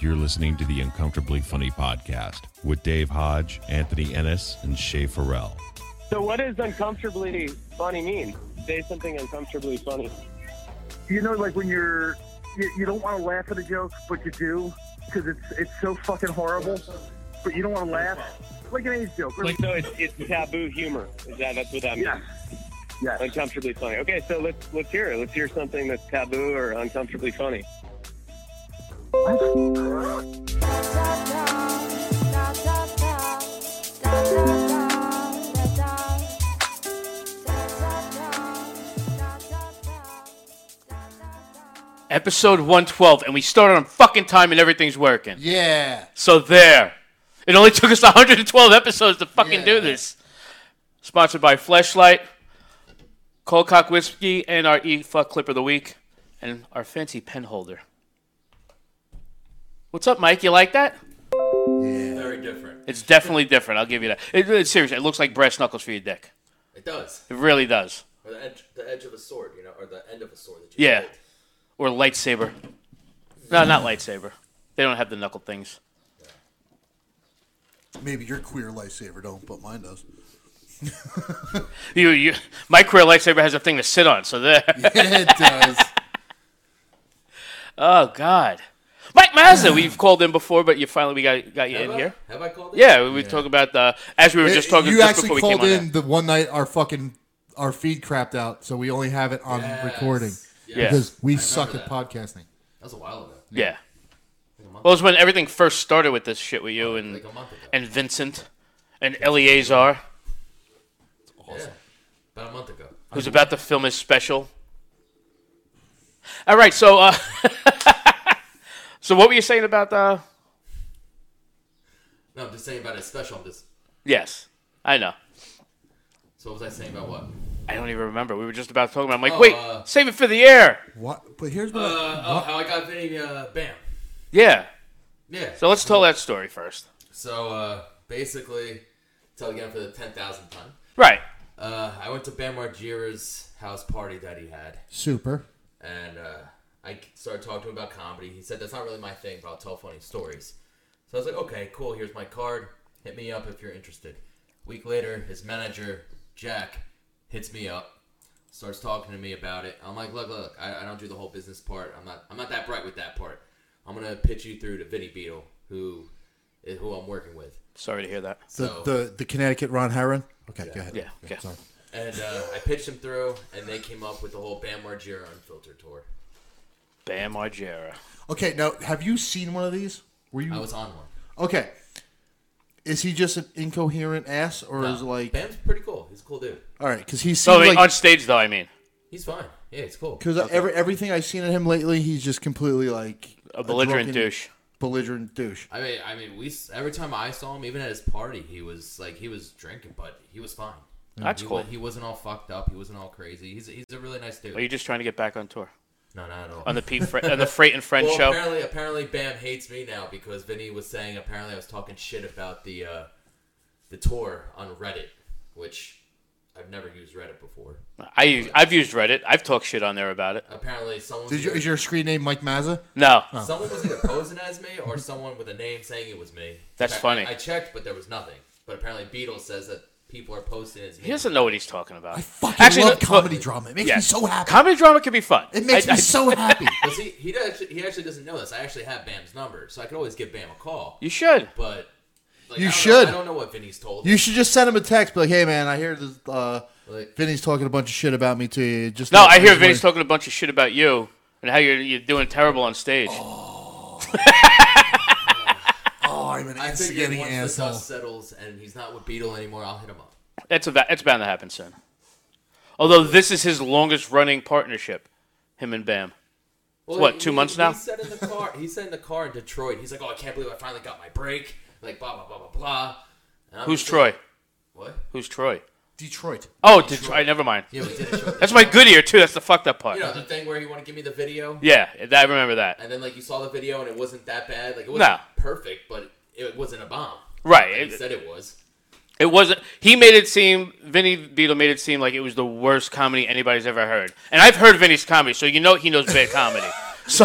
You're listening to the Uncomfortably Funny podcast with Dave Hodge, Anthony Ennis, and Shay Farrell. So, what does uncomfortably funny mean? Say something uncomfortably funny. you know, like when you're, you, you don't want to laugh at a joke, but you do because it's it's so fucking horrible, but you don't want to laugh. Like an AIDS joke. Or, Like, so it's, it's taboo humor. Is that that's what that means? yes. Yes. Uncomfortably funny. Okay, so let's let's hear it. Let's hear something that's taboo or uncomfortably funny. Episode 112, and we started on fucking time and everything's working. Yeah. So there. It only took us 112 episodes to fucking Yeah. do this. Sponsored by Fleshlight, Colcock Whiskey, and our E Fuck Clip of the Week, and our fancy pen holder. What's up, Mike? You like that? Very different. It's definitely different. I'll give you that. It, it, seriously, it looks like brass knuckles for your dick. It does. It really does. Or the edge, the edge of a sword, you know, or the end of a sword. That you Yeah. hold. Or lightsaber. No, not lightsaber. They don't have the knuckle things. Maybe your queer lifesaver don't, but mine does. You, you, my queer lightsaber has a thing to sit on, so there. it does. Oh God, Mike Mazza, we've called in before, but you finally we got got you in Have I- here. Have I called it? Yeah, we were talking about the as we were just talking you just actually before we called came on. in air. the one night our fucking our feed crapped out, so we only have it on Yes. recording Yeah. Yeah, because we suck at that. podcasting. That was a while ago. yeah. Like a month Well, it was when everything first started with this shit with you and Like a month ago. and Vincent and Eleazar, Yeah. About a month ago. who's about to film his special. All right, so uh, so what were you saying about uh, the? No, I'm just saying about his special. I'm just. Yes, I know. So what was I saying about what? Uh, I don't even remember. We were just about talking about. I'm like, Oh, wait, uh, save it for the air. What? But here's what. Uh, I, oh, how I got Vinny uh, Bam. Yeah. Yeah. So let's tell that story first. So uh, basically, tell again for the ten thousandth time. Right. Uh, I went to Bam Margera's house party that he had, super. and uh, I started talking to him about comedy. He said that's not really my thing, but I'll tell funny stories. So I was like, okay, cool. Here's my card. Hit me up if you're interested. Week later, his manager Jack hits me up, starts talking to me about it. I'm like, look, look, I, I don't do the whole business part. I'm not, I'm not that bright with that part. I'm gonna pitch you through to Vinny Beetle, who, eh, who I'm working with. Sorry to hear that. The, So- the the Connecticut Ron Heron. Okay, go ahead. Yeah, okay. Sorry. And uh, I pitched him through, and they came up with the whole Bam Margera unfiltered tour. Bam Margera. Okay, now have you seen one of these? Were you I was on one. okay? Is he just an incoherent ass, or No, is like Bam's pretty cool. He's a cool dude. all right? Because he So seems like Oh, on stage, though, I mean, He's fine. Yeah, he's cool. Because every, everything I've seen of him lately, he's just completely like a belligerent drunken- douche. Belligerent douche. I mean, I mean, we s- every time I saw him, even at his party, he was like he was drinking, but he was fine. That's he, cool. wa- He wasn't all fucked up. He wasn't all crazy. He's he's a really nice dude. Are you just trying to get back on tour no, not at all. on the Pete Fre- on the Freight and Friend well, show? apparently, apparently, Bam hates me now because Vinny was saying apparently I was talking shit about the uh, the tour on Reddit, which I've never used Reddit before. I use, I've used Reddit. I've talked shit on there about it. Apparently, someone Did you, is your screen name Mike Mazza? No, Someone was either posing as me or someone with a name saying it was me. That's I, funny. I, checked, but there was nothing. But apparently, Beatles says that people are posting as me. he doesn't know what he's talking about. I fucking Actually, love no, comedy look, drama. It makes yeah. me so happy. Comedy drama can be fun. it makes I- me I- so happy. But see, he does actually, he actually doesn't know this. I actually have Bam's number, so I could always give Bam a call. You should. But You like, I don't know- should. I don't know what Vinny's told. you should just send him a text, be like, "Hey man, I hear this. Uh, Like- Vinny's talking a bunch of shit about me to you. Just No, I hear just Vinny's wanna- talking a bunch of shit about you and how you're you're doing terrible on stage. Oh, I'm an I figured instigating once the asshole. dust settles and he's not with Beatle anymore, I'll hit him up. That's a va- that's bound to happen soon. Although this is his longest running partnership, him and Bam. Well, What, he- two he- months he now? said in the car. He said in the car in Detroit. He's like, "Oh, I can't believe I finally got my break." Like blah blah blah blah blah. And I'm Who's just like, Troy? What? Who's Troy? Detroit. Oh, Detroit. Never mind. Yeah, we did a show. That's my good ear too. That's the fucked up part. You know the thing where you want to give me the video, Yeah, I remember that. and then like you saw the video and it wasn't that bad. Like it wasn't No. perfect, but it wasn't a bomb. Right. Like, he It- said it was. It wasn't. He made it seem. Vinny Beetle made it seem like it was the worst comedy anybody's ever heard. And I've heard Vinny's comedy, so you know he knows bad comedy. So,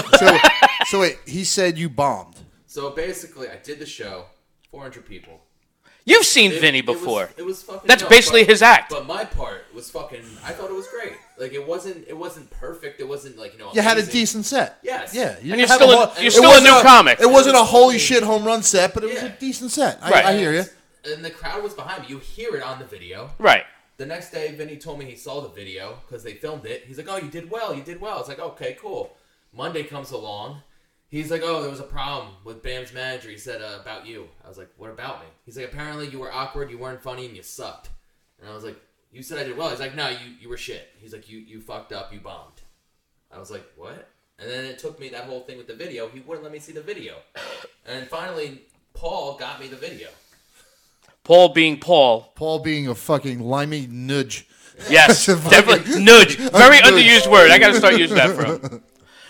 so wait, he said you bombed. So basically, I did the show, 400 people. You've seen It- Vinny it was- before. It was fucking. That's dope, basically but- his act. But my part was fucking. I thought it was great. Like it wasn't. It wasn't perfect. It wasn't like you know. You had a amazing. decent set. Yes. Yeah. You And didn't you're have still a- whole- you're it still a wasn't new comic. It wasn't a holy shit home run set, but it was a Yeah. decent set. I, Right. I hear you. And the crowd was behind me. You hear it on the video. Right. The next day, Vinny told me he saw the video because they filmed it. He's like, "Oh, you did well. You did well." It's like, "Okay, cool." Monday comes along. He's like, "Oh, there was a problem with Bam's manager." He said uh, about you. I was like, "What about me?" He's like, "Apparently, you were awkward. You weren't funny, and you sucked." And I was like, "You said I did well." He's like, "No, you you were shit." He's like, "You you fucked up. You bombed." I was like, "What?" And then it took me that whole thing with the video. He wouldn't let me see the video. And finally, Paul got me the video. Paul being Paul. Paul being a fucking limey nudge. Yes. That's a definitely. fucking- Nudge. Very nudge. underused word. I got to start using that from.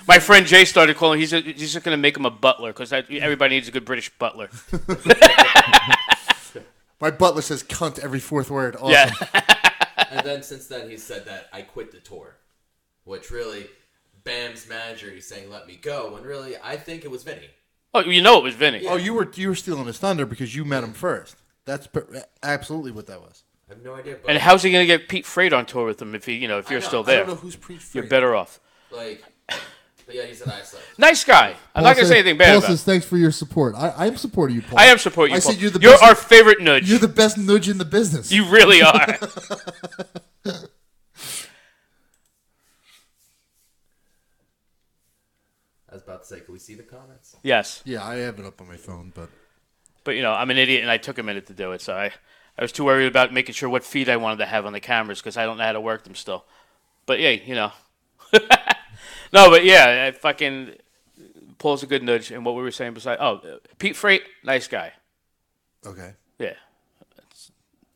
My friend Jay started calling. He's just, he's just going to make him a butler because everybody needs a good British butler. My butler says cunt every fourth word. Awesome. Yeah. and then since then he's said that I quit the tour, which really Bam's manager he's saying let me go when really I think it was Vinny. Oh, you know it was Vinny. Oh, you were you were stealing his thunder because you met him first. That's per- absolutely what that was. I have no idea, but And how's he going to get Pete Freight on tour with him if he, you know, if you're I know- still I there? don't know who's preached for You're you. better off. like, but yeah, he said I slept. Nice guy. I'm not Paul going to says- say anything bad Paul about. says, Him. "Thanks for your support. I, I am supporting you, Paul. I am supporting you. I Paul. said you're the you're best. our favorite nudge. you're the best nudge in the business. You really are. I was about to say, can we see the comments? yes. yeah, I have it up on my phone, but But you know, I'm an idiot, and I took a minute to do it. So I, I was too worried about making sure what feed I wanted to have on the cameras because I don't know how to work them still. But yeah, you know. no, but yeah, I fucking pulls a good nudge. And what we were saying beside, oh, uh, Pete Freight, nice guy. okay. Yeah,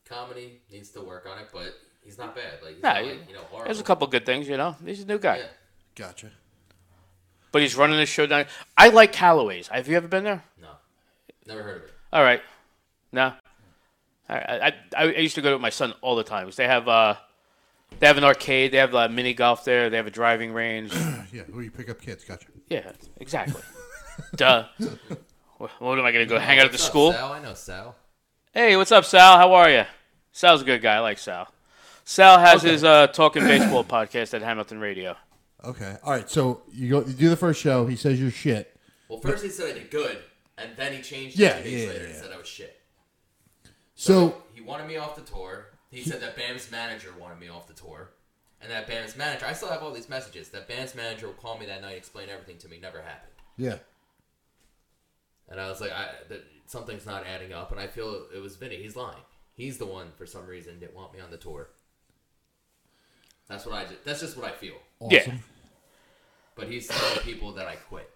Comedy needs to work on it, but he's not bad. Like, he's Nah, not, he- like you know, horrible. there's a couple good things. You know, he's a new guy, Yeah. Gotcha. but he's running this show down. I like Callaway's. Have you ever been there? No, never heard of it. All right. No. I, I, I I used to go to it with my son all the time. 'cause They have uh, they have an arcade. They have uh, mini golf there. They have a driving range. Yeah, where you pick up kids. Gotcha. yeah, exactly. Duh. What, what am I gonna go hang out at the What's up, school? Sal? I know Sal. Hey, what's up, Sal? How are you? Sal's a good guy. I like Sal. Sal has his uh, talking baseball podcast at Hamilton Radio. Okay. All right. So you go. You do the first show. He says you're shit. Well, first he said I did good, and then he changed. Yeah, it two days yeah, later yeah, and yeah. said I was shit. So he wanted me off the tour. He said that Bam's manager wanted me off the tour, and that Bam's manager. I still have all these messages. That Bam's manager will call me that night, explain everything to me. Never happened. yeah. And I was like, I, that, something's not adding up, and I feel it was Vinny. He's lying. He's the one for some reason didn't want me on the tour. That's what I. ju- That's just what I feel. Yeah, But he's telling people that I quit.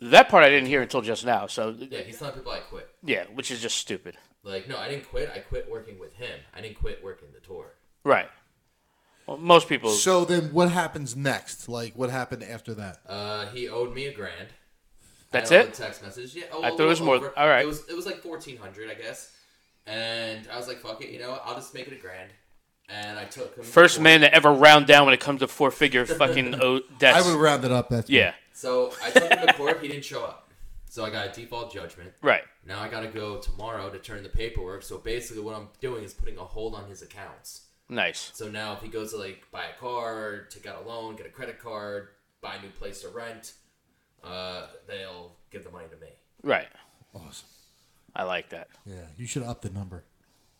that part I didn't hear until just now. So Yeah, he's telling people I quit. yeah, which is just stupid. Like, no, I didn't quit. I quit working with him. I didn't quit working the tour. Right. Well, most people. So then, what happens next? Like, what happened after that? Uh, he owed me a grand. that's I had all it. The text message. Yeah. oh, I a thought it was little more- over. all right. It was it was like fourteen hundred, I guess. And I was like, fuck it, you know, what? I'll just make it a grand. And I took him. to First court. man to ever round down when it comes to four figure fucking o- I debts. would round it up. That's yeah, So I took him to court. He didn't show up. So I got a default judgment. right. Now I gotta go tomorrow to turn the paperwork. So basically, what I'm doing is putting a hold on his accounts. Nice. So now if he goes to like buy a car, take out a loan, get a credit card, buy a new place to rent, uh, they'll give the money to me. Right. Awesome. I like that. Yeah. You should up the number.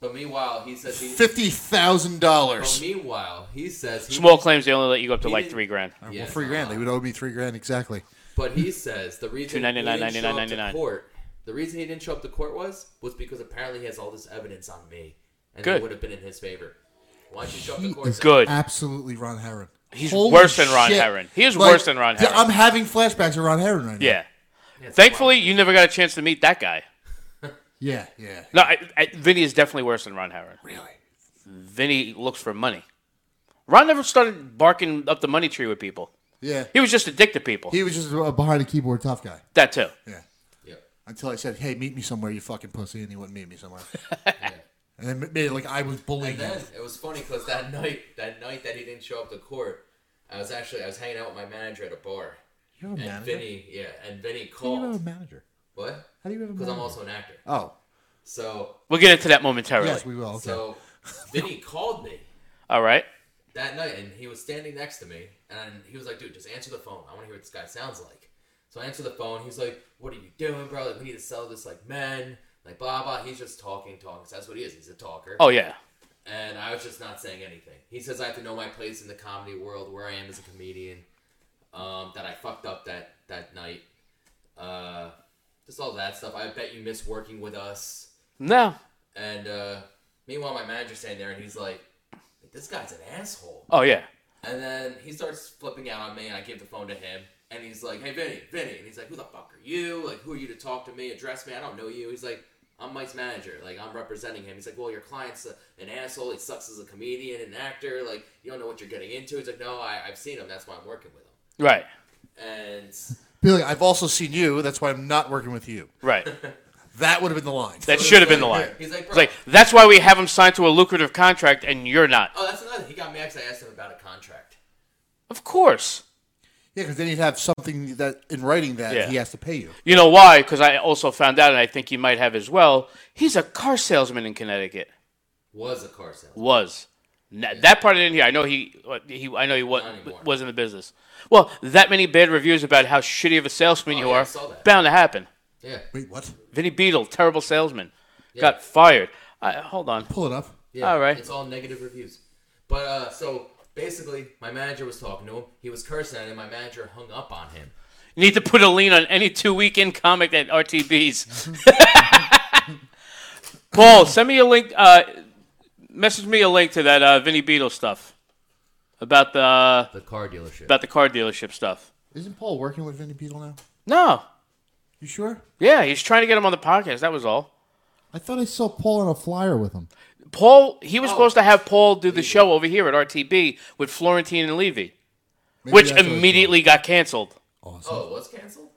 But meanwhile, he says he. Fifty thousand But dollars. meanwhile, he says he Small claims, they only let you go up to He like didn't- three grand. Well, Yes. three grand. They would owe me three grand exactly. But he says the reason he $2.99, didn't show up to $99.99. court, the reason he didn't show up to court was was because apparently he has all this evidence on me, and Good. it would have been in his favor. Why don't you show up to court? then? Good. Absolutely, Ron Heron. He's worse than Ron Herron. He is worse than Ron th- Herron. I'm having flashbacks of Ron Heron right now. Yeah. Yeah, it's Thankfully, you never got a chance to meet that guy. Yeah. Yeah. No, I, I, Vinny is definitely worse than Ron Howard. Really. Vinny looks for money. Ron never started barking up the money tree with people. Yeah. He was just a dick to people. He was just a behind a keyboard tough guy. that too. Yeah. Yeah. Until I said, "Hey, meet me somewhere, you fucking pussy," and he wouldn't meet me somewhere. And then made it like I was bullying And then him. it was funny because that night, that night that he didn't show up to court, I was actually I was hanging out with my manager at a bar. You have a And manager? Vinny, yeah, and Vinny How do you have called. a manager? What? How do you have a Because manager? I'm also an actor. Oh, So, We'll get into that momentarily. yes, we will. Okay. so Vinny called me All right. that night, and he was standing next to me, and he was like, "Dude, just answer the phone. I want to hear what this guy sounds like." So I answer the phone. He's like, "What are you doing, bro? Like, we need to sell this, like, men, like, blah blah." He's just talking, talking. So that's what he is. He's a talker. Oh yeah. And I was just not saying anything. He says I have to know my place in the comedy world, where I am as a comedian, um, that I fucked up that that night, uh, just all that stuff. I bet you miss working with us. No. And uh, meanwhile, my manager's standing there, and he's like, "This guy's an asshole." Oh yeah. And then he starts flipping out on me, and I give the phone to him. And he's like, hey, Vinny, Vinny. And he's like, who the fuck are you? Like, who are you to talk to me, address me? I don't know you. He's like, I'm Mike's manager. Like, I'm representing him. He's like, well, your client's a, an asshole. He sucks as a comedian, an actor. Like, you don't know what you're getting into. He's like, no, I, I've seen him. That's why I'm working with him. Right. And Be like, I've also seen you. That's why I'm not working with you. Right. That would have been the line. That should have been the line. he's like, It's bro. like that's why we have him signed to a lucrative contract, and you're not. oh, that's another. He got me because I asked him about a contract. Of course. yeah, because then you'd have something that in writing that Yeah. he has to pay you. You know why? Because I also found out, and I think he might have as well. He's a car salesman in Connecticut. Was a car salesman. Was Na- that part I didn't hear. I know he. uh, He. I know he was, Not anymore. was in the business. Well, that many bad reviews about how shitty of a salesman Oh, you yeah, I are, saw that. bound to happen. Yeah. Wait, what? Vinny Beetle, terrible salesman, got fired. I, hold on. Pull it up. Yeah, All right. It's all negative reviews. But uh, so basically, my manager was talking to him. He was cursing at him. My manager hung up on him. You need to put a lien on any two weekend comic at RTB's. Paul, send me a link. Uh, message me a link to that uh, Vinny Beetle stuff about the The car dealership. about the car dealership stuff. Isn't Paul working with Vinny Beetle now? No, You sure? yeah, he's trying to get him on the podcast. That was all. I thought I saw Paul on a flyer with him. Paul, he Oh. was supposed to have Paul do the show over here at RTB with Florentine and Levy, which that's what it's immediately got canceled. Awesome. oh, it was canceled?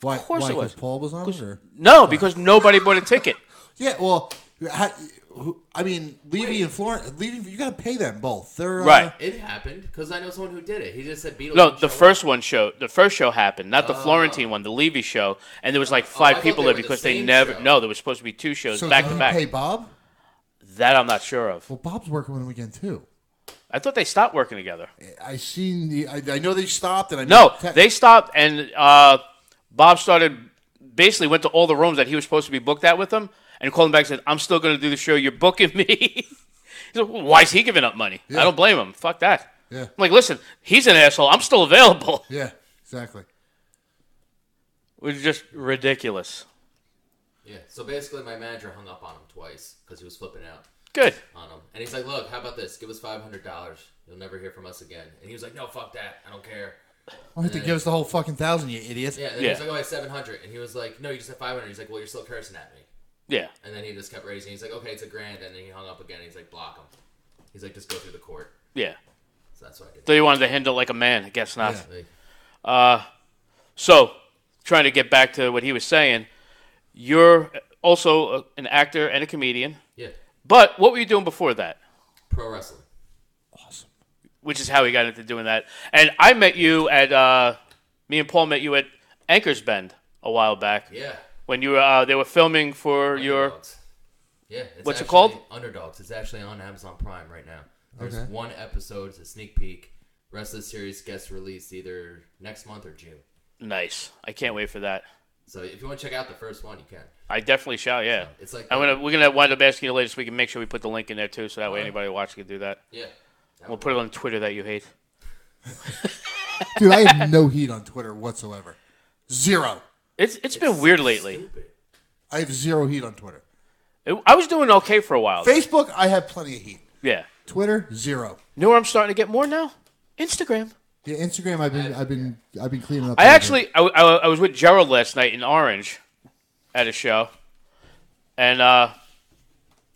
Why? course why, it was. 'cause Paul was on it. Or? No, because nobody bought a ticket. Yeah. Well, ha- who- I mean, Levy and Florence. Levy, you got to pay them both. They're uh, Right. It happened because I know someone who did it. He just said Beatles. No, didn't the show up. first one show, the first show happened, not the Florentine one, the Levy show, and there was like Oh, I five thought people they there were the because they same never. show. No, there was supposed to be two shows So back did to he back. pay Bob? That I'm not sure of. Well, Bob's working with him again too. I thought they stopped working together. I seen the. I, I know they stopped, and I No, they stopped, and uh, Bob started basically went to all the rooms that he was supposed to be booked at with them, and called him back and said, "I'm still going to do the show. You're booking me." He's like, "Well, Why is he giving up money? I don't blame him. Fuck that. Yeah. I'm like, listen, he's an asshole. I'm still available. Yeah, exactly. It was just ridiculous. Yeah. So basically, my manager hung up on him twice because he was flipping out Good. on him. And he's like, look, how about this? Give us $500. You'll never hear from us again. And he was like, no, fuck that. I don't care. I have to give us the whole fucking thousand, you idiot. Yeah. And then Yeah. he was like, oh, I have 700 And he was like, no, you just have 500 He's like, well, you're still cursing at me. Yeah. And then he just kept raising. He's like, okay, it's a grand. And then he hung up again. He's like, block him. He's like, just go through the court. Yeah. So that's what I did. So you wanted to handle it like a man. I guess not. Yeah. Like, So, trying to get back to what he was saying, you're also a- an actor and a comedian. yeah. But what were you doing before that? Pro wrestling. Which is how he got into doing that. And I met you at, uh, me and Paul met you at Anchors Bend a while back Yeah. when you were, uh, they were filming for your. Underdogs. Yeah. It's What's it actually called? Underdogs. It's actually on Amazon Prime right now. There's one episode. It's a sneak peek. Rest of the series gets released either next month or June. Nice. I can't wait for that. So if you want to check out the first one, you can. I definitely shall. Yeah. It's like I'm gonna we're gonna wind up asking you later so we can make sure we put the link in there too, so that way anybody watching can do that. Yeah. That We'll would- put it on Twitter that you hate. Dude, I have no heat on Twitter whatsoever. Zero. It's it's been weird lately. Stupid. I have zero heat on Twitter. It- I was doing okay for a while. though. Facebook, I have plenty of heat. Yeah. Twitter, zero. You know where I'm starting to get more now? Instagram. Yeah, Instagram. I've been, I've been, I've been cleaning up. I a little actually, I, I, I was with Gerald last night in Orange at a show, and uh,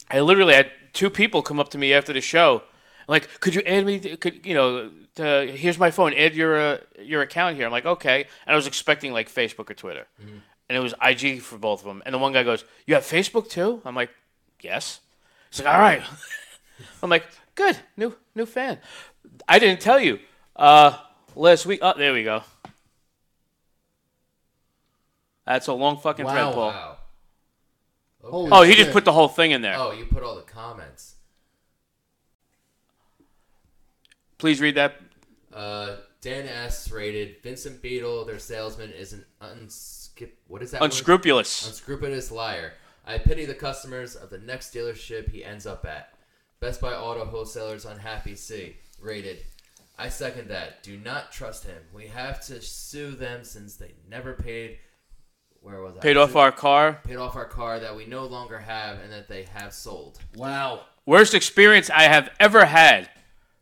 I literally had two people come up to me after the show, like, "Could you add me? To, could you know? To, here's my phone. Add your uh, your account here." I'm like, "Okay," and I was expecting like Facebook or Twitter, and it was IG for both of them. And the one guy goes, "You have Facebook too?" I'm like, "Yes." He's like, "All right." I'm like, "Good, new new fan." I didn't tell you. Uh, last week, oh, there we go. That's a long fucking thread, Paul. wow. Okay. Holy Oh, he just shit. put the whole thing in there. Oh, you put all the comments. Please read that. Uh, Dan S rated Vincent Beadle, their salesman, is an unskip. What is that? word? Unscrupulous. Unscrupulous liar. I pity the customers of the next dealership he ends up at. Best Buy Auto Wholesalers Unhappy C. Rated. I second that. Do not trust him. We have to sue them since they never paid. Where was I? Paid off our car. Paid off our car that we no longer have and that they have sold. Wow. Worst experience I have ever had.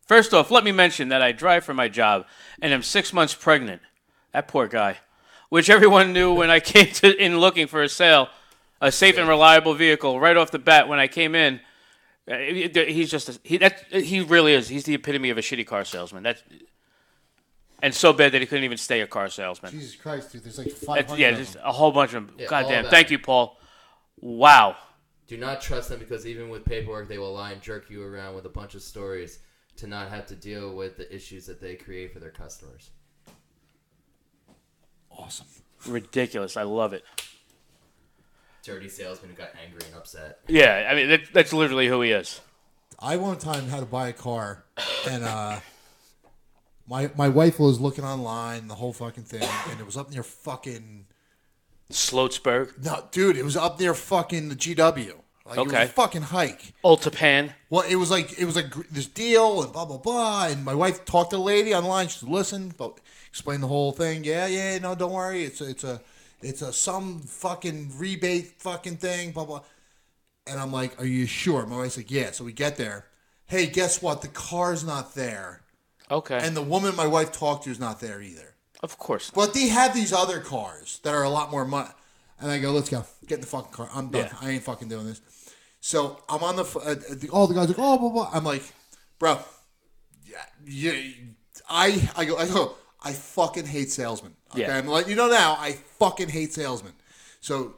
First off, let me mention that I drive for my job and am six months pregnant. That poor guy. Which everyone knew when I came to, in looking for a sale, a safe and reliable vehicle. Right off the bat, when I came in, uh, he's just a, he that he really is. He's the epitome of a shitty car salesman. That's and so bad that he couldn't even stay a car salesman. Jesus Christ, dude. There's like That's- 500 yeah, of just them. a whole bunch of them. God all damn. that. Thank you, Paul. Wow. Do not trust them because even with paperwork, they will lie and jerk you around with a bunch of stories to not have to deal with the issues that they create for their customers. Awesome. Ridiculous. I love it. Dirty salesman who got angry and upset. Yeah, I mean, that, that's literally who he is. I one time had to buy a car, and uh, my my wife was looking online the whole fucking thing, and it was up near fucking Sloatsburg, no, dude, it was up near fucking the GW. Like it Okay. was a fucking hike. Ultipan. Well, it was like it was like gr- this deal and blah blah blah. And my wife talked to the lady online. She listened, but explained the whole thing. Yeah, yeah, no, don't worry. It's a, it's a it's a some fucking rebate fucking thing. Blah blah. And I'm like, are you sure? My wife's like, yeah. So we get there. Hey, guess what? The car's not there, Okay. and the woman my wife talked to is not there either. of course. But they have these other cars that are a lot more money. And I go, let's go. Get in the fucking car. I'm done. I ain't fucking doing this. So I'm on the, ph- uh, the all the guys like, oh, blah, blah. I'm like, bro, yeah, yeah, I, I go, I go, I fucking hate salesmen. Okay, Yeah. I'm letting you know now, I fucking hate salesmen. So,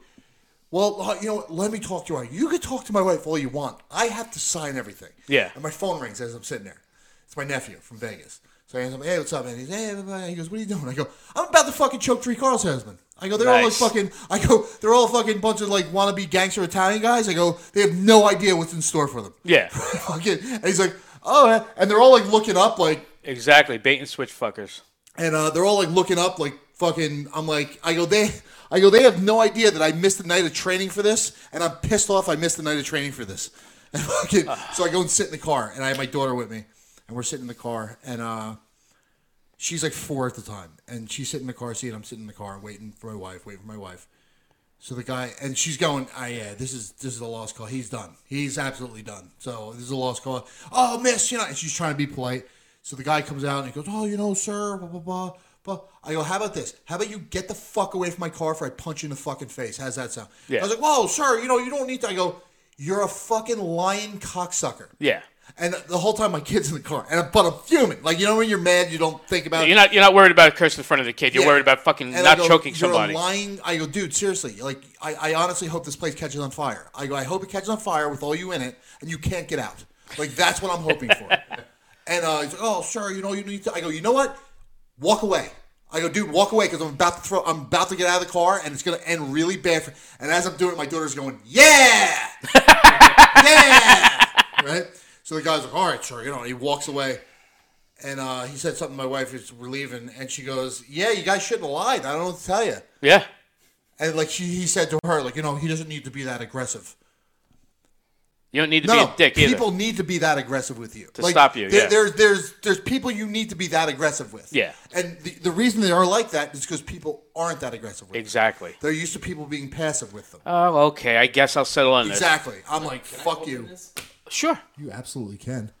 well, uh, you know what? Let me talk to her. You can talk to my wife all you want. I have to sign everything. Yeah. And my phone rings as I'm sitting there. It's my nephew from Vegas. So I ask him, hey, what's up? And he's, hey, blah, blah, blah. he goes, what are you doing? I go, I'm about to fucking choke three Carl salesmen. I go, they're Nice. all like fucking, I go, they're all fucking bunch of like wannabe gangster Italian guys. I go, they have no idea what's in store for them. Yeah, Fucking, and he's like, oh, and they're all like looking up, like, exactly. Bait and switch fuckers. and uh, they're all like looking up, like fucking. I'm like, I go, they, I go, they have no idea that I missed a night of training for this, and I'm pissed off. I missed a night of training for this. And fucking, so I go and sit in the car, and I have my daughter with me, and we're sitting in the car, and uh, she's like four at the time, and she's sitting in the car seat. I'm sitting in the car waiting for my wife, waiting for my wife. So the guy and she's going, I yeah, this is this is a lost call. He's done. He's absolutely done. So this is a lost call. Oh, miss, you know, and she's trying to be polite. So the guy comes out and he goes, Oh, you know, sir, blah blah blah. blah. I go, How about this? How about you get the fuck away from my car for I punch you in the fucking face? How's that sound? Yeah. I was like, Whoa, sir, you know, you don't need to I go, You're a fucking lying cocksucker. Yeah, And the whole time my kid's in the car. And I but I'm fuming. Like, you know when you're mad, you don't think about you're not you're not worried about a curse in front of the kid. You're yeah. worried about fucking And I not go, choking "You're somebody. Lying. I go, dude, seriously. Like, I, I honestly hope this place catches on fire. I go, I hope it catches on fire with all you in it, and you can't get out. Like, that's what I'm hoping for. and uh, he's like, oh, sure, you know, you need to. I go, you know what? Walk away. I go, dude, walk away because I'm about to throw. I'm about to get out of the car, and it's gonna end really bad. For, and as I'm doing it, my daughter's going, yeah, yeah, right. So the guy's like, all right, sure, you know. He walks away. And uh, he said something to my wife is we're leaving, and she goes, "Yeah, you guys shouldn't have lied. I don't know what to tell you." Yeah, And like she, he said to her, like you know, he doesn't need to be that aggressive. you don't need to No, be a dick either. people need to be that aggressive with you To stop you, there- yeah. There's there's there's people you need to be that aggressive with. Yeah. And the, the reason they are like that is because people aren't that aggressive with. them. Exactly. They're used to people being passive with them. Oh, okay. I guess I'll settle on this. exactly. I'm like, fuck you. Sure. You absolutely can.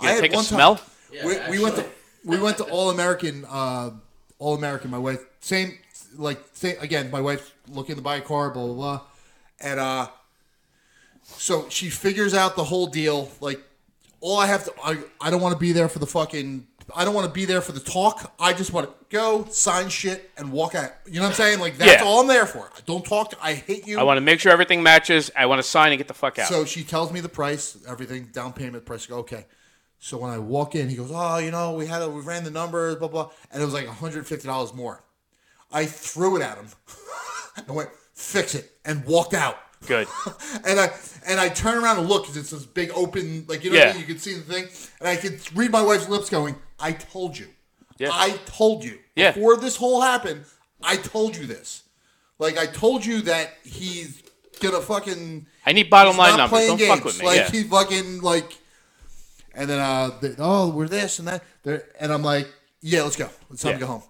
You gonna take a smell? we, Yeah, we went to we went to All American. Uh, All American. My wife. Same. Like same again. My wife's looking to buy a car. Blah blah blah. And uh, so she figures out the whole deal. Like all I have to. I I don't want to be there for the fucking. I don't want to be there for the talk. I just want to go sign shit and walk out. You know what I'm saying? Like Yeah. that's all I'm there for. I don't talk. To, I hate you. I want to make sure everything matches. I want to sign and get the fuck out. So she tells me the price, everything, down payment, price. I go, okay. So when I walk in, he goes, oh, you know, we had a, we ran the numbers, blah blah, and it was like 150 dollars more. I threw it at him. I went, fix it, and walked out. Good. and I and I turn around and look because it's this big open, like you know, Yeah. what I mean? you can see the thing, and I could read my wife's lips going, "I told you, Yeah. I told you, Yeah. before this whole happened, I told you this, like I told you that he's gonna fucking I need bottom he's line not numbers. playing Don't games. fuck with me. Like yeah. he fucking like, and then uh, the, oh, we're this and that, They're- and I'm like, yeah, let's go, it's time Yeah. to go home.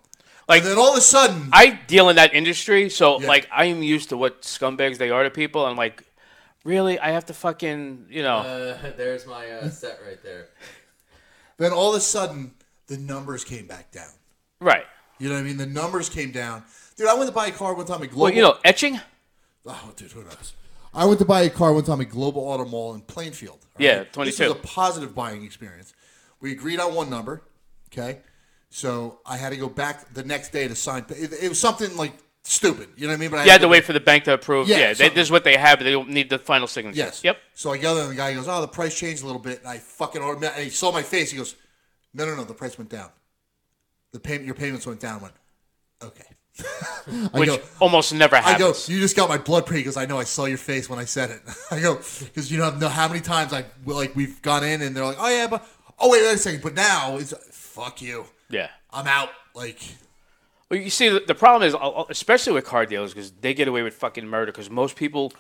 Like- and then all of a sudden, I deal in that industry, so Yeah. like I am used to what scumbags they are to people. I'm like, really? I have to fucking you know? Uh, there's my uh, set right there. then all of a sudden, the numbers came back down. right. You know what I mean? The numbers came down. Dude, I went to buy a car one time at Global. Well, you know, etching. oh, dude, who knows? I went to buy a car one time at Global Auto Mall in Plainfield. all Yeah, This 22. was a positive buying experience. We agreed on one number, okay? So I had to go back the next day to sign. It, it was something like stupid. You know what I mean? But I You had to go- wait for the bank to approve. Yeah, Yeah, they, something. this is what they have, but they don't need the final signature. Yes. Yep. So I yelled at him, and the guy. He goes, "Oh, the price changed a little bit." And I fucking automatic. And he saw my face. He goes, "No, no, no. The price went down. The payment, your payments went down." I went, "Okay." I Which go, almost never I go, happens. you just got my blood pre because I know I saw your face when I said it. I go, because you don't know how many times I like we've gone in and they're like, oh yeah, but oh wait, wait a second, but now it's fuck you, yeah. I'm out. Like Well, you see, the, the problem is, uh, especially with car dealers, because they get away with fucking murder. Because most people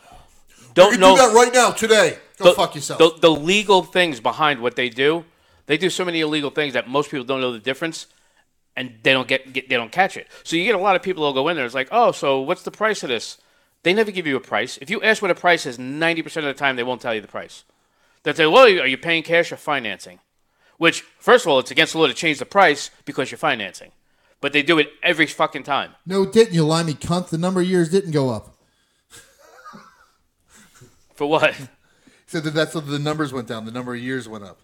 you don't know do that right now today. Go the- fuck yourself. The, the legal things behind what they do, they do so many illegal things that most people don't know the difference, and they don't get, get they don't catch it. So you get a lot of people who go in there. It's like, oh, so what's the price of this? They never give you a price. If you ask what a price is, ninety percent of the time they won't tell you the price. They'll say, well, are you paying cash or financing? Which, first of all, it's against the law to change the price because you're financing. But they do it every fucking time. No, it didn't you limey cunt? The number of years didn't go up. For what? so that that's the numbers went down. The number of years went up.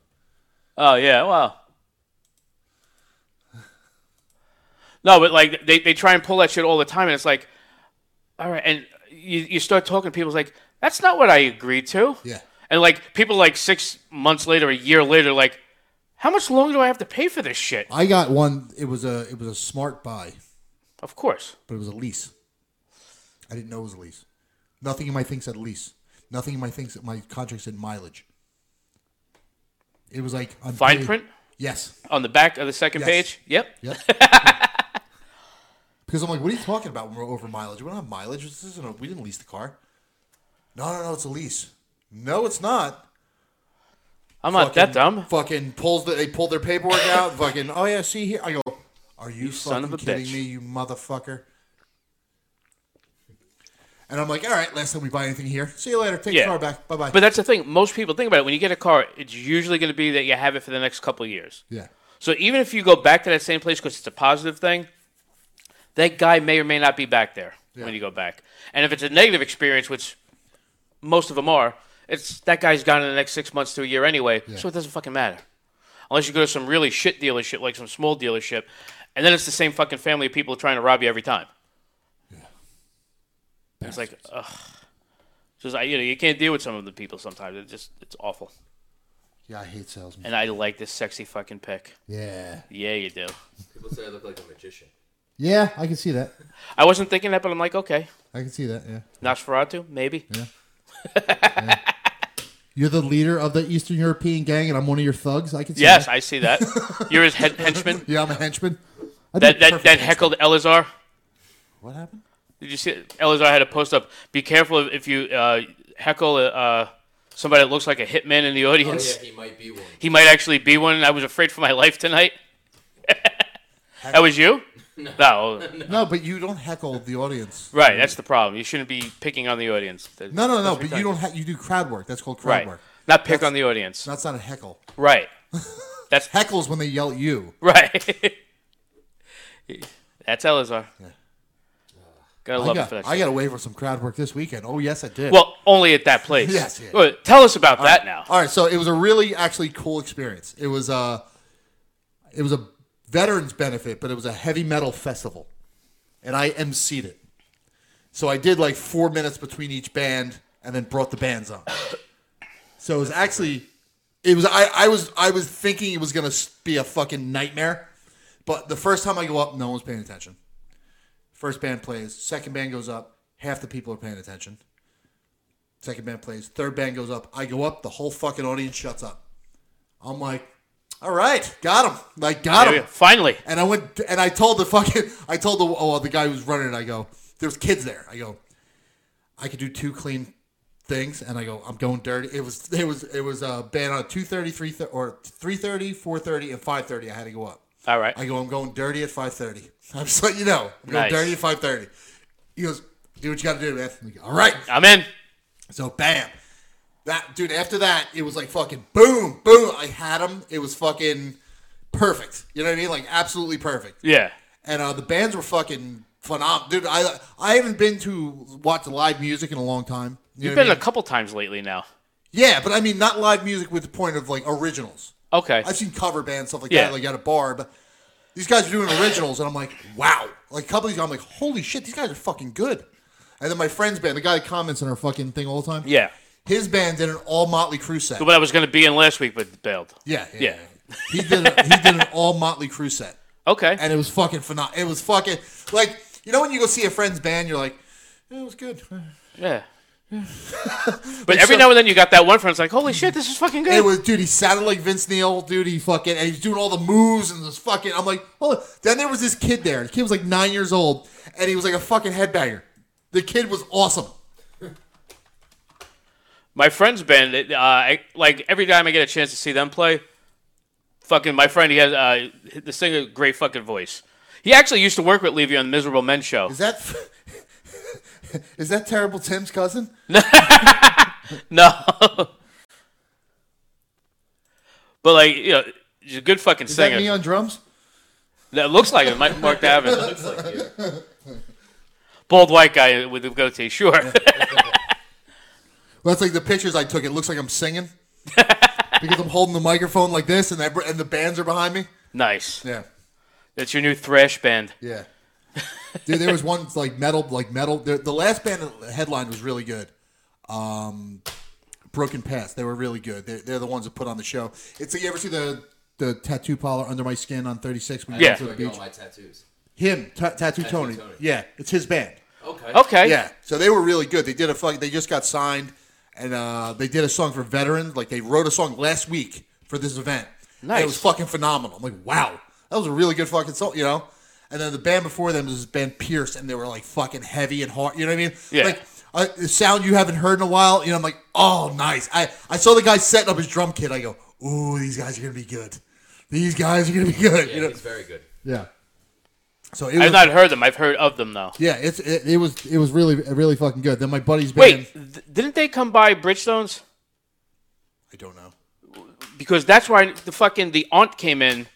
Oh yeah, well. No, but like they, they try and pull that shit all the time, and it's like, all right, and you, you start talking to people, it's like that's not what I agreed to. Yeah. And like people like six months later, a year later, like, how much longer do I have to pay for this shit? I got one. It was a it was a smart buy, Of course. but it was a lease. I didn't know it was a lease. Nothing in my thing said lease. Nothing in my thing said my contract said mileage. It was like I'm Fine paying- print Yes. on the back of the second Yes. page. Yep. Yep. because I'm like, what are you talking about when we're over mileage? We don't have mileage. This isn't a, we didn't lease the car. No, no, no, it's a lease. No, it's not. I'm not that dumb. Fucking pulls the, they pulled their paperwork out. fucking, oh yeah, see here. I go, are you, son fucking of a kidding bitch. me, you motherfucker? And I'm like, all right, last time we buy anything here. See you later. Take Yeah. the car back. Bye bye. But that's the thing. Most people think about it. When you get a car, it's usually going to be that you have it for the next couple of years. yeah. So even if you go back to that same place because it's a positive thing, that guy may or may not be back there when you go back. And if it's a negative experience, which most of them are, it's that guy's gone in the next six months to a year anyway, so it doesn't fucking matter. Unless you go to some really shit dealership, like some small dealership, and then it's the same fucking family of people trying to rob you every time. Yeah. It's like, ugh. Just, I, you know, you can't deal with some of the people sometimes. It's just, it's awful. Yeah, I hate salesmen. And I like this sexy fucking pick. Yeah, Yeah, you do. People say I look like a magician. yeah, I can see that. I wasn't thinking that, but I'm like, okay, I can see that. Yeah, Nosferatu, maybe. you're the leader of the Eastern European gang, and I'm one of your thugs. I can see. Yes, that. I see that. You're his head henchman. Yeah, I'm a henchman. I That think that, perfect that answer. heckled Elazar. What happened? Did you see it? Elazar had a post up? Be careful if you uh, heckle uh, somebody that looks like a hitman in the Oh audience. yeah, he might be one. He might actually be one. I was afraid for my life tonight. that was you? No. No, but you don't heckle the audience. Right. That's the problem. You shouldn't be picking on the audience. That- No, no, no. that's But you don't. retarded. Ha- you do crowd work. That's called crowd Right. work. Not pick That's- on the audience. That's not a heckle. Right. That's Heckles when they yell at you. Right. That's Elazar. Gotta I love it got, for that. I shit. got away for some crowd work this weekend. Oh yes, I did. well, only at that place. Yes, yeah. Well, tell us about that now. All right, so it was a really actually cool experience. It was a, it was a veterans benefit, but it was a heavy metal festival, and I emceed it. So I did like four minutes between each band, and then brought the bands on. So it was actually, it was I, I was I was thinking it was gonna be a fucking nightmare, but the first time I go up, no one's paying attention. First band plays, second band goes up, Half the people are paying attention. Second band plays. Third band goes up. I go up. The whole fucking audience shuts up. I'm like, all right, got him. Like, got There we him. go. Finally. And I went and I told the fucking I told the oh the guy who was running it. I go, there's kids there. I go, I could do two clean things, and I go, I'm going dirty. It was it was it was a ban on two thirty three or three thirty four thirty and five thirty. I had to go up. All right. I go, I'm going dirty at five thirty. I'm just letting you know. I'm Nice. going dirty at five thirty. He goes, do what you got to do, man. I go, All right. I'm in. So bam. That dude, after that, it was like fucking boom, boom. I had him. It was fucking perfect. You know what I mean? Like absolutely perfect. Yeah. And uh, the bands were fucking phenomenal. Dude, I I haven't been to watch live music in a long time. You've You know what been I a mean? couple times lately now. Yeah, but I mean not live music with the point of like originals. Okay. I've seen cover bands, stuff like Yeah. that, like at a bar, but these guys are doing originals, and I'm like, wow. Like a couple of these, I'm like, holy shit, these guys are fucking good. And then my friend's band, the guy that comments on our fucking thing all the time. Yeah. His band did an all Motley Crue set. But I was going to be in last week, but bailed. Yeah, yeah. Yeah. yeah. he did. A, he did an all Motley Crue set, Okay. and it was fucking phenomenal. It was fucking like you know when you go see a friend's band, you're like, "Yeah, it was good. Yeah. but every now and then you got that one friend. It's like, holy shit, this is fucking good. It was, dude. He sounded like Vince Neil, dude. He fucking and he's doing all the moves and this fucking. I'm like, oh. Then there was this kid there. The kid was like nine years old, and he was like a fucking headbanger. The kid was awesome. my friend's band, it, uh, I, like every time I get a chance to see them play, fucking my friend, he has uh, the singer, great fucking voice. He actually used to work with Levy on the Miserable Men show. Is that? Is that terrible Tim's cousin? No. but like, you know, he's a good fucking Is singer. that me on drums? That looks like it. Might Mark Davin. looks like Bald white guy with a goatee, sure. Well, that's like the pictures I took. It looks like I'm singing because I'm holding the microphone like this, and that and the bands are behind me. nice. Yeah, That's your new thrash band. yeah. Dude, there was one like metal, like metal. The, the last band that headlined was really good. Um, Broken Path. They were really good. They're, they're the ones that put on the show. It's you ever see the the tattoo parlor under my skin on 36 when you Yeah. go to the Like all beach? my tattoos. Him, t- tattoo, Tony. Tony. Yeah, it's his band. Okay. Okay. Yeah, so they were really good. They did a fuck. They just got signed, and uh, they did a song for veterans. Like they wrote a song last week for this event. And Nice. it was fucking phenomenal. I'm like, wow, that was a really good fucking song, you know. And then the band before them was this band Pierce, and they were like fucking heavy and hard. You know what I mean? Yeah. Like a a sound you haven't heard in a while. You know, I'm like, oh, nice. I I saw the guy setting up his drum kit. I go, ooh, these guys are gonna be good. These guys are gonna be good. you Yeah, know. he's very good. Yeah. So it was. I've not heard them. I've heard of them though. yeah, it's it, it was it was really really fucking good. Then my buddy's band. Wait, th- didn't they come by Bridgestones? I don't know. Because that's why the fucking the aunt came in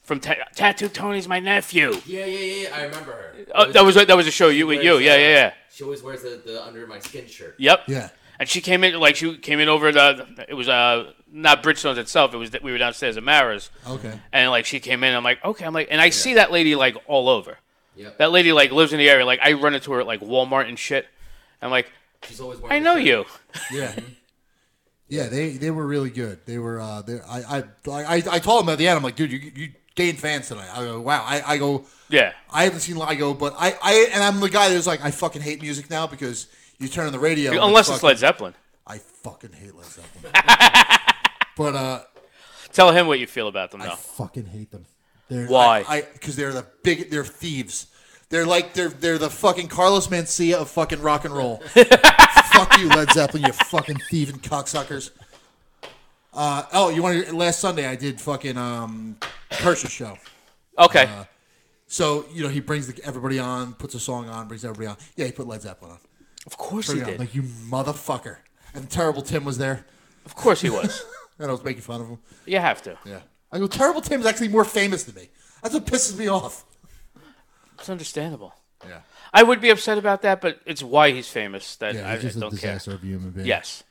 from ta- Tattoo Tony's my nephew. Yeah, yeah, yeah. yeah, I remember her. Oh, that was that was a show you with you. Yeah, yeah, yeah. She always wears the, the under my skin shirt. Yep. Yeah. And she came in like she came in over the it was uh not Bridgestones itself. It was that we were downstairs at Mara's. Okay. And like she came in, I'm like, okay, I'm like, and I see that lady like all over. Yep. That lady like lives in the area. Like I run into her at like Walmart and shit. I'm like, She's always wearing. I the know shirt. you. Yeah. Yeah, they, they were really good. They were uh, they I I I I told him at the end. I'm like, dude, you you gained fans tonight. I go, wow. I, I go, Yeah. I haven't seen Ligo, but I, I and I'm the guy that's like, I fucking hate music now because you turn on the radio. and Unless it's fucking- Led Zeppelin. I fucking hate Led Zeppelin. but uh, Tell him what you feel about them though. Fucking hate them. They're, Why? I because they're the big they're thieves. They're like they're they're the fucking Carlos Mencia of fucking rock and roll. Fuck you, Led Zeppelin, you fucking thieving cocksuckers. Uh, oh, you want to, last Sunday I did fucking um Kirsch's show. okay. So you know he brings the, everybody on, puts a song on, brings everybody on. Yeah, he put Led Zeppelin on. of course he Yeah, I'm did. Like you motherfucker. And terrible Tim was there, of course he was. and I was making fun of him. you have to. Yeah, I go. Terrible Tim's actually more famous than me. That's what pisses me off. It's understandable. Yeah. I would be upset about that, but it's why he's famous that yeah, I, I he's just a don't care. disaster of a human being. Yes.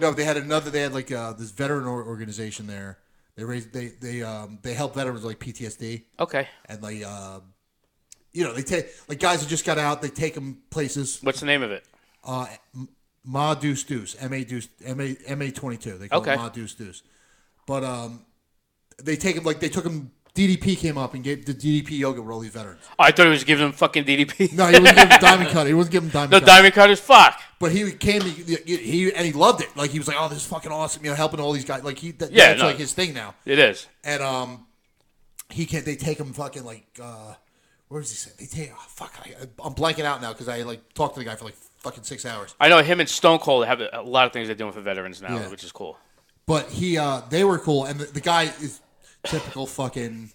No, they had another. They had like uh, this veteran or- organization there. They raised they they um they help veterans with, like PTSD Okay. and like um you know they take like guys who just got out. They take them places. What's the name of it? Uh, M- Ma Deuce Deuce M A Deuce M A M A twenty two. They call Okay. it Ma Deuce Deuce. But um, they take them like they took them DDP came up and gave the DDP yoga to all these veterans. Oh, I thought he was giving him fucking DDP. No, he wasn't giving diamond cut. He wasn't giving diamond. No, cut. diamond cutters. Fuck. But he came, he, he and he loved it. Like he was like, "Oh, this is fucking awesome!" You know, helping all these guys. Like he, that, Yeah, that's no. like his thing now. It is. And um, he can not They take him fucking like uh, where does he say? They take oh, fuck. I, I'm blanking out now because I like talked to the guy for like fucking six hours. I know him and Stone Cold have a lot of things they're doing for veterans now, Yeah. which is cool. But he, uh, they were cool. And the, the guy is typical fucking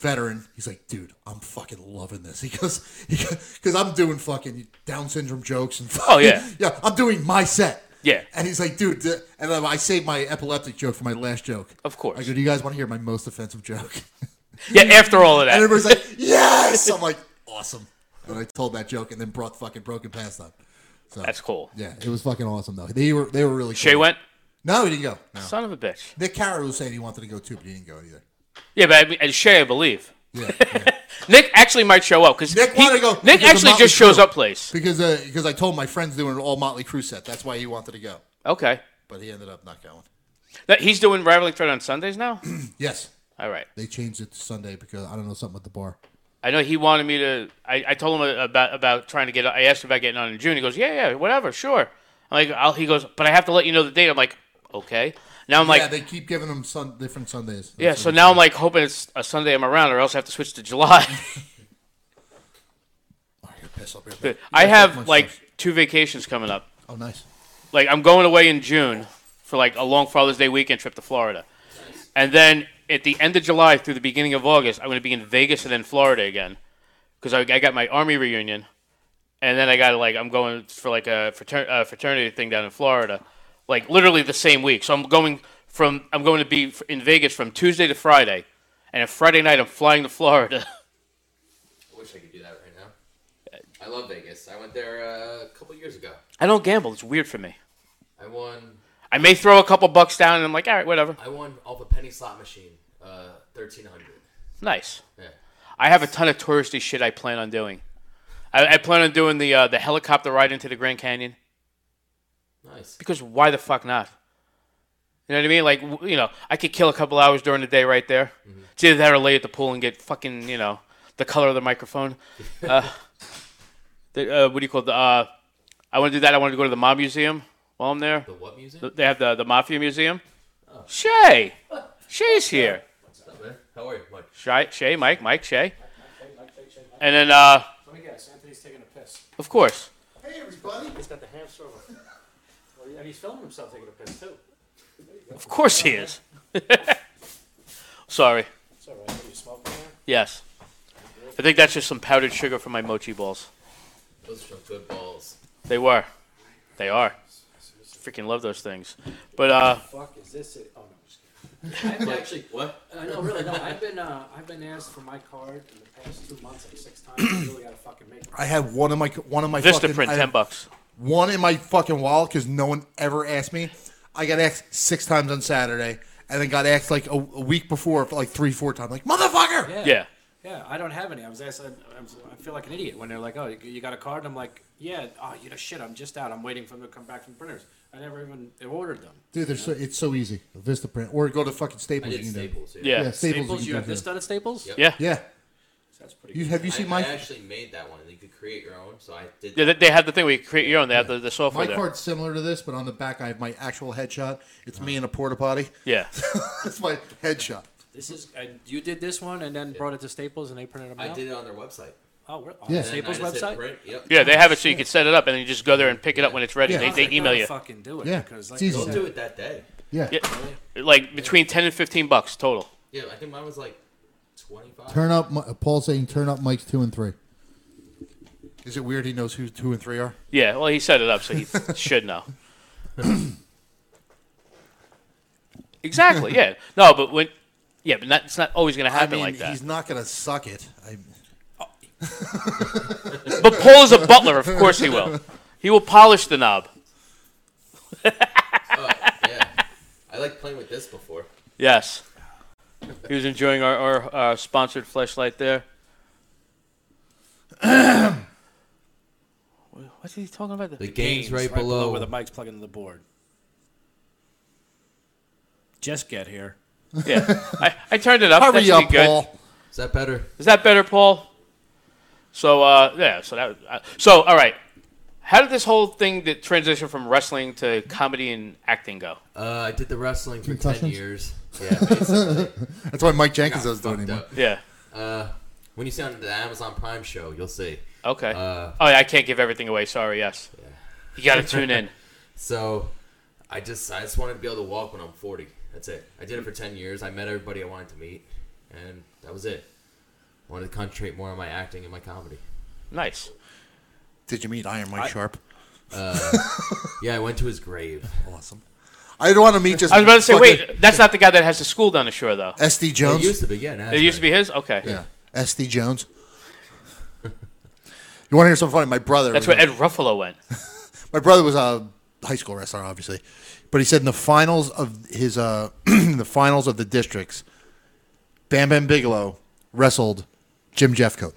veteran. He's like, dude, I'm fucking loving this. He goes, because I'm doing fucking Down syndrome jokes and fucking, Oh, yeah. yeah, I'm doing my set. Yeah. And he's like, dude, th- and I I saved my epileptic joke for my last joke. Of course. I go, do you guys want to hear my most offensive joke? Yeah. After all of And that, everybody's like, yes. I'm like, awesome. And I told that joke and then brought fucking broken past up. So that's cool. yeah, it was fucking awesome though. They were they were really. Shay cool. went. No, he didn't go. No. Son of a bitch. Nick Carter was saying he wanted to go too, but he didn't go either. Yeah, but I mean, and Shay, I believe. Yeah, yeah. Nick actually might show up because Nick wanted to go Nick because of actually Motley just shows Crue. up place. because uh, because I told my friends doing an all Motley Crue set. That's why he wanted to go, Okay. but he ended up not going. That he's doing Raveling Thread on Sundays now. Yes, All right. they changed it to Sunday because I don't know something at the bar. I know he wanted me to. I, I told him about about trying to get. I asked about getting on in June. He goes, yeah, yeah, whatever, sure. I'm like, I'll, he goes, but I have to let you know the date. I'm like, okay. Now I'm like, yeah, they keep giving them sun- different Sundays. yeah. So now I'm like hoping it's a Sunday I'm around, or else I have to switch to July. oh, you're pissed off. You're pissed. I You guys have fucked my like stuff. two vacations coming up. oh nice. like I'm going away in June for like a long Father's Day weekend trip to Florida, and then at the end of July through the beginning of August, I'm going to be in Vegas and then Florida again because I, I got my Army reunion, and then I got like I'm going for like a frater- uh, fraternity thing down in Florida, like literally the same week. So I'm going from I'm going to be in Vegas from Tuesday to Friday, and on Friday night I'm flying to Florida. I wish I could do that right now. I love Vegas. I went there uh, a couple years ago. I don't gamble; it's weird for me. I won. I may throw a couple bucks down, and I'm like, all right, whatever, I won off a penny slot machine, uh, thirteen hundred. nice. Yeah. I have a ton of touristy shit I plan on doing. I, I plan on doing the uh, the helicopter ride into the Grand Canyon Nice. because why the fuck not? You know what I mean? Like w- you know, I could kill a couple hours during the day right there. Mm-hmm. It's either that or lay at the pool and get fucking you know the color of the microphone. Uh, the, uh, what do you call it? the? Uh, I want to do that. I want to go to the mob museum while I'm there. The what Oh. music? They have the the mafia museum. Shay, Shay's here. What's up, man? How are you, Mike? Shay, Shay, Mike, Mike, Shay, and then uh, Let me guess, Anthony's taking a piss. of course. Hey everybody. He's got the hamster over. Well, And he's filming himself taking a piss too. Of course he is. Sorry. It's all right. What are you smoking there? Yes. I think that's just some powdered sugar from my mochi balls. Those are some good balls. They were. They are. Freaking love those things. But uh Fuck, is this it? Oh no, I'm just I've actually what? kidding. Uh, no, really, no. I've been uh, I've been asked for my card in the past two months like six times. I really gotta fucking make it. I had one of my one of my Vista fucking, print, I had ten bucks. One in my fucking wallet because no one ever asked me. I got asked six times on Saturday, and then got asked like a, a week before, for like three, four times. Like motherfucker. Yeah. Yeah, I don't have any. I was asked. I, I was- I feel like an idiot when they're like, "Oh, you- you got a card?" I'm like, "Yeah." Oh, you know, shit. I'm just out. I'm waiting for them to come back from printers. I never even ordered them. Dude, they're so, it's so easy. Vista print or go to fucking I Staples. did you can do. Staples. Yeah. Yeah. Yeah, Staples. Staples, you you can have do. this done at Staples? Yep. Yeah. Yeah. So that's pretty. You, good. have you I- seen I, my actually made that one. You could create your own, so I did. Yeah, they- they have the thing where you create your own. They have the, the software my there. card's similar to this, but on the back I have my actual headshot. It's me in a porta potty. Yeah. That's my headshot. This is and you did this one and then brought it to Staples and they printed them I out. did it on their website. Oh, really? on Yeah. And yeah. then I Staples just hit website. print. Yep. Yeah, they have it so you can set it up and then you just go there and pick it up when it's ready. Yeah. They, they I email gotta you. Fucking do it. Yeah, Because like it's you easy. Don't said, do it that day. Yeah. Yeah. Like between ten and fifteen bucks total. Yeah, I think mine was like twenty-five. Turn up. Mi- Paul's saying turn up mics two and three. Is it weird he knows who two and three are? Yeah, well he set it up so he should know. exactly, yeah. No, but when yeah, but not, it's not always gonna I happen mean, like that. he's not gonna suck it. I, But Paul is a butler. Of course he will. He will polish the knob. yeah. I like playing with this before. Yes. He was enjoying our, our, our sponsored fleshlight there. What's he talking about? The game's right, where the below. mic's plugged into the board. Just get here. Yeah. I, I turned it up. that Hurry should be up, good. Paul. Is that better? Is that better, Paul? So uh, yeah, so that uh, so all right. How did this whole thing that transition from wrestling to comedy and acting go? Uh, I did the wrestling for ten Concussions? years. Yeah, basically. That's why Mike Jenkins doesn't do it Fucked anymore. up. Yeah. Uh, when you see on the Amazon Prime show, you'll see. Okay. Uh, oh, yeah, I can't give everything away. Sorry. Yes. You got to tune in. So, I just I just wanted to be able to walk when I'm 40. That's it. I did it for 10 years. I met everybody I wanted to meet, and that was it. I wanted to concentrate more on my acting and my comedy. Nice. Did you meet Iron Mike Sharp? Yeah, I went to his grave. Awesome. I didn't want to meet just. I was about to say, fucking wait, that's not the guy that has the school down the shore, though. SD It Jones. used to be, yeah. now It it's used to great. be his. Okay. yeah. SD Jones. you want to hear something funny? My brother. That's was where Ed Ruffalo went. my brother was a high school wrestler, obviously, but he said in the finals of his uh, the finals of the districts, Bam Bam Bigelow wrestled Jim Jeffcoat,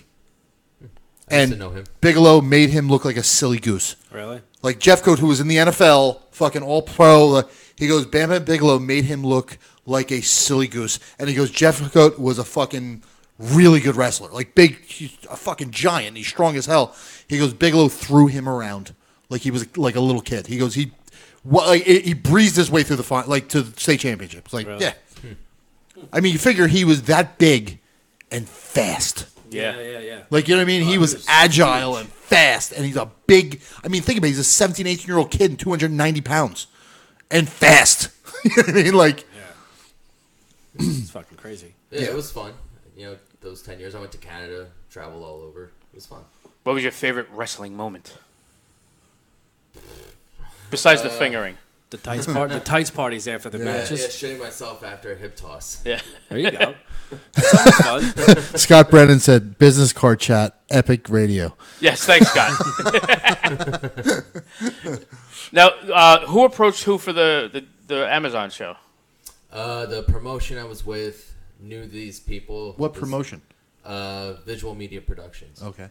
and to know him. Bigelow made him look like a silly goose. Really? Like Jeffcoat, who was in the NFL, fucking all pro, like, he goes Bam Bam Bigelow made him look like a silly goose, and he goes Jeffcoat was a fucking really good wrestler, like big, he's a fucking giant. He's strong as hell. He goes Bigelow threw him around like he was like a little kid. He goes he, wha- like he he breezed his way through the fi- like to the state championships. Like yeah, I mean you figure he was that big and fast. Yeah. Yeah, yeah, yeah. Like, you know what I mean? Oh, He was agile and fast, and he's a big. I mean, think about it. He's a 17, 18 year old kid and 290 pounds and fast. you know what I mean? Like, It's fucking crazy. Yeah, it was fun. You know, those 10 years I went to Canada, traveled all over. It was fun. What was your favorite wrestling moment? Besides the fingering. The tights part. The tights parties after the yeah, matches. shitting myself after a hip toss. Yeah. There you go. That sounds fun. Scott Brennan said, "Business card chat, epic radio." Yes, thanks, Scott. now, uh, who approached who for the, the, the Amazon show? Uh, the promotion I was with knew these people. what This- promotion? Uh, Visual Media Productions. Okay.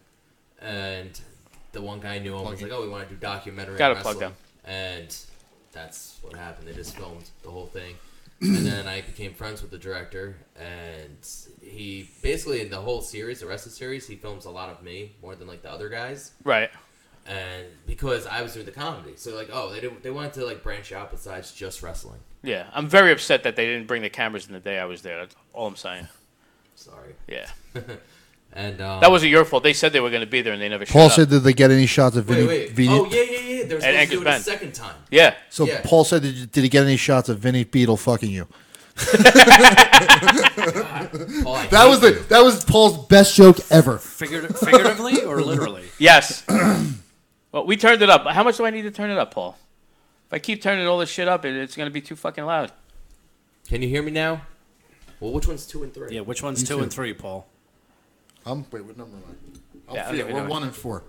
and the one guy knew him was like, "Oh, we want to do documentary." Gotta on plug wrestling." And that's what happened. They just filmed the whole thing, and then I became friends with the director, and he basically in the whole series, the rest of the series, he films a lot of me more than like the other guys, Right. and because I was doing the comedy, so like, oh, they didn't, they wanted to like branch out besides just wrestling. Yeah. I'm very upset that they didn't bring the cameras in the day I was there. That's all I'm saying. Sorry, Yeah. and um, That wasn't your fault. They said they were going to be there and they never showed Paul up. said, "Did they get any shots of Vinny?" Wait, wait. Vinny? Oh yeah, yeah, yeah. They were supposed to Anchor's do it a Bend. second time. yeah. So yeah. Paul said, did, you- "Did he get any shots of Vinny Beetle fucking you?" Oh, I That hate was the you. that was Paul's best joke ever. Figurat- figuratively or literally? Yes. well, we turned it up. How much do I need to turn it up, Paul? If I keep turning all this shit up, it, it's going to be too fucking loud. Can you hear me now? Well, which one's two and three? Yeah. Which one's two and three, Paul? Um, wait, what number am I? Yeah, I Yeah, don't even we're know. one and four.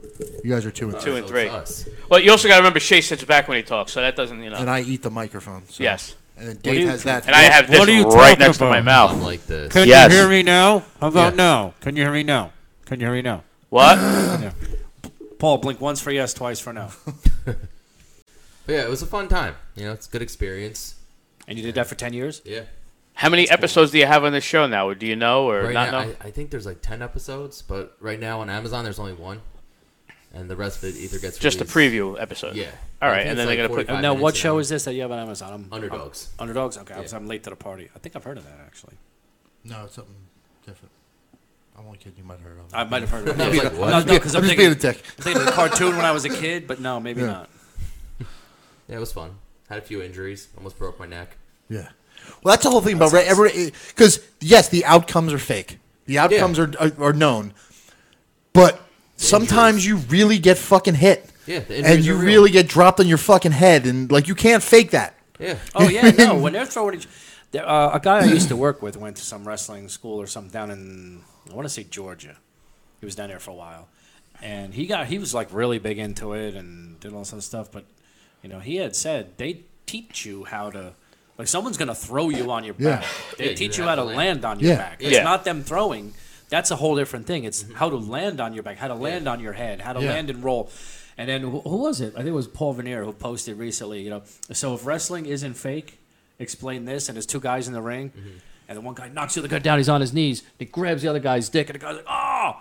You guys are two and Two three. and So three. It's us. Well, you also got to remember Shay sits back when he talks, so that doesn't, you know. And I eat the microphone. So. yes. And then Dave has that. And I have this what are you right talking next to my about? mouth. I'm like this. Can Yes. you hear me now? How about Yeah. now? Can you hear me now? Can you hear me now? What? Paul, blink once for yes, twice for no. But yeah, it was a fun time. You know, it's a good experience. And you did that for ten years. Yeah. How many episodes do you have on this show now? Or do you know or Right not now, know? I, I think there's like ten episodes, but right now on Amazon there's only one, and the rest of it either gets Just a released- preview episode. Yeah. All I right, think and then they're it's like gonna put. Uh, 45 now, what minutes show in. is this that you have on Amazon? I'm, Underdogs. I'm- underdogs. Okay, I was, I'm late to the party. I think I've heard of that actually. No, it's something different. I'm only kidding. You might have heard of it. I might have heard of it. was like, No, what? no, because I'm I'm, just thinking, being a dick. I'm thinking of the cartoon when I was a kid, but no, maybe not. Yeah, it was fun. Had a few injuries. Almost broke my neck. Yeah. Well, that's the whole thing about every because yes, the outcomes are fake. The outcomes are, are are known, but sometimes you really get fucking hit. Yeah, the and injuries you are real. really get dropped on your fucking head, and like you can't fake that. Yeah. Oh yeah, no. When they're throwing each, there, uh, a guy I used to work with went to some wrestling school or something down in I want to say Georgia. He was down there for a while, and he got he was like really big into it and did all this other stuff. But you know, he had said they teach you how to like someone's gonna throw you on your back. They Yeah, you teach you have how to to land. land. on your Yeah. back. It's Yeah. not them throwing. That's a whole different thing. It's how to land on your back, how to land on your head, how to land and roll. And then who, who was it? I think it was Paul Veneer who posted recently. You know, so if wrestling isn't fake, explain this. And there's two guys in the ring, And the one guy knocks the other guy down. He's on his knees. And he grabs the other guy's dick, and the guy's like, "Oh!"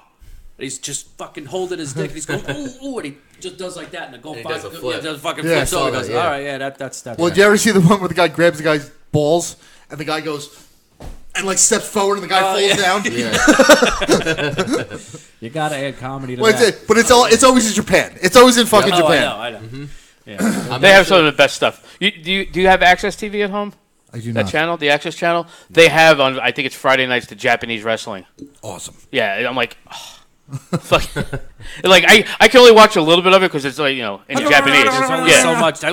And he's just fucking holding his dick, and he's going, "Ooh, ooh!" And he just does like that, and the goal And he does a flip. does a fucking Yeah, I flip. saw So he that, goes, yeah. "All right, yeah, that, that's that's." Well, that." did you ever see the one where the guy grabs the guy's balls and the guy goes and like steps forward and the guy Oh, falls yeah. down? you gotta add comedy to Well, that. it's it, but it's all it's always in Japan. It's always in fucking oh, Japan. I know, I know. They have some of the best stuff. You, do you do you have Access TV at home? I do That channel, the Access channel, they have on. I think it's Friday nights the Japanese wrestling. Awesome. Yeah, and I'm like, fuck. like I, I can only watch a little bit of it because it's like you know in Japanese. There's only so Yeah, much. That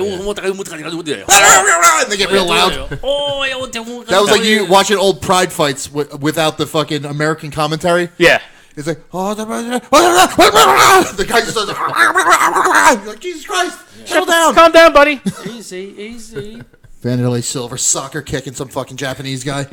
and they get real loud. Oh, That was like you watching old Pride fights wi- without the fucking American commentary. yeah. It's like oh, the the guy just starts You're like Jesus Christ, settle Oh. down. Calm down, buddy. Easy, easy. Vanderlei Silver soccer kicking some fucking Japanese guy.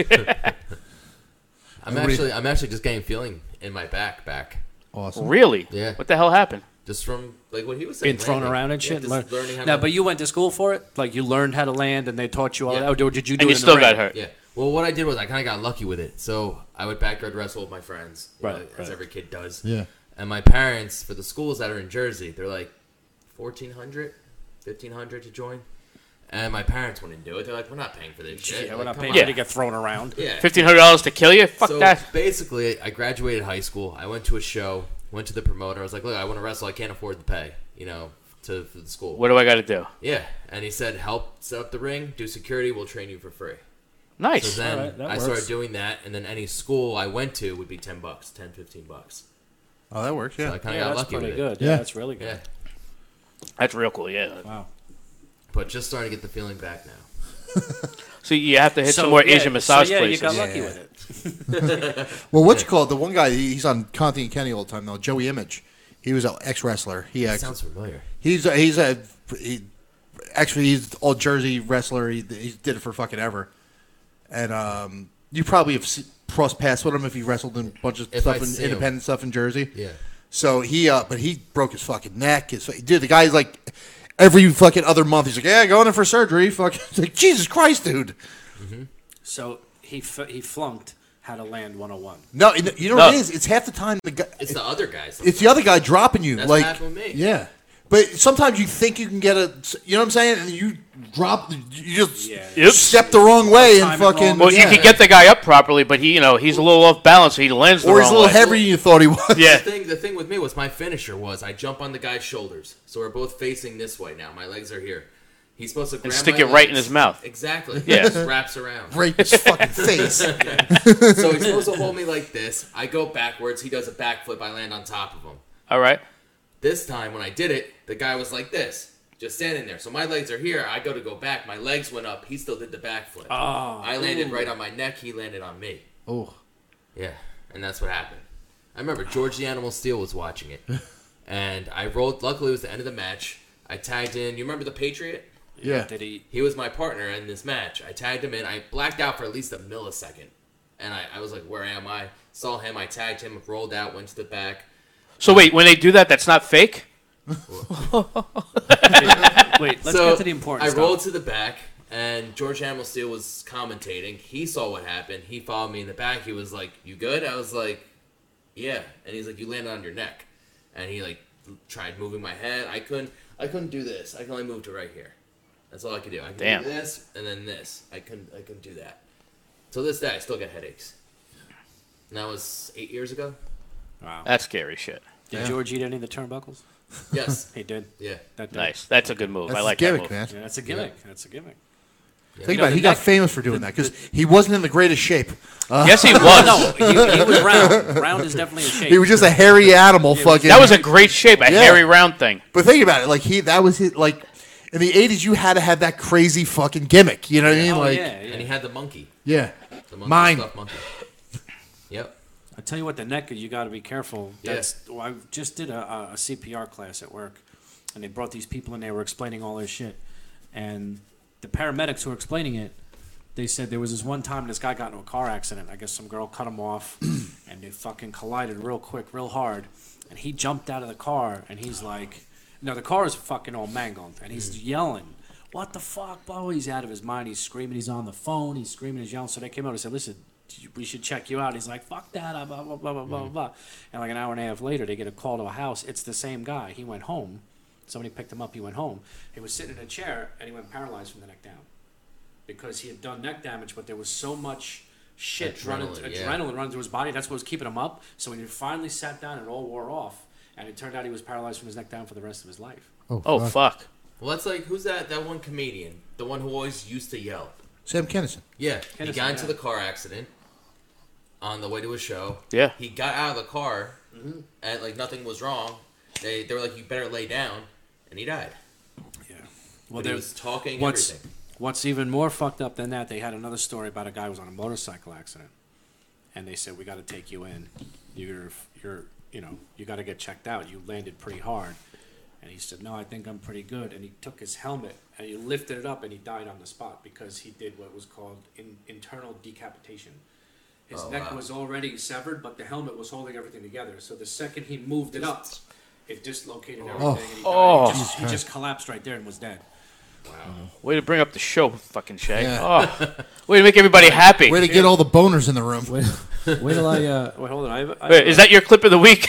I'm actually, I'm actually just getting feeling in my back, back, Awesome. really? Yeah. What the hell happened? just from like what he was saying. Being thrown landing. around and Yeah, shit. just learn- learning how No, to- but you went to school for it. Like you learned how to land, and they taught you all Yeah. that. Or did you And do? it you in the still ring? got hurt. Yeah. Well, what I did was I kind of got lucky with it. So I would backyard wrestle with my friends, you Right, know, as right. every kid does. Yeah. And my parents, for the schools that are in Jersey, they're like 1400 1500 to join. And my parents wouldn't do it. They're like, we're not paying for this shit. Yeah, Like, we're not come paying on. to get thrown around. Yeah. Fifteen hundred dollars to kill you? Fuck so that. basically, I graduated high school. I went to a show, went to the promoter. I was like, look, I want to wrestle. I can't afford to pay, you know, to for the school. What do I got to do? Yeah. And he said, help set up the ring, do security, we'll train you for free. Nice. So then Alright, that I started works. doing that, and then any school I went to would be 10 bucks, 10, 15 bucks. Oh, that works. So Yeah. I kind of Yeah, got that's lucky pretty with it. good. Yeah, Yeah. that's really Yeah. good. That's real cool. Yeah. Wow. But just starting to get the feeling back now. So you have to hit some So, more yeah, Asian massage so, yeah, places. you got lucky with it. Well, what's you called? The one guy he- he's on Conti and Kenny all the time though. Joey Image. He was an ex wrestler. He uh, Sounds familiar. he's a, he's a he, actually he's all Jersey wrestler. He, he did it for fucking ever. And um, you probably have se- crossed paths with him if he wrestled in a bunch of If stuff I in see him. independent stuff in Jersey. Yeah. So he, uh, but he broke his fucking neck. His dude, the guy's like every fucking other month. He's like, yeah, going in for surgery. Fucking it's like Jesus Christ, dude. So he f- he flunked how to land 101. Oh, No, you know- you know No. what it is. It's half the time the guy. It's the other guys. it's the other guy dropping you. That's like what happened with me. yeah, but sometimes you think you can get a, you know what I'm saying, and you drop, you just Yeah. Yep. step the wrong way and Time it wrong. fucking. Well, yeah. you could get the guy up properly, but he, you know, he's a little off balance, so he lands the or he's wrong a little way. heavier than you thought he was. Yeah. The thing, the thing with me was my finisher was I jump on the guy's shoulders, so we're both facing this way now. My legs are here. He's supposed to grab stick my it right in legs. his mouth. Exactly. Yeah. Just wraps around. break his fucking face. So he's supposed to hold me like this. I go backwards. He does a backflip. I land on top of him. All right. This time when I did it, the guy was like this, just standing there. So my legs are here. I go to go back. My legs went up. He still did the backflip. Ah, I landed right on my neck. He landed on me. Oh, Yeah, and that's what happened. I remember George the Animal Steel was watching it, and I rolled. Luckily, it was the end of the match. I tagged in. You remember the Patriot? yeah. Did he? He was my partner in this match. I tagged him in. I blacked out for at least a millisecond, and I, I was like, "Where am I?" Saw him. I tagged him. Rolled out. Went to the back. So wait, when they do that, that's not fake. Wait, let's so get to the important I stuff. rolled to the back, and George Hamill Steele was commentating. He saw what happened. He followed me in the back. He was like, "You good?" I was like, "Yeah." And he's like, "You landed on your neck," and he like tried moving my head. I couldn't. I couldn't do this. I can only move to right here. That's all I could do. I could Damn. do this and then this. I couldn't. I couldn't do that. Till this day, I still get headaches. And that was eight years ago. That's scary shit. Did George eat any of the turnbuckles? Yes. He did. yeah. That did. Nice. That's a good move. That's I like his that move. gimmick, man. Yeah, that's a gimmick. That's a gimmick. Think You know, about it. He the got neck- famous for doing that because he wasn't in the greatest shape. Yes, he was. No, he, he was round. Round is definitely a shape. He was just a hairy animal. Fucking. That was a great shape, a Yeah. hairy round thing. But think about it. Like he, that was his. Like in the '80s, you had to have that crazy fucking gimmick. You know what I mean? oh, like yeah, And yeah. he had the monkey. yeah. The monkey Mine. stuffed monkey. Yep. I tell you what, the neck you got to be careful. Yeah. That's. well, I just did a, a CPR class at work, and they brought these people in. They were explaining all their shit, and the paramedics who were explaining it, they said there was this one time this guy got into a car accident. I guess some girl cut him off, and they fucking collided real quick, real hard, and he jumped out of the car, and he's like, "No, the car is fucking all mangled," and he's yelling. What the fuck, bro? He's out of his mind. He's screaming. He's on the phone. He's screaming. He's yelling. So they came out and said, "Listen, we should check you out. He's like, fuck that, uh, blah, blah, blah, blah, blah, blah. And like an hour and a half later, they get a call to a house. It's the same guy. He went home. Somebody picked him up. He went home. He was sitting in a chair and he went paralyzed from the neck down because he had done neck damage, but there was so much shit running, Adrenaline, yeah. adrenaline running through his body. That's what was keeping him up. So when he finally sat down, it all wore off. And it turned out he was paralyzed from his neck down for the rest of his life. Oh fuck. Well, that's like who's that? That one comedian, the one who always used to yell. Sam Kennison. Yeah, he Kennison, got into yeah. the car accident on the way to a show. Yeah. he got out of the car and like nothing was wrong. They they were like, "You better lay down," and he died. Yeah. But Well, he there was talking what's everything. what's even more fucked up than that they had another story about a guy who was on a motorcycle accident and they said we got to take you in you're you're you know you got to get checked out you landed pretty hard and he said no i think i'm pretty good and he took his helmet and he lifted it up and he died on the spot because he did what was called in, internal decapitation his Oh, neck wow. was already severed but the helmet was holding everything together so the second he moved it up it dislocated everything and he, died. Oh. He just, he just collapsed right there and was dead Way to bring up the show, fucking Shay. Oh. Way to make everybody happy. Way to get all the boners in the room. Wait till I. Uh, Wait, hold on. I have, I Wait, is that your clip of the week?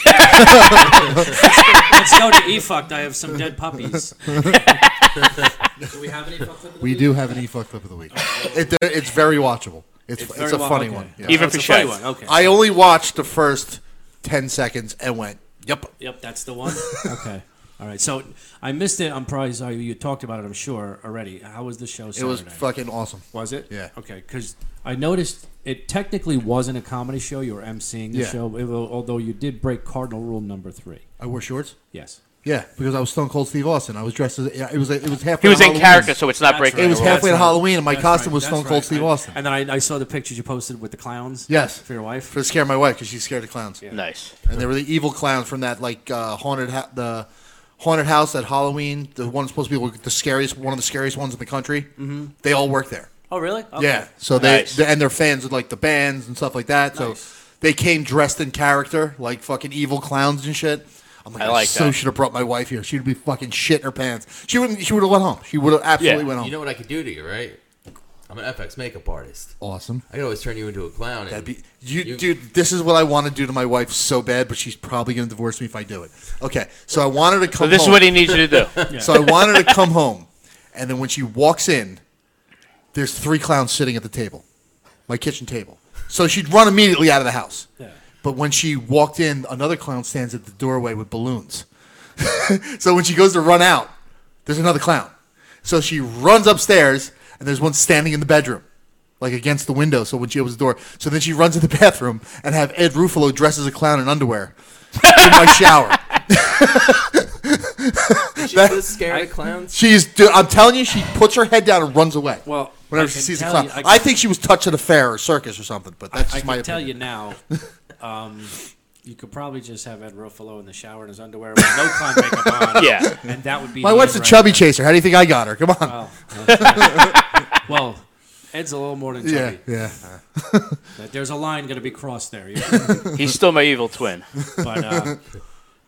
Let's go to E fucked. I have some dead puppies. Do we have any fucked up? We do have an e fuck clip of the week. It, there- it's very watchable. It's it's, very a wa- funny okay. one. Yeah. Even That's for a funny Shay. one. Okay. I only watched the first ten seconds and went, "Yep." yep, that's the one. Okay. All right. So I missed it. I'm probably sorry. You talked about it. I'm sure already. How was the show? It Saturday? was fucking awesome. Was it? Yeah. Okay, because I noticed it technically wasn't a comedy show. You were emceeing the Yeah. show, it- although you did break cardinal rule number three. I wore shorts. Yes. Yeah, because I was Stone Cold Steve Austin. I was dressed as yeah, it was. It was halfway. he was to in Halloween. character, so it's not That's breaking. right. It was That's halfway to right. Halloween, and my That's costume right. was That's Stone Cold right. Steve I- Austin. And then I, I saw the pictures you posted with the clowns. Yes. For your wife. to scare my wife because she's scared of clowns, Nice. and they were the evil clowns from that like uh, haunted ha- the haunted house at Halloween. The one supposed to be the scariest, one of the scariest ones in the country. Mm-hmm. They all work there. oh, really? Okay. Yeah. So they, Nice. they- and their fans are like the bands and stuff like that. Nice. So they came dressed in character, like fucking evil clowns and shit. I'm like, I I, like so that. should have brought my wife here. She'd be fucking shit in her pants. She wouldn't. She would have went home. She would have absolutely Yeah. went home. You know what I could do to you, right? I'm an FX makeup artist. awesome. I could always turn you into a clown. and That'd be you, You- dude. This is what I want to do to my wife so bad, but she's probably gonna divorce me if I do it. Okay, so I wanted to come. So this is home. what he needs you to do. So I wanted to come home, and then when she walks in, there's three clowns sitting at the table, my kitchen table. So she'd run immediately out of the house. Yeah. But when she walked in, another clown stands at the doorway with balloons. so when she goes to run out, there's another clown. So she runs upstairs, and there's one standing in the bedroom, like against the window. So when she opens the door, so then she runs to the bathroom and have Ed Ruffalo dressed as a clown in underwear in my shower. She's just scared of clowns. She's. Dude, I'm telling you, she puts her head down and runs away. Well, whenever I she can sees a tell clown, you- I I, can- think she was touched at a fair or circus or something. But that's I just can my tell opinion. you now. Um, you could probably just have Ed Ruffalo in the shower in his underwear with no clown makeup on. Yeah. and that would be My the wife's a end right chubby chaser. How do you think I got her? Come on. there. Well, Ed's a little more than yeah, chubby. yeah. That There's a line going to be crossed there. you know. He's still my evil twin. But uh,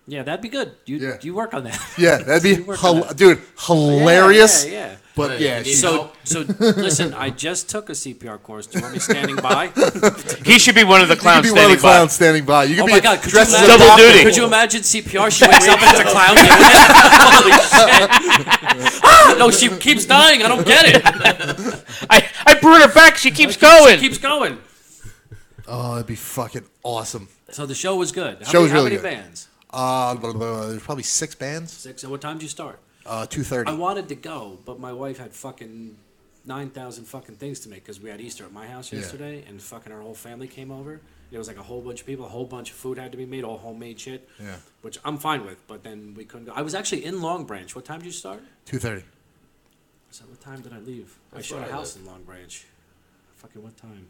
yeah, that'd be good. You Yeah. you work on that. Yeah, that'd be You work on hil- that. dude hilarious. Yeah, yeah. yeah. But yeah, she, So, so listen. I just took a CPR course. Do you want me standing by? He should be one of the you could clowns be one of standing the by. clowns standing by. You could Oh be my god! Could you, dressed as a imagine, doctor. duty. could you imagine CPR? She wakes up and it's a clown. Holy shit! Ah, no, she keeps dying. I don't get it. I, I brought her back. She keeps She going. keeps going. Oh, that'd be fucking awesome. So the show was good. How Show many, was how really many good. bands? Uh, blah, blah, blah. there's probably six bands. Six. And what time did you start? Uh, two thirty. I wanted to go, but my wife had fucking nine thousand fucking things to make because we had Easter at my house yesterday, and fucking our whole family came over. There was like a whole bunch of people, a whole bunch of food had to be made, all homemade shit. Yeah. Which I'm fine with, but then we couldn't go. I was actually in Long Branch. What time did you start? Two thirty. So what time did I leave? That's I shot where a I house live. in Long Branch. Fucking what time?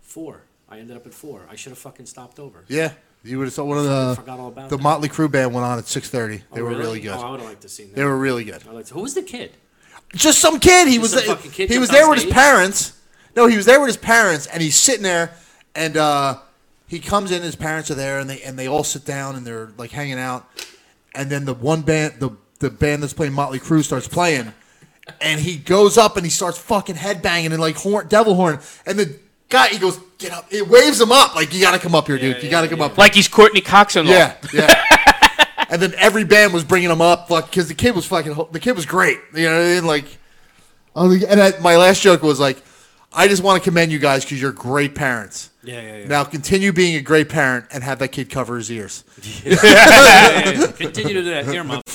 Four. I ended up at four. I should have fucking stopped over. Yeah, you would have saw one of I the forgot all about the that. Motley Crue band went on at six thirty. Oh, They were really good. Oh, I would have liked to see that. They were really good. I liked- who was the kid? just some kid. He Just was some fucking kid he was jumped there on with his stage? parents. No, he was there with his parents, and he's sitting there, and uh, he comes in. His parents are there, and they and they all sit down, and they're like hanging out. And then the one band, the the band that's playing Motley Crue, starts playing, and he goes up and he starts fucking headbanging and like horn, devil horn, and the God, he goes, get up. It waves him up. Like, you got to come up here, dude. you got to come up. Like he's Courtney Cox in law. Yeah, yeah. and then every band was bringing him up, like, because the kid was fucking, ho- the kid was great. You know what I mean? Like, oh, and I, my last joke was like, I just want to commend you guys because you're great parents. Yeah, yeah, yeah. Now continue being a great parent and have that kid cover his ears. yeah, yeah, yeah. Continue to do that, dear mom.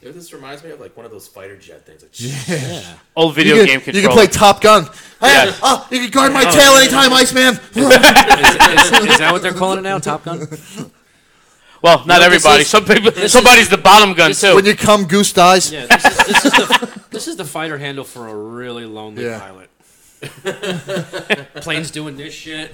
You know, this reminds me of like one of those fighter jet things. Like, Old video You can, game you controller. can play Top Gun. Hey, Yeah. oh, you can guard my tail anytime, Iceman. Is, is- is that what they're calling it now? Top Gun. well, not this everybody. is- Some people. this is- Somebody's the bottom gun this- too. when you come, goose dies. Yeah, this is, this is the this is the fighter handle for a really lonely Yeah. pilot. Planes doing this shit.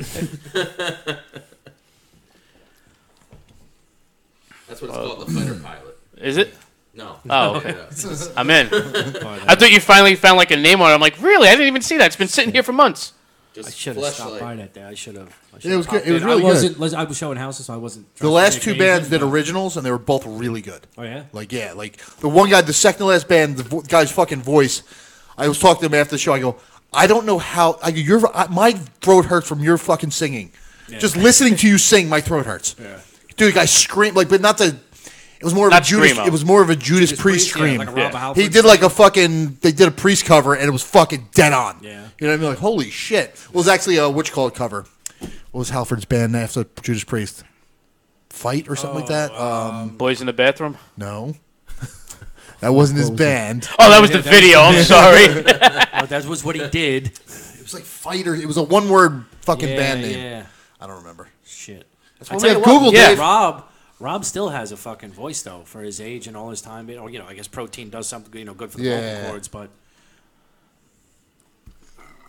that's what it's called, the fighter pilot. Is it? No. Oh, okay. Yeah. I'm in. uh, I thought you finally found like a name on it. I'm like, really? I didn't even see that. It's been sitting here for months. Just I should have stopped by fleshlight. that day. I should have. Yeah, it was good. It was I really good. wasn't, good. I was showing houses, so I wasn't. The last two bands did originals, and they were both really good. Oh yeah. Like yeah, like the one guy, the second to last band, the vo- guy's fucking voice. I was talking to him after the show. I go, I don't know how. I go, your I, my throat hurts from your fucking singing. Just listening to you sing, my throat hurts. Yeah. Dude, the guy screamed like, but not the. It was more of Not a Judas. screamo. It was more of a Judas, Priest Priest, yeah, scream. like a Rob Yeah. Halford He did like a fucking. They did a Priest cover, and it was fucking dead on. Yeah. You know what I mean? Like holy shit. It was actually a witch call cover. What was Halford's band after Judas Priest? Fight or something like Oh, that. uh, Um, Boys in the bathroom. no. that wasn't his band. Oh, that was the video. I'm sorry. Oh, that was what he did. It was like Fighter. It was a one word fucking yeah, band name. yeah. I don't remember. Shit. why I we tell have you what, Google, Yeah. Dave. Rob. Rob still has a fucking voice though for his age and all his time. Or you know, I guess protein does something you know good for the Yeah. vocal cords, but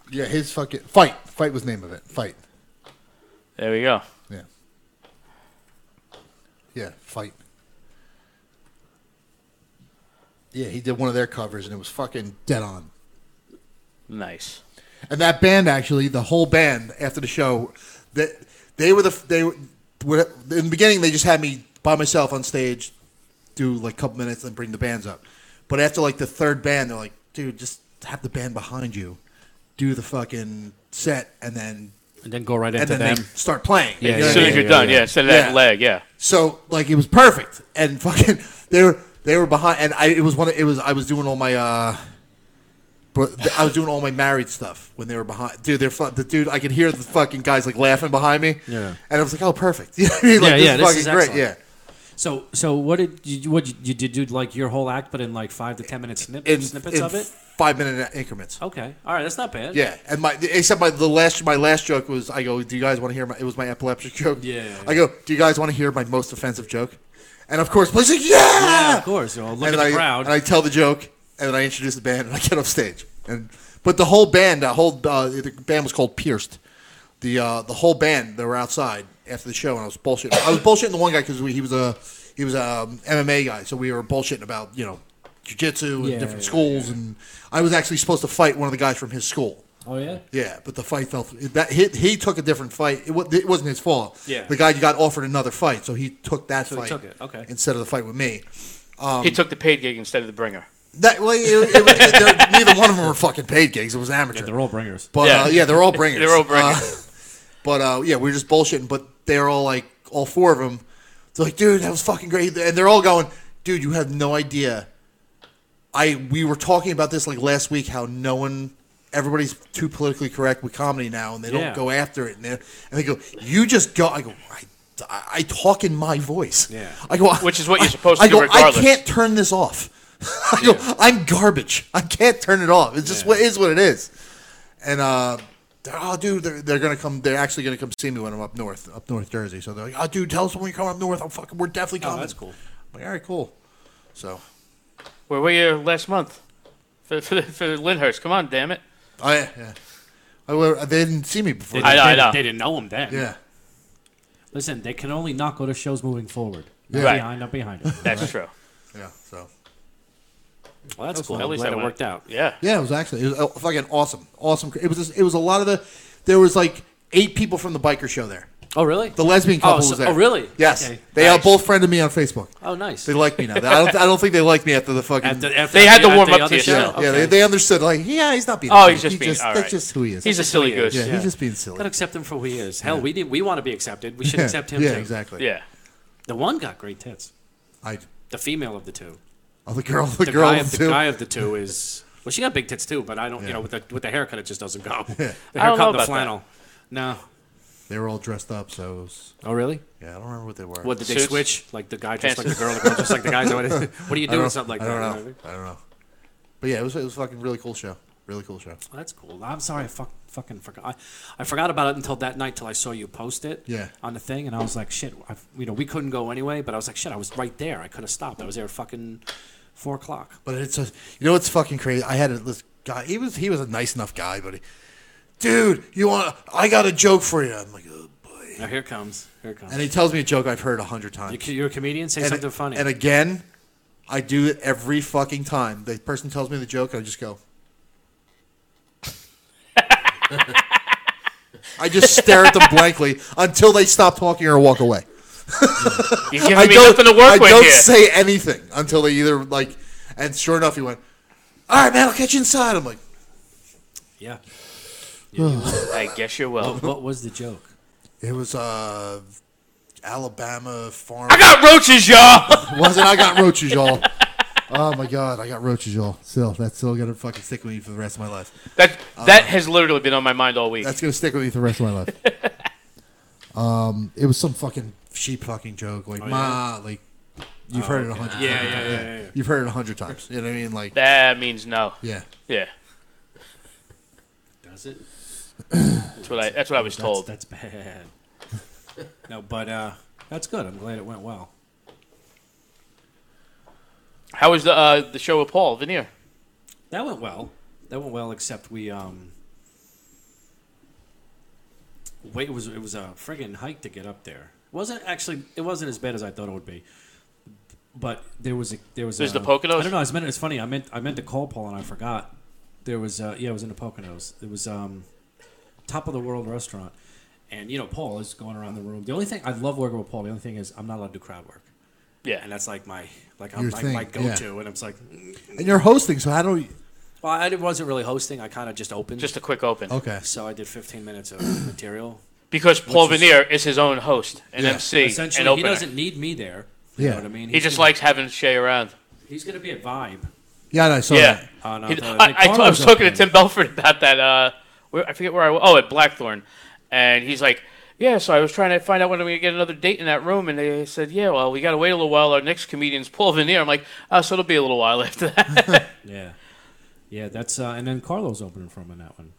Yeah, his fucking Fight. Fight was the name of it. Fight. there we go. Yeah. Yeah, Fight. Yeah, he did one of their covers and it was fucking dead on. Nice. And that band actually, the whole band after the show, that they were the f- they were were- in the beginning they just had me by myself on stage, do like a couple minutes and bring the bands up. But after like the third band, they're like, dude, just have the band behind you, do the fucking set, and then and then go right and into then they them. start playing. You Yeah, know as what soon I as mean? you're done, yeah. yeah. Instead of that Yeah. leg, yeah. So like it was perfect, and fucking they were they were behind, and I it was one of, it was I was doing all my uh, bro- I was doing all my married stuff when they were behind. Dude, they're fu- the dude I could hear the fucking guys like laughing behind me. Yeah. and I was like, oh, perfect. You know what I mean? Like, Yeah, this yeah, is this fucking is great. Yeah, excellent. So, so what did you what you, you did you do like your whole act, but in like five to ten minute snip, in, snippets in of it? five minute increments. Okay, all right, that's not bad. Yeah, and my except my the last my last joke was I go, do you guys want to hear my? It was my epileptic joke. Yeah. I go, do you guys want to hear my most offensive joke? And of course, Blake's like, Yeah, of course. You know, look and at the I, crowd. And I tell the joke, and then I introduce the band, and I get off stage. And but the whole band, the whole uh, the band was called Pierced. The uh, the whole band they were outside after the show, and I was bullshitting. I was bullshitting the one guy because he was a he was a MMA guy, so we were bullshitting about you know jujitsu and Yeah, different yeah, schools, and I was actually supposed to fight one of the guys from his school. oh yeah. Yeah, but the fight fell. through. That he, he took a different fight. It, wa- it wasn't his fault. Yeah. the guy got offered another fight, so he took that So he fight took it, okay. instead of the fight with me. Um, he took the paid gig instead of the bringer. That well, it, it, it, they're- neither one of them were fucking paid gigs. It was amateur. They're all bringers. but yeah. Yeah. Uh, yeah, they're all bringers. They're all Uh, bringers. but uh, yeah, we were just bullshitting. But they're all like, all four of them. They're like, dude, that was fucking great. And they're all going, dude, you have no idea. I we were talking about this like last week how no one, everybody's too politically correct with comedy now, and they Yeah. don't go after it. And, they're- and they go, you just go. I go, I, I, I talk in my voice. Yeah. I go, Which is what you're I- supposed I to do go, regardless. I can't turn this off. I go, I'm garbage. I can't turn it off. It's just what is what it is. And uh, they're, oh, dude, they're, they're gonna come. They're actually gonna come see me when I'm up north, up north Jersey. So they're like, oh, dude, tell us when you come up north. I'm fucking, we're definitely Oh, coming. that's cool. I'm like, all right, cool. So Where were you last month? For, for, for Lyndhurst. Come on, damn it. I, yeah, I, were- they didn't see me before. I know, I know. They didn't know him then. yeah, Listen, they can only not go to shows moving forward. Not Right. behind, not behind. Them. That's true. yeah. So Well, that's cool. At I'm least glad I it went. worked out. Yeah. yeah, it was actually it was uh, fucking awesome, awesome. It was just, it was a lot of the. There was like eight people from the biker show there. Oh, really? The lesbian couple Oh, so- was there. oh, really? Yes. Okay. They uh, Nice. both friended me on Facebook. Oh, nice. They like me now. I don't, I don't think they like me after the fucking. After- after- They had after- to warm after up the to other you. yeah, show? yeah. Okay. They, they understood. Like, yeah, he's not being. Oh, a he's dick. just He being- all That's right. just who he is. He's a silly goose. yeah, Yeah. he's just being silly. Gotta accept him for who he is. Hell, we did. We want to be accepted. We should yeah, accept him yeah, too. exactly. Yeah. The one got great tits. I. The female of the two. Oh, the girl. The, The girl guy of the too. guy of the two is well, she got big tits too, but I don't. You know, with the with the haircut, it just doesn't go. The haircut, I don't know and the about flannel. No. They were all dressed up, so it was, Oh really? yeah, I don't remember what they were. What did they Suits? switch? Like the guy dressed like the Pants. girl, the girl just like the guy. So what is- what do you I do don't with something like I that? don't you know know. what I don't know. But yeah, it was it was a fucking really cool show. Really cool show. I mean? That's cool. I'm sorry, I fuck, fucking forgot. I, I forgot about it until that night, till I saw you post it. Yeah. On the thing, and I was like, shit. i you know, we couldn't go anyway, but I was like, shit. I was right there. I could have stopped. I was there at fucking four o'clock. But it's a, you know what's fucking crazy. I had a, this guy. He was he was a nice enough guy, but he, dude, you want? I got a joke for you. I'm like, oh boy. Now here it comes. Here it comes. And he tells me a joke I've heard a hundred You- times. You're a comedian. Say and, something funny. And again, I do it every fucking time. The person tells me the joke, and I just go. I just stare at them blankly until they stop talking or walk away. You're giving I me don't, nothing to work I with don't here. say anything until they either like. And sure enough, he went. All right, man, I'll catch you inside. I'm like, yeah. I guess you will. What was the joke? it was uh, Alabama farm. I got roaches, y'all. wasn't I got roaches, y'all. Oh my god, I got roaches, y'all. Still, that's still gonna fucking stick with me for the rest of my life. That that has literally been on my mind all week. That's gonna stick with me for the rest of my life. um, it was some fucking sheep fucking joke, like ma, like you've heard it a hundred. Oh, Yeah, times. yeah, yeah, yeah, yeah. You've heard it a hundred times. You know what I mean? Like, That means no. yeah, Yeah. Does it? That's what I. That's what I was told. That's, that's bad. no, but uh, that's good. I'm glad it went well. How was the uh, the show with Paul Veneer? That went well. That went well, except we um. Wait, it was it was a friggin' hike to get up there. It wasn't actually. It wasn't as bad as I thought it would be. But there was a there was There's a, the Poconos? I don't know. It's meant it's funny. I meant I meant to call Paul and I forgot. There was uh, yeah, it was in the Poconos. It was um, top of the world restaurant, and you know Paul is going around the room. The only thing I love working with Paul. The only thing is I'm not allowed to do crowd work, Yeah. and that's like my like Your I'm like my thing, yeah. go to, and I'm just like and you're hosting, so how do we? well, I did- wasn't really hosting. I kind of just opened. Just a quick open. Okay, so I did 15 minutes of material. Because Paul Which is- Veneer is his own host, an Yeah. MC, an Essentially, he opener. doesn't need me there. You Yeah. know what I mean? he just likes having Shay around. he's gonna be a vibe. yeah, no, I saw Yeah. that. On, uh, He- the- I, the I t- I Connors was talking to opening. Tim Belford about that. Uh, where, I forget where I was. Oh, at Blackthorn. And he's like, Yeah, so I was trying to find out when we get another date in that room. And they said, Yeah, well, we got to wait a little while. Our next comedian's Paul Veneer. I'm like, Oh, so it'll be a little while after that. Yeah, yeah. That's uh, and then Carlos opening from in that one.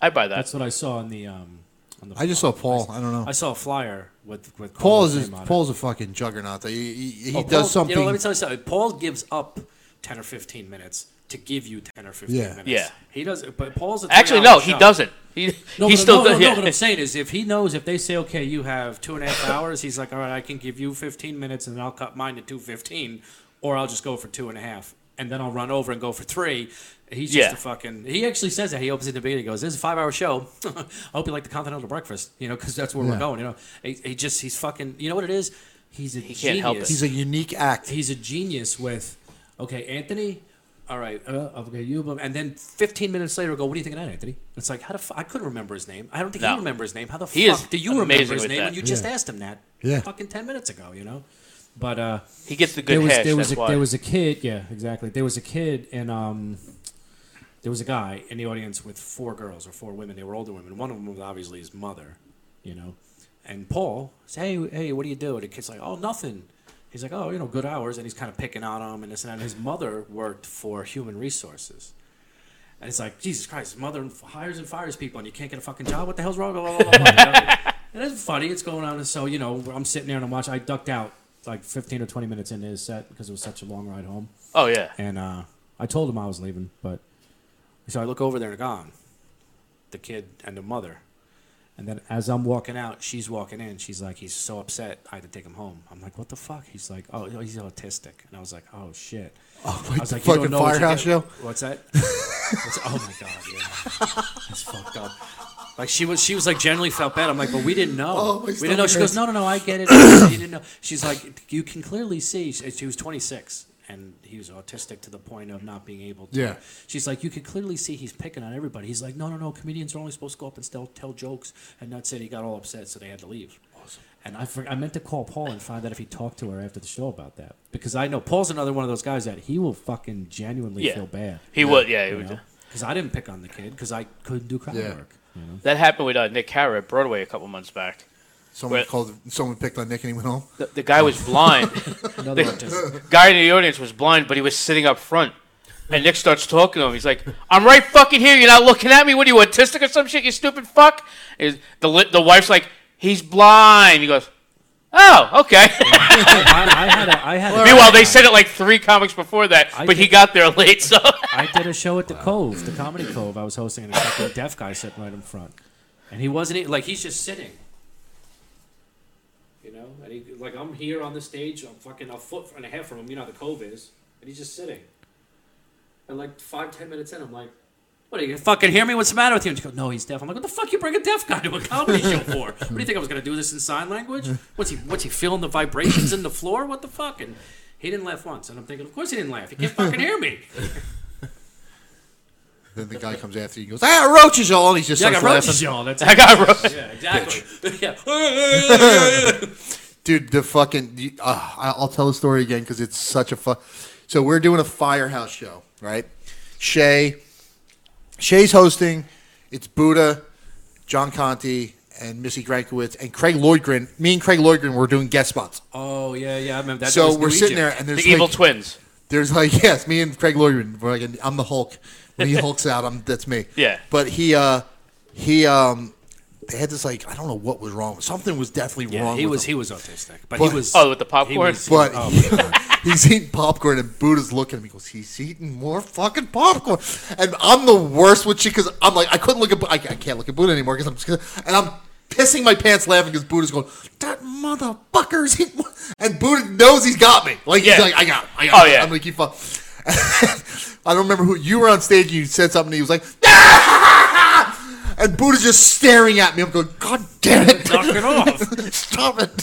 I buy that. That's what I saw in the um. On the I just saw Paul. I don't know. I saw a flyer with with Paul Carlos is just- name on it. Paul's a fucking juggernaut. He, he, he Oh, does Paul- something. You know, let me tell you something. Paul gives up 10 or 15 minutes to give you 10 or 15 Yeah. minutes. Yeah. He does, but Paul's a Actually, three-hour no, he show. doesn't. He, No, he but, still no, no, does. no, yeah. What I'm saying is, if he knows, if they say, okay, you have two and a half hours, he's like, all right, I can give you 15 minutes, and then I'll cut mine to 2:15, or I'll just go for two and a half, and then I'll run over and go for three. He's just Yeah. a fucking. He actually says that. He opens it at the beginning. He goes, "This is a five-hour show. I hope you like the continental breakfast, you know, because that's where Yeah. we're going." You know, he, he just he's fucking. You know what it is? He's a he can't help it. He's a unique act. he's a genius with okay anthony all right uh, okay you but- and then 15 minutes later we'll go what do you think of that anthony it's like how the fuck i couldn't remember his name i don't think No. he remembers his name how the He fuck is do you remember amazing his with name that. when you just asked him that Yeah. fucking 10 minutes ago you know but uh He gets the there good was hash. there was that's a, why. there was a kid yeah exactly there was a kid and um there was a guy in the audience with four girls or four women they were older women one of them was obviously his mother you know and paul says hey hey what do you do and the kid's like oh nothing he's like oh you know good hours and he's kind of picking on him and this and that and his mother worked for human resources and it's like jesus christ his mother hires and fires people and you can't get a fucking job what the hell's wrong blah, blah, blah, blah, blah, you know? And it's funny. It's going on. So, you know, I'm sitting there and I'm watching. I ducked out like 15 or 20 minutes into his set because it was such a long ride home. oh, yeah. And uh, I told him I was leaving, but so I look over there and gone. The kid and the mother. And then as I'm walking out, she's walking in. She's like, he's so upset. I had to take him home. I'm like, what the fuck? He's like, oh, he's autistic. And I was like, oh, shit. Oh, I like was the like, you fucking don't know what you firehouse get- show. What's that? What's- oh my god, yeah, that's fucked up. Like she was, she was like generally felt bad. I'm like, but we didn't know. Oh, my we didn't stomach know. She goes, hurts. no, no, no, I get it. she didn't know. She's like, you can clearly see. She she was 26, and he was autistic to the point of not being able to. Yeah. She's like, you could clearly see he's picking on everybody. He's like, no, no, no, comedians are only supposed to go up and tell, tell jokes, and that's it. He got all upset, so they had to leave. And I, for, I meant to call Paul and find out if he talked to her after the show about that because I know Paul's another one of those guys that he will fucking genuinely Yeah. feel bad. He would, yeah, he would. Because I didn't pick on the kid because I couldn't do crowd Yeah. work. That happened with uh, Nick Carra at Broadway a couple months back. Someone Wait. called. Someone picked on Nick and he went home. The, the guy Oh. was blind. Another autistic. the guy in the audience was blind, but he was sitting up front. And Nick starts talking to him. He's like, "I'm right fucking here. You're not looking at me. What are you autistic or some shit? You stupid fuck." Is the li- the wife's like, "He's blind." He goes, "Oh, okay." I, I had a, I had a, Meanwhile, they said it like three comics before that, I but he did- got there late. So I did a show at the Cove, the Comedy Cove. I was hosting, and a fucking deaf guy sitting right in front, and he wasn't e- like he's just sitting. You know, and he, like I'm here on the stage, I'm fucking a foot and a half from him. You know how the Cove is, and he's just sitting. And like five ten minutes in, I'm like. What are you gonna fucking hear me? What's the matter with you? And she goes, No, he's deaf. I'm like, What the fuck you bring a deaf guy to a comedy show for? What do you think I was gonna do this in sign language? What's he? What's he feeling the vibrations in the floor? What the fuck? And he didn't laugh once. And I'm thinking, Of course he didn't laugh. He can't fucking hear me. Then the guy comes after you and goes, "Ah, roaches y'all!" And he's just Yeah, I starts got roaches, laughing. y'all. That's I got roasted. yeah, exactly. yeah. Dude, the fucking. you- Uh, I- I'll tell the story again because it's such a fu- So we're doing a firehouse show, right? Shay, Shay's hosting. It's Buddha, John Conti, and Missy Grankowitz, and Craig Lloydgren. Me and Craig Lloydgren were doing guest spots. oh yeah, yeah. I remember that. so was we're New sitting there, Egypt. and The there's like, evil twins. There's like yes, me and Craig Lloyd. we're like- I'm the Hulk. When he hulks out, I'm that's me. Yeah. But he uh he um they had this like I don't know what was wrong. Something was definitely Yeah, wrong. he with was him. he was autistic, but, But- he was Oh, with the he popcorn. was- But oh, he's eating popcorn, and Buddha's looking at me. He goes, "He's eating more fucking popcorn." And I'm the worst with shit because I'm like, I couldn't look at, Bu- I, I can't look at Buddha anymore because I'm just, gonna- and I'm pissing my pants laughing because Buddha's going, "That motherfucker's eating," more-" and Buddha knows he's got me. Like he's Yeah. like, "I got, him, I got." Oh, him." yeah. I'm gonna keep up. I don't remember who you were on stage. You said something. and He was like, and Buddha's just staring at me. I'm going, God damn it! knock it off. Stop it.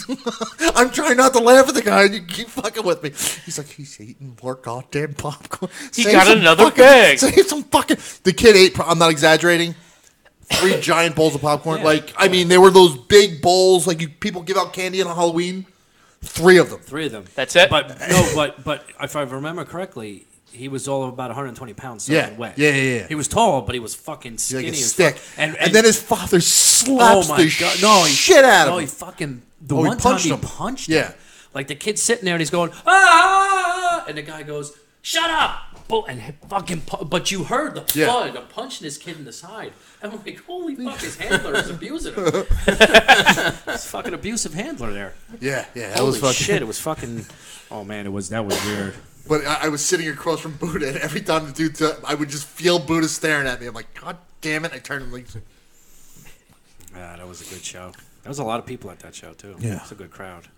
I'm trying not to laugh at the guy, and you keep fucking with me. He's like, he's eating more goddamn popcorn. He Save got some another fucking, bag. Save some fucking. The kid ate, pro- I'm not exaggerating, three giant bowls of popcorn. Yeah. Like, I mean, they were those big bowls, like you, people give out candy on Halloween. Three of them. Three of them. That's it? But no, but but if I remember correctly, he was all of about 120 pounds. soaking Yeah. wet. Yeah, yeah, yeah. He was tall, but he was fucking He's skinny Like a as stick. fuck. Oh And, then his father slaps the God. No, he, shit out no, of he him. fucking the Oh, one he punched time him. he punched Yeah. him. Like the kid's sitting there and he's going ah, and the guy goes shut up, Boom, and he fucking pu- but you heard the Yeah. thud of punching this kid in the side. And I'm like, holy fuck, his handler is abusing him. it's fucking abusive handler there. Yeah, yeah, that holy was fucking. shit, it was fucking. Oh man, it was that was weird. But I, I was sitting across from Buddha, and every time the dude, t- I would just feel Buddha staring at me. I'm like, God damn it! I turned and like, Yeah, that was a good show. There was a lot of people at that show too. Yeah. it's a good crowd.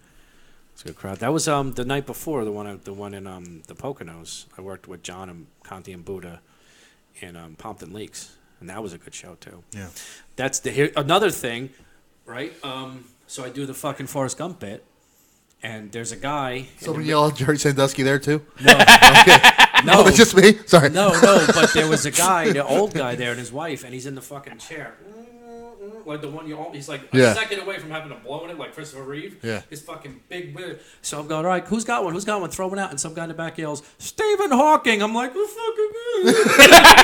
It's a good crowd. That was um the night before the one the one in um the Poconos. I worked with John and Conti and Buddha in um, Pompton Leaks, and that was a good show too. yeah, That's the here, another thing, right? Um, so I do the fucking Forrest Gump bit, and there's a guy. in somebody the- yell at Jerry Sandusky there too. no, Oh, it's just me. Sorry. No, no, but there was a guy, the old guy there, and his wife, and he's in the fucking chair. Like the one you all, he's like a Yeah. second away from having a blow in it, like Christopher Reeve. Yeah. His fucking big wig. So I'm going, all right, who's got one? Who's got one? Throw one out. And some guy in the back yells, Stephen Hawking. I'm like, who fucking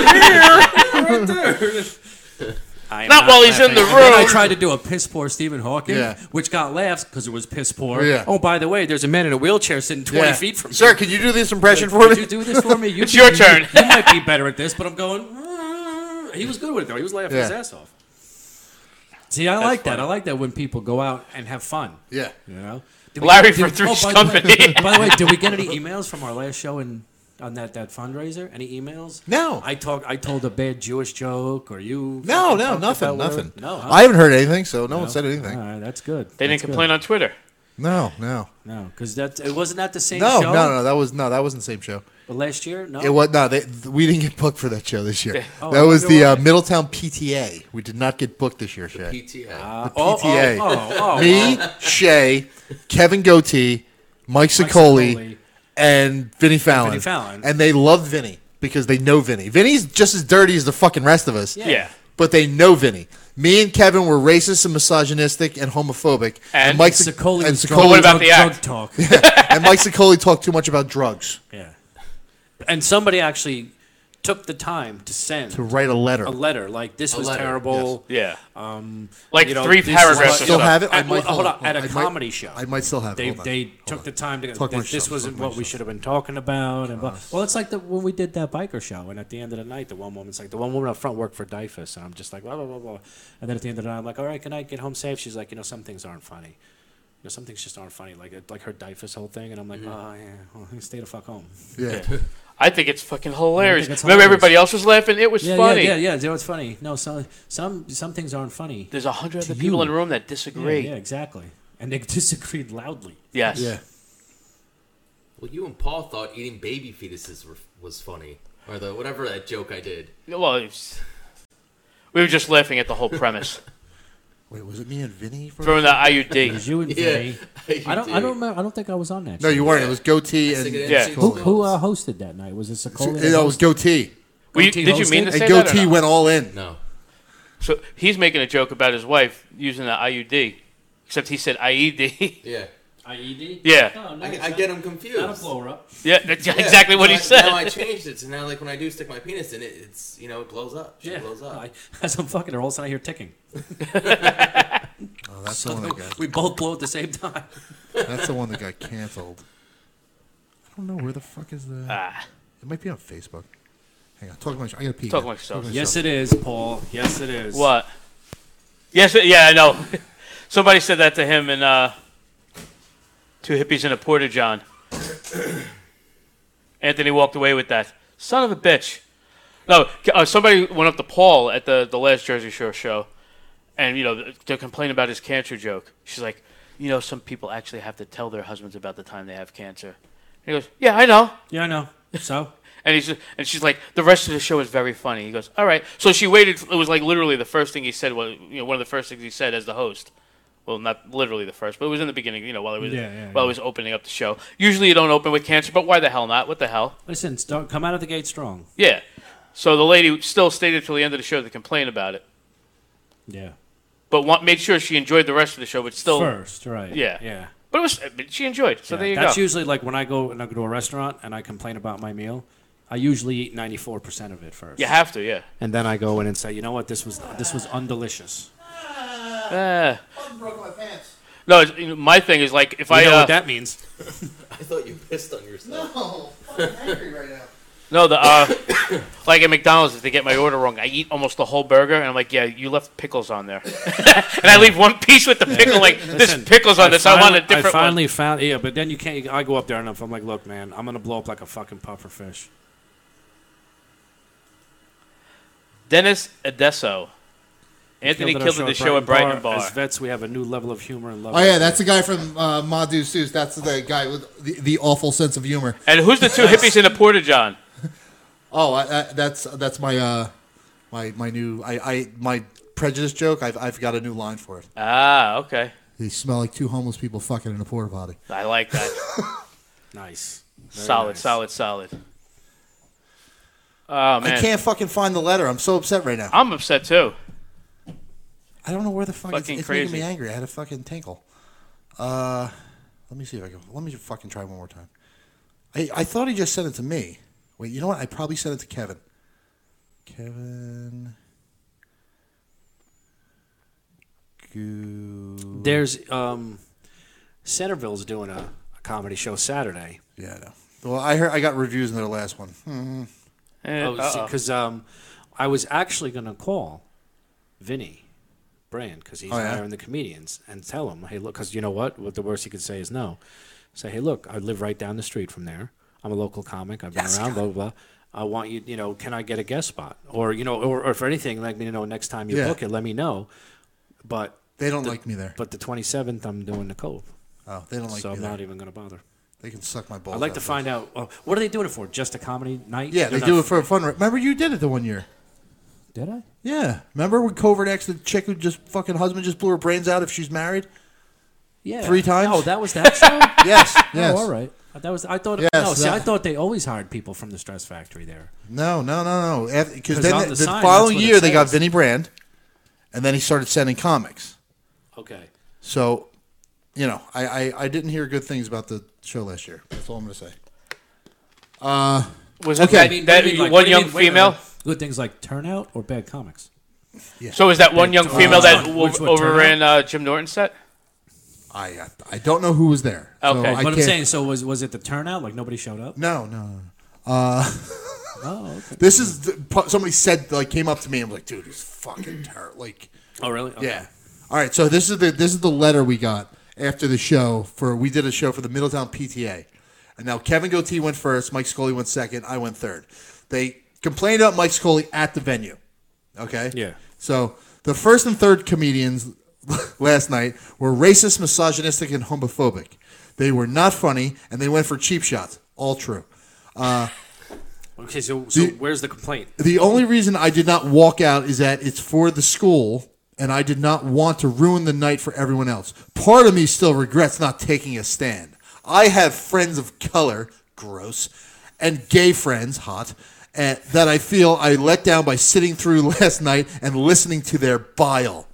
right there. I am Not while he's in the laughing. And then I room. tried to do a piss poor Stephen Hawking, Yeah. which got laughs because it was piss poor. Yeah. Oh, by the way, there's a man in a wheelchair sitting 20 Yeah. feet from me. Sir, can you do this impression for Would me? you do this for me? You It's your you- turn. You, might be better at this, but I'm going. "Mm." He was good with it though. He was laughing his Yeah. ass off. See, I like that. I like that when people go out and have fun. yeah. You know, Did Larry did- oh, for Three's by the way- Company. by the way, did we get any emails from our last show and on that that fundraiser? Any emails? No. I talk. I told a bad Jewish joke, or you? No, fucking no, talked nothing, about whatever. nothing. No, huh? I haven't heard anything, so no, one No? said anything. All right, that's good. They didn't complain on Twitter. No, no, No, because that it wasn't that the same no, show. no, no. That was no, that wasn't the same show. But last year? No. It was no, they, we didn't get booked for that show this year. Oh, that I was wonder the why. uh, Middletown PTA. We did not get booked this year, Shay. PTA. Uh, Oh, oh, PTA. Oh, oh, oh, Me, Shay, Kevin Goatee, Mike Sicoli, Sicoli. and Vinny Fallon. Vinny Fallon. And they love Vinny because they know Vinny. Vinny's just as dirty as the fucking rest of us. Yeah. But they know Vinny. Me and Kevin were racist and misogynistic and homophobic. And, And Mike Sic- Sicoli and was Sicoli- drunk, What about drunk, the act? drunk talk. and Mike Sicoli talked too much about drugs yeah. And somebody actually took the time to send to write a letter. a letter like this was letter, terrible. Yeah. Um, Like you know, three this is paragraphs what- or still something. have it. I At- might well, hold hold on, on, at a I might- comedy show. I might still have it. they Hold on. they Hold took on. the time to Talk that amongst this yourselves. wasn't Talk what amongst we should have been talking about and blah. well it's like the when we did that biker show and at the end of the night the one woman's like the one woman up front worked for Dyfus and I'm just like blah blah blah blah and then at the end of the night I'm like all right good night get home safe she's like you know some things aren't funny you know some things just aren't funny like it- like her Dyfus whole thing and I'm like oh yeah well, stay the fuck home Yeah. I think it's fucking hilarious. it's Remember, hilarious. everybody else was laughing. It was yeah funny. yeah yeah yeah you know, it's funny no some some some things aren't funny There's a hundred other To people you. in the room that yeah, disagree. yeah exactly and they disagreed loudly Yes. Yeah. Well, you and Paul thought eating baby fetuses were, was funny, or the whatever that joke I did. Well, it's we were just laughing at the whole premise. Wait, was it me and Vinny? for- Remember the IUD? Because you and Yeah, me I don't I don't remember, I don't think I was on that No, show. you weren't. It was goatee I and think it Yeah. had Who, Sicoli who on uh, it. hosted that night? Was it Sokola? It was goatee. Were you- Goatee did you mean hosted? to And say that? or goatee not? went all in. No, So he's making a joke about his wife using the IUD, except he said E IED. yeah, IED? Yeah. I, I get them confused. up. yeah, that's Yeah, exactly what he now I- said. Now I changed it, so now like when I do stick my penis in it, it's you know it blows up. She Yeah. blows up. I, as I'm fucking her, all of a sudden I hear ticking. Oh, that's the one that got. We both blow at the same time. That's the one that got canceled. I don't know where the fuck is the. Ah. It might be on Facebook. Hang on, talk about. I gotta pee. Talk now. amongst yourselves. amongst Yes, it is, Paul. Yes, it is. What? Yes. Yeah, I know. Somebody said that to him in uh, two hippies and a porta john. Anthony walked away with that. Son of a bitch. No, uh, somebody went up to Paul at the the last Jersey Shore show, and you know they're complaining about his cancer joke. She's like, you know, some people actually have to tell their husbands about the time they have cancer. And he goes, yeah, I know. Yeah, I know. So? And he's and she's like, the rest of the show is very funny. He goes, all right. So she waited. It was like literally the first thing he said was you know one of the first things he said as the host. Well, not literally the first, but it was in the beginning. You know, while it was Yeah, yeah, while it was opening up the show. Usually you don't open with cancer, but why the hell not? What the hell? Listen, start, come out of the gate strong. Yeah. So the lady still stayed until the end of the show to complain about it, Yeah. but want, made sure she enjoyed the rest of the show. But still, First, right. Yeah. Yeah. but it was but she enjoyed. So Yeah. there you That's go. usually like when I go and I go to a restaurant and I complain about my meal, I usually eat 94% of it first. you have to, yeah. And then I go in and say, you know what? This was this was undelicious. Uh, no, it's, you know, my thing is like if You I know uh, what that means. I thought you pissed on yourself. No, the uh, like at McDonald's, if they get my order wrong, I eat almost the whole burger, and I'm like, yeah, you left pickles on there, and I leave one piece with the pickle. Like this Listen, pickles on this, I want a finally- different I finally one. found yeah, but then you can't. I go up there and I'm like, look, man, I'm gonna blow up like a fucking puffer fish. Dennis Edesso, Anthony killed at the show at Brighton Bar. As vets, we have a new level of humor and love. Oh yeah, that's the guy from uh, Madu Seuss. That's the guy with the, the awful sense of humor. and who's the two hippies in the porta john? Oh, I, I, that's that's my uh, my my new I, I my prejudice joke. I've I've got a new line for it. Ah, okay, They smell like two homeless people fucking in a porta potty. I like that. nice. Very solid, nice. solid, solid. Oh man, I can't fucking find the letter. I'm so upset right now. I'm upset too. I don't know where the fuck Fucking it's, it's making me crazy. angry. I had a fucking tinkle. Uh, let me see if I can. Let me just fucking try one more time. I, I thought he just sent it to me. Wait, you know what? I probably sent it to Kevin. Kevin. Goo. There's um, Centerville's doing a, a comedy show Saturday. Yeah, I know. Well, I heard I got reviews in their last one. Hmm. Eh, Oh, uh-oh. because um, I was actually gonna call Vinny Brand because he's Oh, yeah? hiring the comedians and tell him, hey, look, because you know what? What the worst he could say is no. Say, hey, look, I live right down the street from there. I'm a local comic. I've been around, blah blah blah. I want you, you know, can I get a guest spot? Or you know, or, or if anything, let me know next time you Yeah. book it. Let me know. But They don't like me there. but the 27th, I'm doing the Cove, Oh, they don't like so me I'm there. not even gonna bother. They can suck my balls. I'd like out to there. find out oh, what are they doing it for? Just a comedy night? Yeah, They're they not- do it for a fun. Remember, you did it the one year. Did I? Yeah, remember when Covert X, the chick who just fucking husband just blew her brains out if she's married. Yeah. Three times? Oh, that was that show. Yes, yes. Oh, all right. That was I thought. Yes, no, see, that- I thought they always hired people from the Stress Factory there. No, no, no, no. Because 'Cause then on the, the the sign, following that's what year it they got says. Vinnie Brand, and then he started sending comics. Okay. So, you know, I, I, I didn't hear good things about the show last year. That's all I'm gonna say. Was Okay. that, What that one young female? Good things like turnout or bad comics. So is that one young female that Which wo- would turn overran uh, Jim Norton's set? I uh, I don't know who was there. so Okay. I What I'm can't- saying, so was was it the turnout? Like nobody showed up? No, no, no. Oh, okay. This is the, pu- somebody said like came up to me and was like, dude, he's fucking terrible. Like, Oh, really? Okay. yeah. All right, so this is the this is the letter we got after the show for we did a show for the Middletown PTA, and now Kevin Goatee went first, Mike Scully went second, I went third. They complained about Mike Scully at the venue. Okay. Yeah. So the first and third comedians last night were racist, misogynistic, and homophobic. They were not funny, and they went for cheap shots. All true. Okay. So, so The- where's the complaint? The only reason I did not walk out is that it's for the school, and I did not want to ruin the night for everyone else. Part of me still regrets not taking a stand. I have friends of color, gross, and gay friends, hot, and that I feel I let down by sitting through last night and listening to their bile.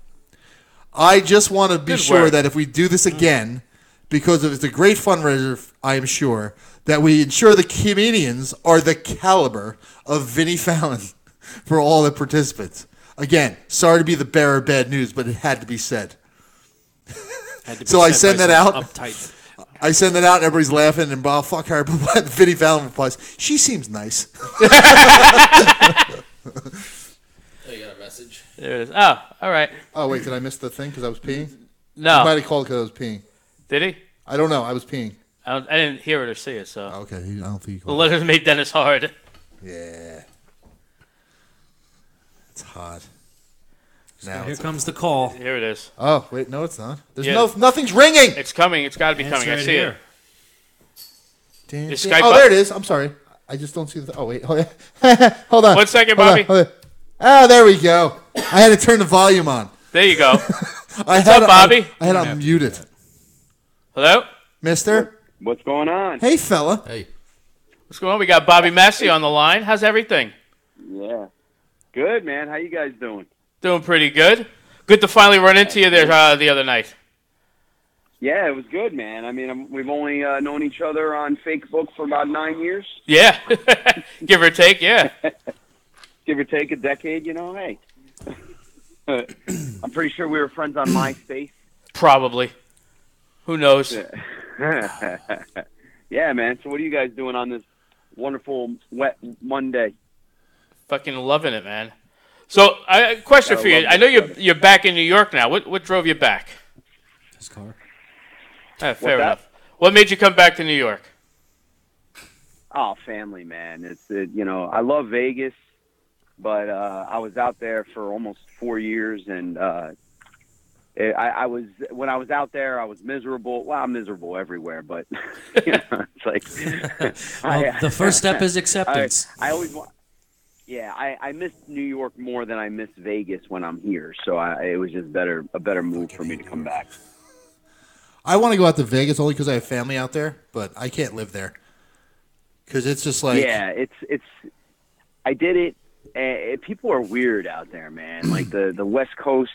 I just want to be Good sure work. that if we do Mm. this again, because it's a great fundraiser, I am sure, that we ensure the comedians are the caliber of Vinnie Fallon for all the participants. Again, sorry to be the bearer of bad news, but it had to be said. Had to be So I send said by that some out? Uptight. I send that out, and everybody's laughing, and Bob, fuck her. But Vinnie Fallon replies, she seems nice. Oh, you got a message. There it is. Oh, all right. Oh, wait, did I miss the thing because I was peeing? Oh. No, I might have called because I was peeing. did he? I don't know. I was peeing. I, don't, I didn't hear it or see it, so Okay, I don't think you the called. letters made Dennis hard. Yeah. It's hot. Now Here it's, comes the call. Here it is. oh wait, no, it's not. There's Yeah. no nothing's ringing. It's coming. It's got to be It's coming. I right see here. it. Damn, Is damn. Skype oh, up? there it is. I'm sorry. I just don't see the. Oh wait, hold on. hold on. One second, Hold on, Bobby. hold on. Ah, there we go. I had to turn the volume on. There you go. I up, had it- Bobby? I, had to mute it, Hello. Mister. What's going on? Hey, fella. Hey, What's going on? We got Bobby Massey on the line. How's everything? Yeah. Good, man. How you guys doing? Doing pretty good. Good to finally run into you there uh, the other night. Yeah, it was good, man. I mean, I'm, we've only uh, known each other on Facebook for about nine years, Yeah, give or take. Yeah. give or take a decade. You know, hey. I'm pretty sure we were friends on MySpace. Probably. Who knows? yeah, man. So what are you guys doing on this wonderful wet Monday? Fucking loving it, man. So, I, a question Gotta for you. love I know this you're weather. you're back in New York now. What what drove you back? His car. Ah, fair that? enough. What made you come back to New York? Oh, family, man. It's it, you know, I love Vegas, but uh, I was out there for almost four years, and uh, it, I, I was when I was out there, I was miserable. Well, I'm miserable everywhere, but you know, it's like Well, I, the first step is I, acceptance. I always want. Yeah, I, I miss New York more than I miss Vegas when I'm here, so I, it was just better a better move for me to come back. I want to go out to Vegas only because I have family out there, but I can't live there because it's just like yeah it's it's i did it and it- people are weird out there man like the the west coast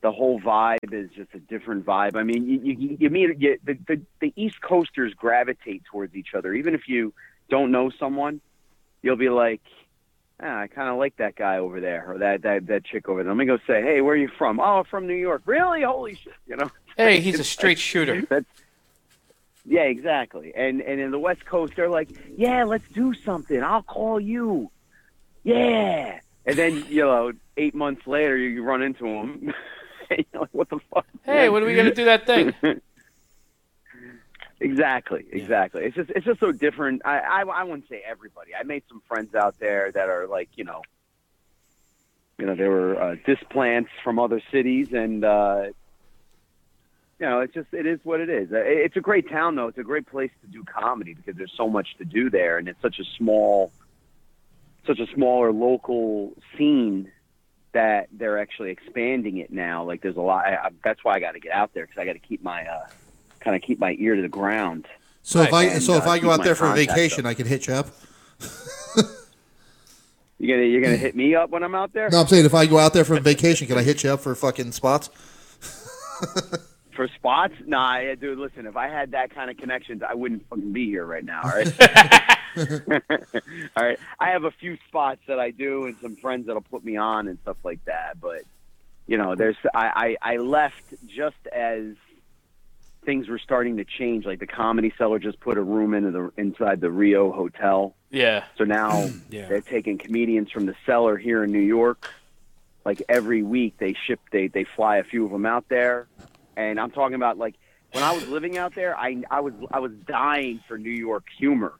the whole vibe is just a different vibe i mean you you, you meet you, the, the the east coasters gravitate towards each other even if you don't know someone you'll be like Ah, I kind of like that guy over there, or that, that that chick over there. Let me go say, "Hey, where are you from?" "Oh, from New York." "Really? Holy shit!" You know, Hey, he's a straight shooter. that's yeah, exactly. And and in the West Coast, they're like, yeah, let's do something. I'll call you. Yeah. And then you know, eight months later, you run into them. you're like, what the fuck? Hey, when are we gonna do that thing? Exactly, exactly. It's just it's just so different. I, I I wouldn't say everybody. I made some friends out there that are like you know, you know, they were uh, displants from other cities, and uh, you know, it's just it is what it is. Uh, it- It's a great town though. It's a great place to do comedy because there's so much to do there, and it's such a small, such a smaller local scene that they're actually expanding it now. Like there's a lot. I, I, that's why I got to get out there because I got to keep my uh, kind of keep my ear to the ground. So if I And, so if uh, I go keep out my there for a contacts vacation, up. I can hit you up. You gonna you're gonna hit me up when I'm out there No, I'm saying if I go out there for a vacation, can I hit you up for fucking spots? for spots. Nah, yeah, dude. Listen, if I had that kind of connections, I wouldn't fucking be here right now. All right. all right. I have a few spots that I do, and some friends that'll put me on and stuff like that. But you know, there's I I, I left just as things were starting to change. Like the comedy seller just put a room into the inside the Rio hotel. Yeah. So now Yeah. they're taking comedians from the cellar here in New York. Like every week, they ship they they fly a few of them out there, and I'm talking about like when I was living out there, I I was I was dying for New York humor.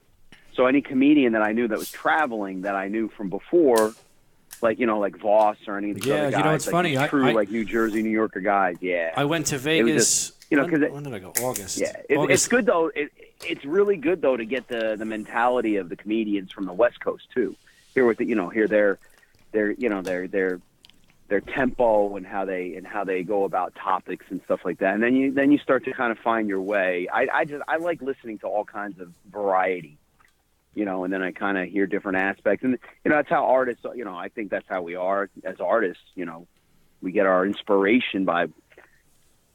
So any comedian that I knew that was traveling that I knew from before, like you know like Voss or any of these Yeah, other you guys, know, it's like, funny. these I- true I- like New Jersey, New Yorker guys. Yeah, I went to was Vegas. just- you know, when- 'cause it- when did I go? August. yeah, it, August. it's good though. It, it's really good though to get the the mentality of the comedians from the West Coast too. Hear what the, you know, hear their their you know their their their tempo and how they and how they go about topics and stuff like that. And then you then you start to kind of find your way. I, I just I like listening to all kinds of variety, you know. And then I kind of hear different aspects, and you know that's how artists. You know, I think that's how we are as artists. You know, we get our inspiration by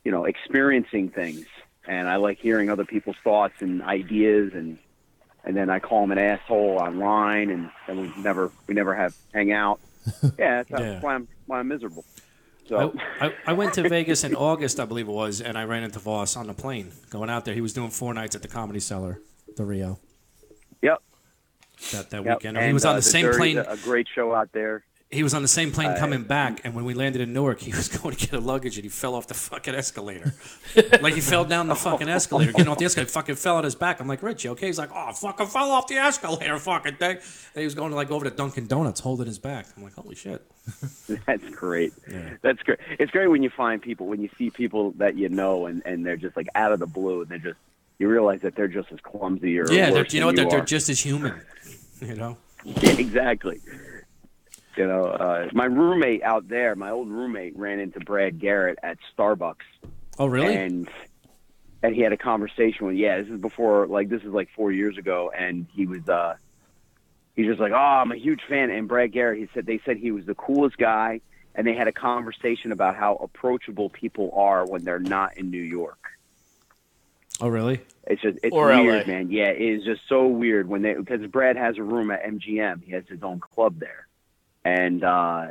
you know experiencing things and i like hearing other people's thoughts and ideas and and then i call them an asshole online and, and we never we never have hang out yeah that's, how- Yeah. Oh, why i'm why i'm miserable so I, I, I went to Vegas in August, I believe it was, and I ran into Voss on the plane going out there. He was doing four nights at the Comedy Cellar, the Rio, yep that, that yep weekend. he was uh, on the same Dirty's plane. a, a great show out there He was on the same plane coming back, and when we landed in Newark, he was going to get a luggage, and he fell off the fucking escalator. like he fell down the fucking Oh. escalator, getting off the escalator, fucking fell on his back. I'm like, Rich, you okay? He's like, oh, I fucking fell off the escalator, fucking thing. And he was going to like over to Dunkin' Donuts, holding his back. I'm like, holy shit. that's great that's great it's great when you find people when you see people that you know and and they're just like out of the blue and they're just you realize that they're just as clumsy or yeah, they're, worse you know what? than They're, they're are. just as human. You know. Yeah, exactly. You know, uh, my roommate out there, my old roommate, ran into Brad Garrett at Starbucks, Oh, really? and and he had a conversation with. Yeah, this is before, like, this is like four years ago, and he was, uh, he's just like, oh, I'm a huge fan. And Brad Garrett, he said, they said he was the coolest guy, and they had a conversation about how approachable people are when they're not in New York. oh, really? It's just it's Or weird, LA. man. Yeah, it is just so weird when they because Brad has a room at MGM. He has his own club there, and uh,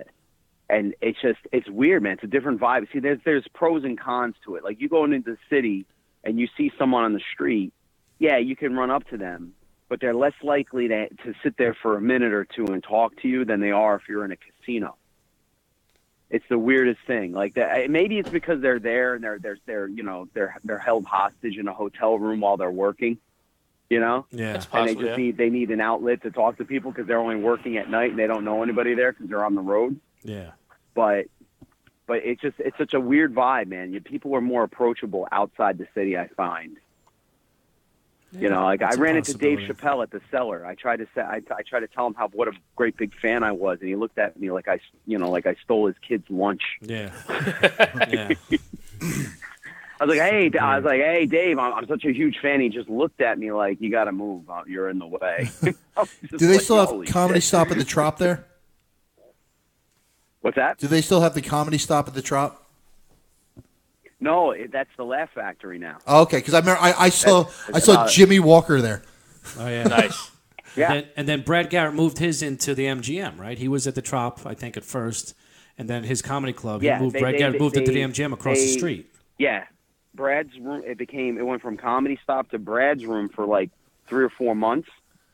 and it's just it's weird, man. It's a different vibe. See, there's there's pros and cons to it. Like you going into the city and you see someone on the street, yeah, you can run up to them, but they're less likely to to sit there for a minute or two and talk to you than they are if you're in a casino. It's the weirdest thing. Like that, maybe it's because they're there and they're they're they're you know they're they're held hostage in a hotel room while they're working, you know, Yeah. and they Possibly, just yeah. need they need an outlet to talk to people because they're only working at night and they don't know anybody there because they're on the road Yeah. but but it's just it's such a weird vibe, man. You, people are more approachable outside the city. I find. You know, like I that's a ran into Dave possibility. Chappelle at the cellar. I tried to say, I, I tried to tell him how what a great big fan I was, and he looked at me like I, you know, like I stole his kid's lunch. Yeah. yeah. I was like, hey, I was like, hey, Dave, I'm, I'm such a huge fan. He just looked at me like, you got to move, Uh, you're in the way. I was just Do they like, still "Holy have comedy shit." stop at the Trop there? What's that? Do they still have the comedy stop at the Trop? No, it, that's the Laugh Factory now. Oh, okay, because I remember I, I saw I that's saw about it. Jimmy Walker there. Oh, yeah. Nice. Yeah, Then, and then Brad Garrett moved his into the MGM, right? He was at the Trop, I think, at first, and then his comedy club. Yeah, he moved. they- Brad they- Garrett they- moved into they- the MGM across the they- street. Yeah, Brad's room. It became. It went from Comedy Stop to Brad's room for like three or four months,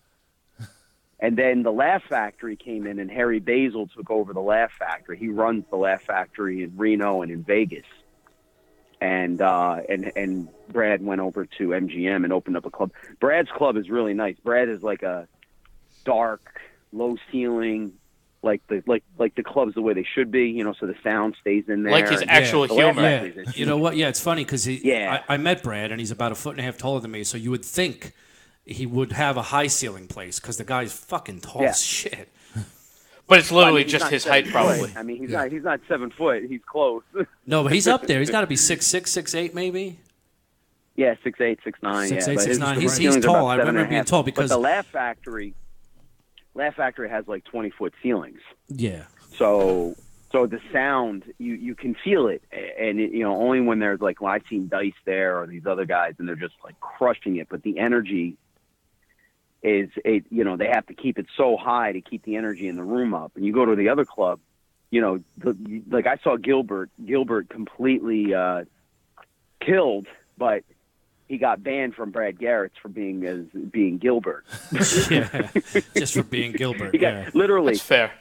and then the Laugh Factory came in, and Harry Basil took over the Laugh Factory. He runs the Laugh Factory in Reno and in Vegas, and uh, and and Brad went over to MGM and opened up a club. Brad's club is really nice. Brad is like a dark, low ceiling, like the like like the clubs the way they should be, you know, so the sound stays in there. Like his and- actual The laugh humor. track is- You know what? Yeah, it's funny because he. Yeah. I, I met Brad, and he's about a foot and a half taller than me. So you would think he would have a high ceiling place because the guy's fucking tall Yeah. as shit. But it's I mean, literally he's just not his seven height, probably. foot. I mean, he's not he's not seven foot. He's close. No, but he's up there. He's got to be six six six eight maybe. yeah, six eight, six nine. Six, yeah, eight, but six, his- nine. his He's- he's ceiling's about tall. I seven remember and a being half. tall because- but the Laugh Factory, Laugh Factory has like twenty foot ceilings. Yeah. So so the sound you you can feel it, A- and it, you know only when there's like well, I've seen Dice there or these other guys, and they're just like crushing it. But the energy is it you know they have to keep it so high to keep the energy in the room up. And you go to the other club, you know, the, you- like I saw Gilbert Gilbert completely uh, killed, but. He got banned from Brad Garrett's for being as being Gilbert. Yeah. Just for being Gilbert. He got Yeah. literally That's fair.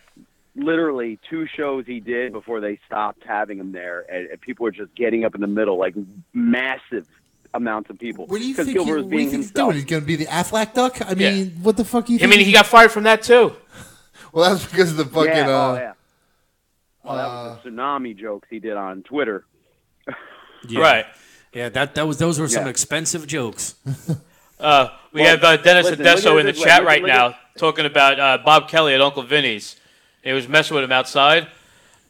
literally two shows he did before they stopped having him there, and, and people were just getting up in the middle, like massive amounts of people. What do you 'Cause think? He, Gilbert what was do you being think he's himself. doing? He's going to be the Aflac duck? I Yeah. mean, what the fuck? You I think mean, he's he got fired from that too. Well, that's because of the fucking. Yeah, uh, oh yeah. Oh, that was the tsunami jokes he did on Twitter. Yeah. Right. Yeah. That that was those were some Yeah. expensive jokes. Uh, we Well, have uh, Dennis listen, look at Adesso it in the this way. chat Look at- right look at- now talking about uh, Bob Kelly at Uncle Vinny's. He was messing with him outside.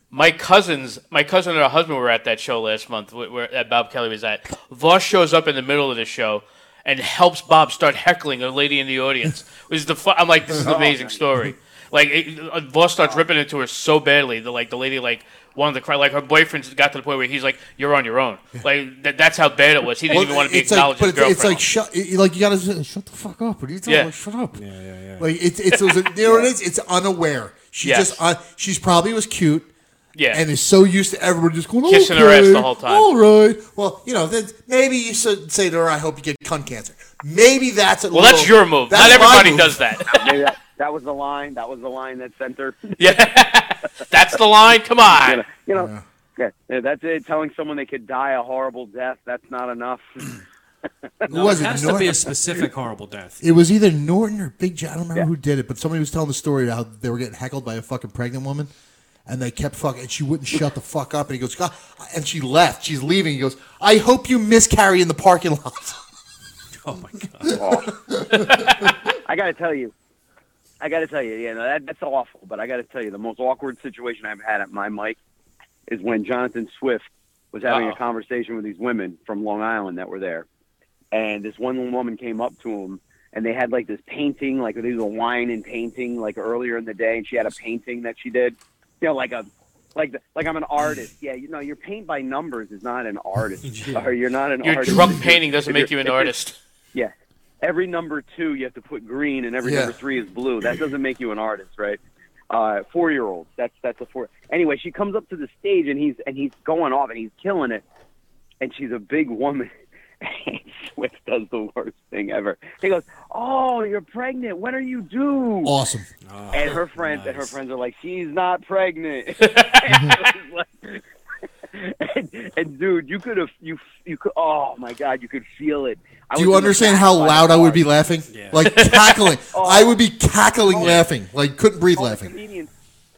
My cousins, my cousin and her husband were at that show last month wh- where that Bob Kelly was at. Voss shows up in the middle of the show and helps Bob start heckling a lady in the audience. It was the fu- I'm like, this is an Oh amazing story. Like it, uh, Voss starts ripping into her so badly that like the lady like wanted to cry. Like her boyfriend got to the point where he's like, "You're on your own." Like th- that's how bad it was. He didn't Well, even want to be it's like, acknowledged. but his it's, it's girlfriend. like shut, it- like you gotta say, shut the fuck up. What are you talking Yeah. about? Shut up. Yeah, yeah, yeah. Like it's it's those, you know what it is. It's unaware. She Yes. just uh, she's probably was cute yeah. and is so used to everybody just going Kissing her okay, ass the whole time. All right. Well, you know, then maybe you should say to her, "I hope you get cunt cancer." Maybe that's a Well, little- that's your move. that's Not my everybody move. does that. Maybe that, that was the line. That was the line that sent her. You that's the line. Come on. know, you know, yeah. yeah, that's it. Telling someone they could die a horrible death. That's not enough. Who was it it? has to Nor- be a specific horrible death. It was either Norton or Big John. I don't remember Yeah. who did it, but somebody was telling the story how they were getting heckled by a fucking pregnant woman, and they kept fucking, and she wouldn't shut the fuck up. And he goes, God, and she left. She's leaving. He goes, I hope you miscarry in the parking lot. Oh my god. I got to tell you, I got to tell you, you know, that, that's awful. But I got to tell you, the most awkward situation I've had at my mic is when Jonathan Swift was having Uh-oh. a conversation with these women from Long Island that were there, and this one woman came up to him, and they had like this painting, like they were wine and painting, like earlier in the day, and she had a painting that she did, you know, like a. Like, the, like I'm an artist. Yeah, you know, your paint by numbers is not an artist. Or you're not an Your artist. drunk painting doesn't make you If an you're- artist. yeah. Every number two you have to put green, and every Yeah. number three is blue. That doesn't make you an artist, right? Uh, four year old. That's that's a four. Anyway, she comes up to the stage, and he's and he's going off, and he's killing it. And she's a big woman. And Swift does the worst thing ever. He goes, "Oh, you're pregnant. When are you due?" Awesome. Oh, and her friends and her nice. friends are like, she's not pregnant. and, and dude, you could have you you could oh my god, you could feel it. I was Do you in the understand back how by the loud I bar. would be laughing? Like cackling. I would be cackling, laughing. Like couldn't breathe, All the laughing. comedians-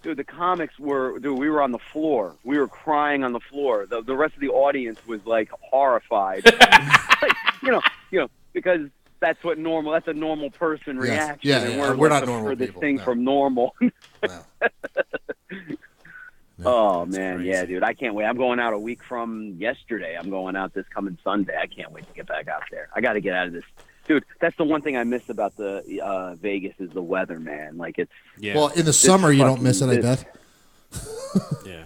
Dude, the comics were dude. We were on the floor. We were crying on the floor. The, the rest of the audience was like horrified. Like, you know, you know, because that's what normal. That's a normal person Yes. reaction. Yeah, and yeah, we're, we're not looking normal for this people, thing no. from normal. No. Oh man, yeah, dude, I can't wait. I'm going out a week from yesterday. I'm going out this coming Sunday. I can't wait to get back out there. I got to get out of this, dude. That's the one thing I miss about the uh, Vegas is the weather, man. Like it's Yeah. Well, in the summer you don't fucking- miss it. I this- bet. yeah.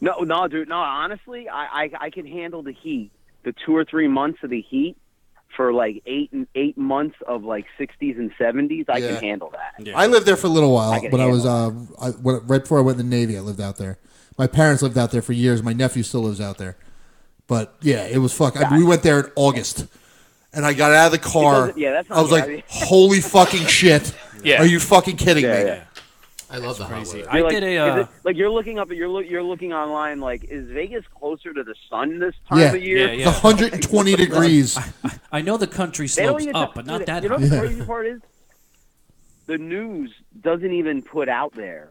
no, no, dude, no. Honestly, I I, I can handle the heat. The two or three months of the heat for like eight and eight months of like 60s and 70s, I Yeah. can handle that. Yeah. I lived there for a little while I can when I was uh, I, when, right before I went in the Navy. I lived out there. My parents lived out there for years. My nephew still lives out there. But yeah, it was fuck. I we went there in August, and I got out of the car. doesn't- yeah, that's not I was good. like, I mean- "Holy fucking shit! Yeah. Are you fucking kidding me?" yeah. I love the hot weather. I You're like, did a is uh, it- like you're looking up, you're look, you're looking online. Like, is Vegas closer to the sun this time Yeah. of year? Yeah, It's 120 degrees. I know the country They don't slopes even up, talk- but not dude, that You know high. what the crazy part is? The news doesn't even put out there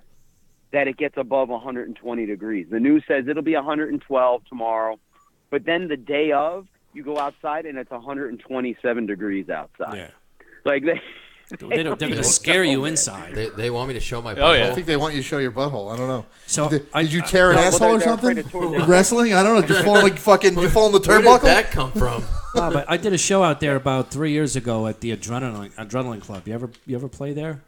that it gets above 120 degrees. The news says it'll be 112 tomorrow, but then the day of, you go outside and it's 127 degrees outside. Yeah. Like they, They don't, they're going to scare you inside. They, they want me to show my. Oh, yeah. I think they want you to show your butthole. I don't know. So did, Oh, I- did you tear an No, well, asshole they're- or they're something? afraid of tornadoes. With Wrestling? I don't know. Just fall like fucking. You fall in the Where did turnbuckle. that come from? Ah, but I did a show out there about three years ago at the Adrenaline Adrenaline Club. You ever you ever play there?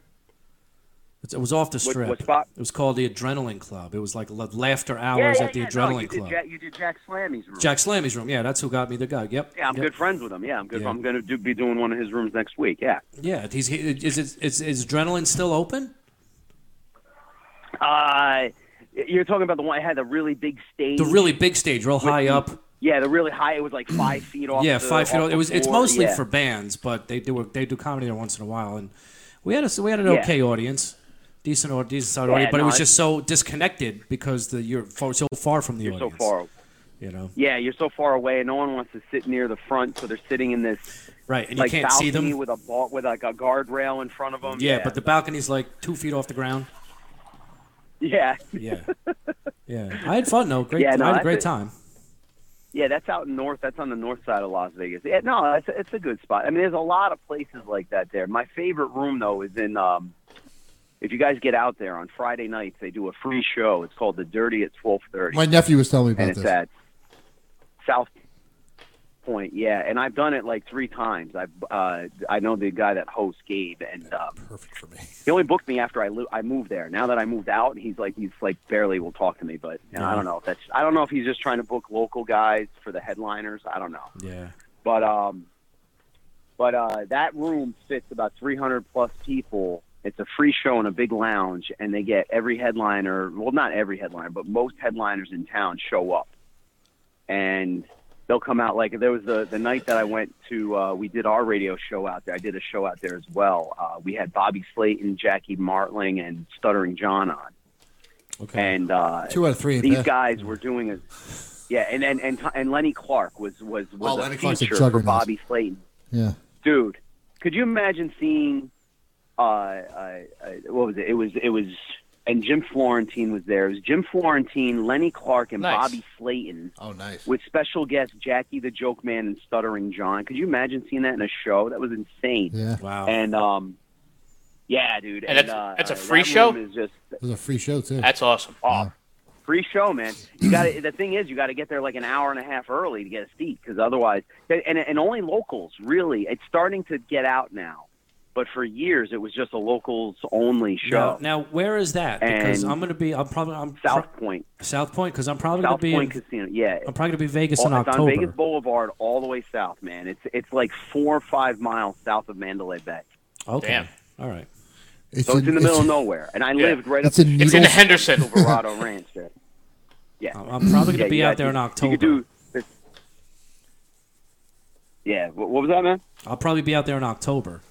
It's, it was off the strip. what spot? It was called the Adrenaline Club. It was like la- laughter yeah, hours yeah, at the yeah, no, you Adrenaline did Club. Jack, you did Jack Slammy's room. Jack Slammy's room. Yeah, that's who got me the guy. Yep. yeah, I'm yep. good friends with him. Yeah, I'm good. Yeah. I'm going to do, be doing one of his rooms next week. Yeah. Yeah, he's he, is, is is is Adrenaline still open? Uh, you're talking about the one I had the really big stage. The really big stage, real high up. yeah, the really high. It was like five feet off. Mm. Yeah, the- five feet. off old. the It was. It's floor. mostly Yeah. for bands, but they do they do comedy there once in a while, and we had a we had an Yeah. okay audience, decent or decent sized Yeah, audience, but it no, was I- just so disconnected because the you're far, so far from the You're so audience. far. you know. Yeah, you're so far away, and no one wants to sit near the front, so they're sitting in this Right, and like you can't balcony see them. with a ball, with like a guardrail in front of them. yeah, but the balcony's like two feet off the ground. yeah, Yeah, yeah. I had fun though. Great. Yeah, no, I had a that's great it. time. yeah, that's out north. That's on the north side of Las Vegas. Yeah, no, it's a, it's a good spot. I mean, there's a lot of places like that there. My favorite room though is in. um if you guys get out there on Friday nights, they do a free show. It's called The Dirty at twelve thirty. My nephew was telling me about and it's this. at South Point. Yeah, and I've done it like three times. I've uh, I know the guy that hosts Gabe, and um, Perfect for me. he only booked me after I lo- I moved there. Now that I moved out, he's like he's like barely will talk to me. But you know, I don't know if that's I don't know if he's just trying to book local guys for the headliners. I don't know, Yeah. but um, but uh, that room fits about 300 plus people. It's a free show in a big lounge, and they get every headliner. Well, not every headliner, but most headliners in town show up, and they'll come out. Like there was the the night that I went to, uh, we did our radio show out there. I did a show out there as well. Uh, we had Bobby Slayton, Jackie Martling, and Stuttering John on, Okay. and uh, Two out of three. ain't these bad. guys were doing a yeah, and and and, and Lenny Clark was was was Oh, a Lenny Clark's a feature for juggernaut. Bobby Slayton Yeah. dude, could you imagine seeing? Uh, uh, uh, what was it? It was it was, and Jim Florentine was there. It was Jim Florentine, Lenny Clark, and Nice. Bobby Slayton Oh, nice. with special guest Jackie the Joke Man and Stuttering John. Could you imagine seeing that in a show? That was insane. Yeah. Wow. And um, yeah, dude. And that's- uh, that's a that free room show? Is just It was a free show too. That's awesome. oh, free show, man. You got to the thing is you got to get there like an hour and a half early to get a seat because otherwise, and and only locals really. It's starting to get out now, but for years it was just a locals only now, show. now, where is that? Because And- I'm gonna be. I'm probably. I'm pro- South Point, South Point. Because I'm probably South gonna be. Point in, Casino, yeah. I'm probably gonna be in Vegas All- in it's on October. Vegas Boulevard all the way south, man. It's it's like four or five miles south of Mandalay Bay, okay. Damn. All right. It's so it's in the middle of nowhere. And I lived right up It's in the It's in Needles. Henderson. Silverado Ranch there. Yeah. I'm, I'm probably gonna Yeah, be you out got- there in you- October. You could do this. Yeah, wh- what was that, man? I'll probably be out there in October,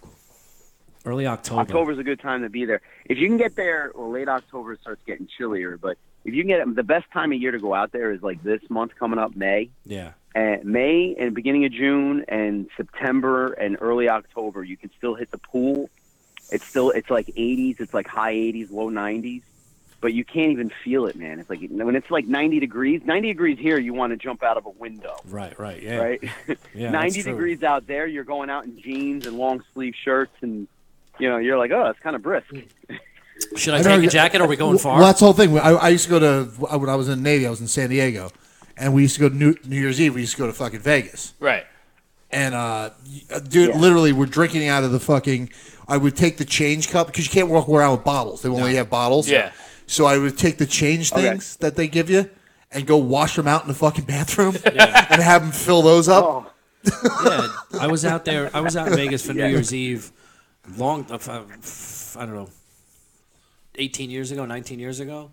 early October. October's a good time to be there. If you can get there, well, late October it starts getting chillier, but if you can get the best time of year to go out there is like this month coming up, May. Yeah, And May and beginning of June and September and early October, you can still hit the pool. It's still it's like 80s, it's like high 80s, low 90s, but you can't even feel it, man. It's like when it's like 90 degrees, 90 degrees here, you want to jump out of a window right, right, yeah, right? Yeah, that's 90 true. degrees out there, you're going out in jeans and long sleeve shirts, and you know you're like, oh, it's kind of brisk. Should I, know, take yeah. a jacket? Are we going far? Well, that's the whole thing. I, I used to go to I- when I was in the Navy. I was in San Diego, and we used to go to New, New Year's Eve. We used to go to fucking Vegas, Right. and uh, y- dude, literally, we're drinking out of the fucking. I would take the change cup because you can't walk around with bottles. They only have bottles. Yeah. So I would take the change things that they give you and go wash them out in the fucking bathroom and have them fill those up. Oh. yeah, I was out there. I was out in Vegas for New Year's Eve, long. uh, f- I don't know, eighteen years ago, nineteen years ago,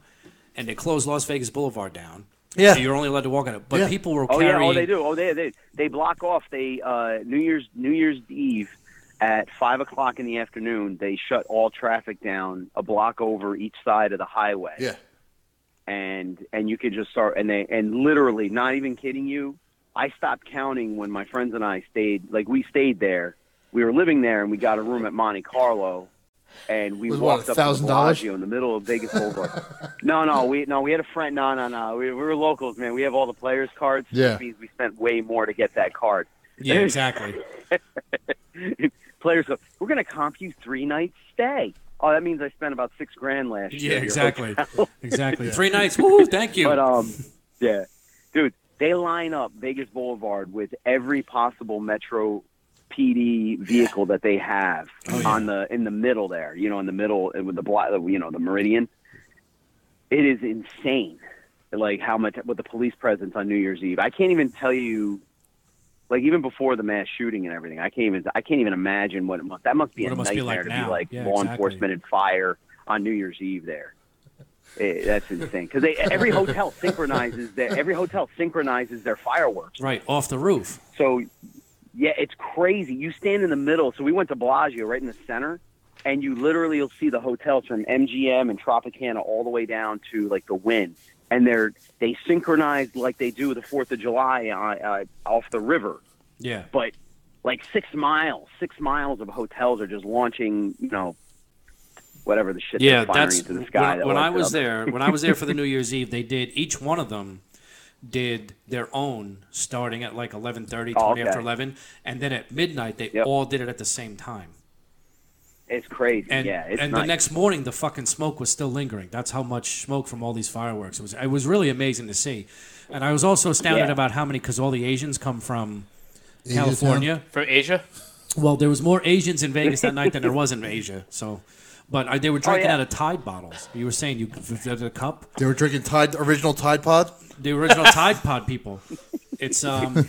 and they closed Las Vegas Boulevard down. Yeah. so you're only allowed to walk on it. But Yeah. people were Oh carrying. yeah, oh they do. Oh they they they block off. They uh, New Year's New Year's Eve at five o'clock in the afternoon, they shut all traffic down a block over each side of the highway. Yeah. and and you could just start and they and literally not even kidding you i stopped counting when my friends and i stayed like we stayed there we were living there and we got a room at monte carlo and we Was what, walked up to the $1,000? Bellagio in the middle of Vegas Boulevard. no, no, we no, we had a friend. No, no, no, we, we were locals, man. We have all the players' cards. Yeah. which means we spent way more to get that card. Yeah, exactly. players go, we're going to comp you three nights stay. Oh, that means I spent about six grand last year. Yeah, You're exactly. Exactly. Three nights. Woo, thank you. But um, yeah, dude, they line up Vegas Boulevard with every possible Metro PD vehicle that they have Oh, on the in the middle there. You know, in the middle and with the bla- you know the Meridian. It is insane, like how much with the police presence on New Year's Eve. I can't even tell you. Like even before the mass shooting and everything, I can't even I can't even imagine what it must that must be What a it must be nightmare like to now. be like Yeah, law exactly. enforcement and fire on New Year's Eve there. Eh, that's insane because every hotel synchronizes their every hotel synchronizes their fireworks. right off the roof. So yeah, it's crazy. You stand in the middle. So we went to Bellagio, right in the center, and you literally you'll see the hotels from MGM and Tropicana all the way down to like the Wynn, and they're they synchronize like they do the Fourth of July uh, uh, off the river Yeah. but like six miles, six miles of hotels are just launching, you know, whatever the shit. Yeah, they're firing that's into the sky. when, that when I lights it was up. there. When I was there for the New Year's Eve, they did each one of them did their own starting at like 11:30, 20 Oh, after okay. 11, and then at midnight they Yep. all did it at the same time. It's crazy. And yeah, it's and the nice. next morning the fucking smoke was still lingering. That's how much smoke from all these fireworks. It was it was really amazing to see. And I was also astounded Yeah. about how many cuz all the Asians come from Asian town. California. From Asia? Well, there was more Asians in Vegas that night than there was in Asia. So, but I, they were drinking Oh, yeah. out of Tide bottles. You were saying you the cup, They were drinking Tide original Tide Pod. the original Tide Pod people. It's um,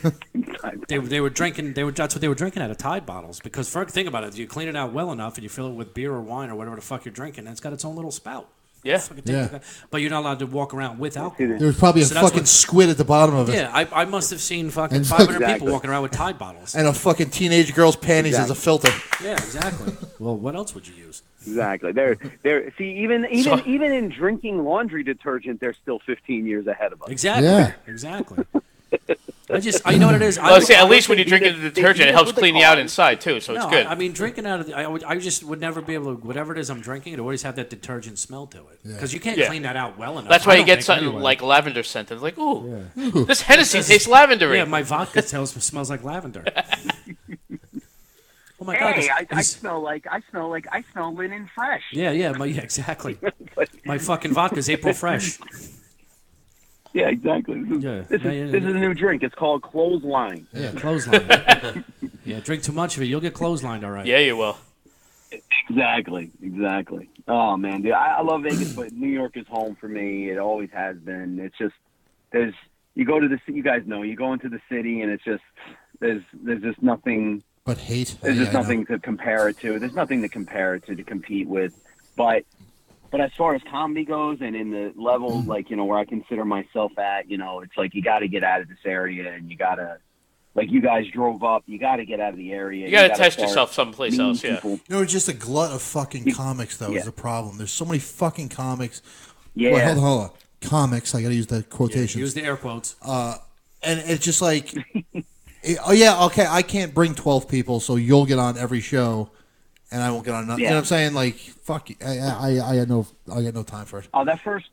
they, they were drinking. They were that's what they were drinking out of Tide bottles. Because for, think about it, you clean it out well enough, and you fill it with beer or wine or whatever the fuck you're drinking, and it's got its own little spout. Yeah. Fucking take Yeah. the- But you're not allowed to walk around with alcohol. There was probably a So that's fucking what- squid at the bottom of it, Yeah, I, I must have seen fucking And- 500 Exactly. people walking around with Tide bottles. and a fucking teenage girl's panties as a filter. Yeah, exactly. well, what else would you use? exactly. They're they're see even even So- even in drinking laundry detergent, they're still 15 years ahead of us. Exactly. Yeah. Exactly. I just, I know what it is. I Well, would- see, I at would least when say you do drink this- the they do detergent, it this helps with the clean you out cars. inside too, so it's no, good. I, I mean, drinking out of the, I, would, I just would never be able to, whatever it is I'm drinking, it always have that detergent smell to it. Because you can't Yeah. clean that out well enough. That's I why you don't get think, something anyway. like lavender scent. It's like, ooh, this Hennessy tastes lavendery. Yeah, my vodka tells, smells like lavender. oh my God. Hey, this- I, I this- smell like I smell like I smell linen fresh. yeah, yeah, my, yeah, exactly. my fucking vodka's April Fresh. Yeah, exactly. This is, Yeah. this, is, Yeah, yeah, this yeah. is a new drink. It's called clothesline. Yeah, clothesline. yeah, drink too much of it, you'll get clotheslined all right. yeah, you will. Exactly, exactly. Oh man, dude, I, I love Vegas, but New York is home for me. It always has been. It's just there's you go to the ci- you guys know you go into the city and it's just there's there's just nothing But hate. there's Yeah, just I know. nothing to compare it to. There's nothing to compare it to to compete with. But but as far as comedy goes, and in the Mm. level like you know where I consider myself at, you know, it's like you got to get out of this area and you got to. Like you guys drove up, you got to get out of the area. You got to gotta test start yourself someplace meeting else. Yeah. people. You know, it's just a glut of fucking comics. That yeah. was the problem. There's so many fucking comics. Yeah. Wait, hold on, hold on. Comics. I gotta use the quotations. Use the air quotes. and it's just like, it- oh yeah, okay, I can't bring twelve people, so you'll get on every show, and I won't get on. None. You know Yeah. what I'm saying? Like, fuck, you. I, I, I, I had no, I got no time for it. Oh, that first,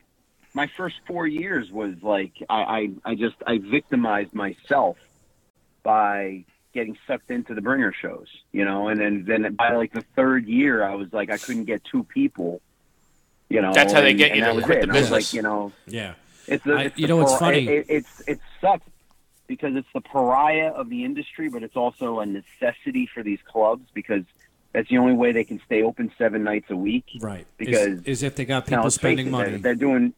my first four years was like I, I, I just I victimized myself by getting sucked into the bringer shows, you know, and then then by like the third year, I was like I couldn't get two people, you know. That's how they and- get you and to that was quit it. the And I was like business. you know, yeah. it's the, I- it's you the know, it's par- funny. It, it, it's it sucks because it's the pariah of the industry, but it's also a necessity for these clubs because that's the only way they can stay open seven nights a week. Right. Is- Because is if they got Now, people let's face spending it, money. They're, they're doing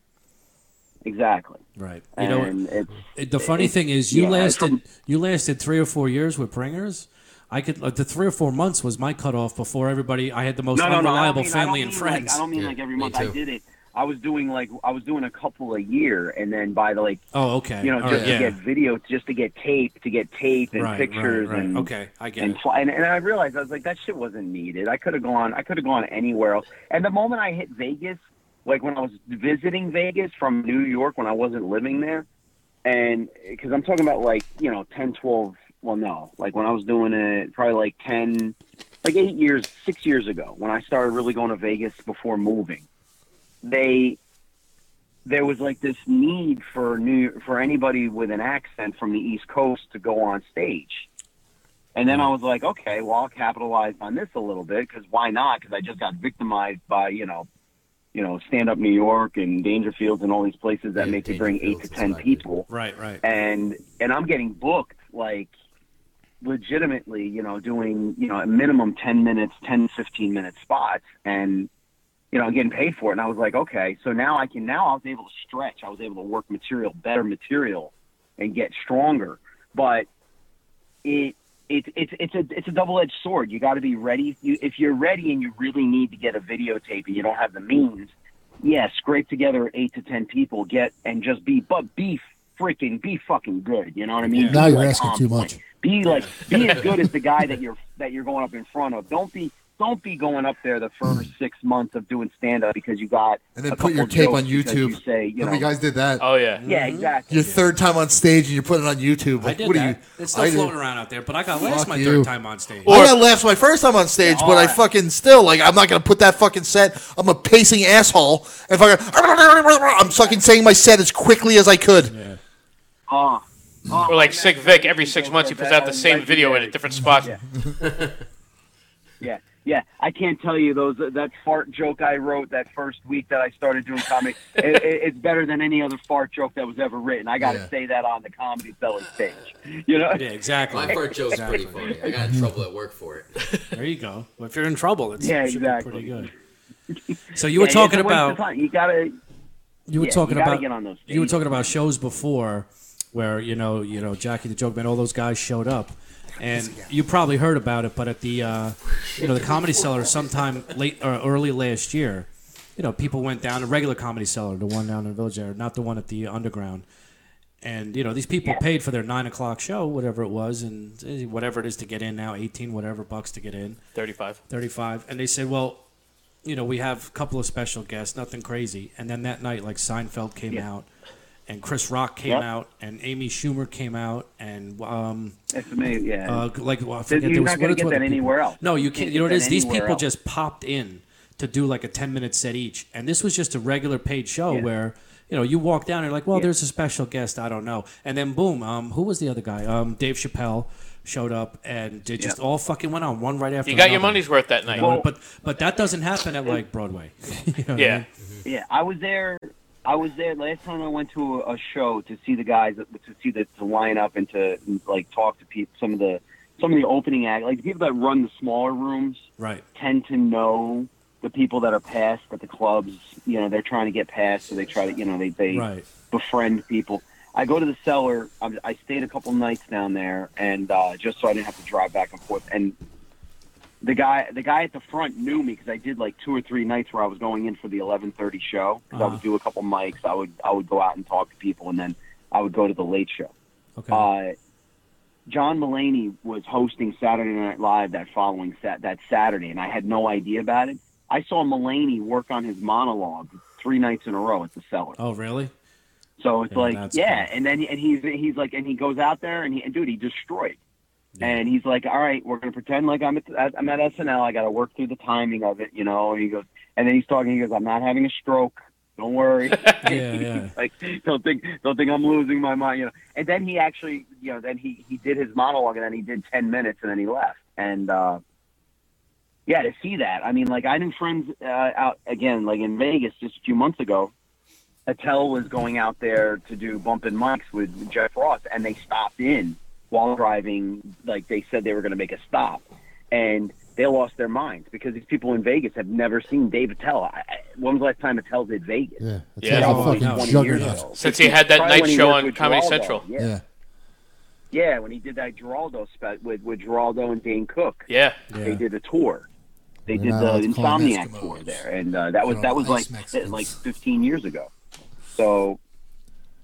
exactly. right. You And know, it's It- The funny It- thing is, you yeah, it's lasted you lasted three or four years with Pringers. I could like, the three or four months was my cutoff before everybody. I had the most no, no, no. I don't unreliable mean- I don't family and mean like- friends. I don't mean Yeah, like every me month. I too. did it. I was doing like I was doing a couple a year, and then by the like oh, okay. you know All just right, to yeah. get video, just to get tape, to get tape and right, pictures right, right. and okay, I get and, it. fly- and and I realized I was like that shit wasn't needed. I could have gone. I could have gone anywhere else. And the moment I hit Vegas, like when I was visiting Vegas from New York when I wasn't living there, and because I'm talking about like you know 10, 12. Well, no, like when I was doing it, probably like 10, like eight years, six years ago, when I started really going to Vegas before moving, they there was like this need for new for anybody with an accent from the East Coast to go on stage. And then I was like, okay, well, I'll capitalize on this a little bit because why not? Because I just got victimized by you know, you know, stand up New York and Dangerfields and all these places that Yeah, make you bring eight Dangerfields to is ten not good. people Right, right. and and I'm getting booked like legitimately, you know, doing, you know, a minimum 10 minutes, 10 15 minute spots and you know, I'm getting paid for it and I was like, okay, so now I can now I was able to stretch. I was able to work material, better material and get stronger. But it it, it's it's a it's a double edged sword. You got to be ready. You, if you're ready and you really need to get a videotape and you don't have the means, yeah, scrape together eight to ten people, get and just be, but be freaking, be fucking good. You know what I mean? Now Be, you're like, asking on too point. much. Be like, be as good as the guy that you're that you're going up in front of. Don't be don't be going up there the first six months of doing stand up because you got Hmm. And then a put your couple tape on jokes because YouTube. You say, you How many know, guys did that? Oh yeah. yeah, exactly. Your third time on stage and you put it on YouTube. I Like, did what that. are you? it's still I did- floating around out there, but I got last Fuck my you. Oh. third time on stage. I got laughs my first time on stage, but I fucking still like I'm not gonna put that fucking set. I'm a pacing asshole, and fucking I'm fucking saying my set as quickly as I could. Ah. Ah, Or like man, Sick that Vic, was every six so months he good. puts That out the was same video in legendary. a different spot. Yeah, yeah. I can't tell you those uh, that fart joke I wrote that first week that I started doing comedy. it, it, it's better than any other fart joke that was ever written. I got to Yeah. say that on the comedy selling stage. You know? Yeah, exactly. My fart joke's pretty funny. I got in trouble at work for it. There you go. Well, if you're in trouble, it's Yeah, it should be exactly. pretty good. So you were Yeah, talking it's a waste of about time. you gotta. you were Yeah, talking you gotta about get on those you were stages. talking about shows before where you know you know Jackie the Joke Man, all those guys showed up, and you probably heard about it. But at the uh, you know the Comedy Cellar sometime late or early last year, you know people went down to regular Comedy Cellar, the one down in the Village area, not the one at the Underground. And you know these people paid for their nine o'clock show, whatever it was, and eh, whatever it is to get in now, eighteen whatever bucks to get in. Thirty-five. 35 and they said well you know we have a couple of special guests nothing crazy and then that night like seinfeld came out and chris rock came Yep. out and amy schumer came out and um It's amazing. Yeah. uh, like well, I You're forget there not was one gonna or two get that other people. anywhere else. no you You can't can't you know what get it is that these anywhere people else. just popped in to do like a 10 minute set each and this was just a regular paid show Yeah. where you know, you walk down and you're like, well, there's a special guest. I don't know. And then boom, um, who was the other guy? Um, Dave Chappelle showed up and it just Yeah. all fucking went on one right after You got your another. money's worth that night. You know, but but that doesn't happen at like Broadway. You know what I yeah. mean? Yeah, I was there. I was there last time I went to a, a show to see the guys to see the to line up and to like talk to people. Some of the some of the opening act, like the people that run the smaller rooms, Right. tend to know the people that are passed at the clubs. You know, they're trying to get passed, so they try to you know they they Right. befriend people. I go to the cellar. I'm, I stayed a couple nights down there, and uh, just so I didn't have to drive back and forth. And the guy, the guy at the front knew me because I did like two or three nights where I was going in for the 11:30 show. 'Cause I Uh-huh. would do a couple mics. I would I would go out and talk to people, and then I would go to the late show. Okay. Uh, John Mulaney was hosting Saturday Night Live that following sat that Saturday, and I had no idea about it. I saw Mulaney work on his monologue three nights in a row at the cellar. oh, really? So it's Yeah, like, that's yeah, cool. and then and he's he's like, and he goes out there and he and dude, he destroyed. And he's like, all right, we're gonna pretend like I'm at I'm at SNL. I got to work through the timing of it, you know. And he goes, and then he's talking. He goes, I'm not having a stroke. Don't worry. Yeah, yeah. like don't think don't think I'm losing my mind, you know. And then he actually, you know, then he he did his monologue and then he did ten minutes and then he left. And uh, yeah, to see that, I mean, like I knew friends uh, out again, like in Vegas just a few months ago. Attell was going out there to do bumping mics with Jeff Ross, and they stopped in while driving. Like they said they were going to make a stop, and they lost their minds because these people in Vegas have never seen Dave Attell. I, I- when was the last time Attell did Vegas? Yeah, it's Yeah. like a Probably fucking 20 years juggernaut. ago. Since he had that Probably night when he show worked on with Comedy Geraldo. Central. Yeah. yeah, Yeah, when he did that Geraldo spe- with with Geraldo and Dane Cook, Yeah. they did a tour. They They're did not the allowed to call them Insomniac Eskimos. tour there, and uh, that was They're that all was like nice Mexicans. like 15 years ago. So,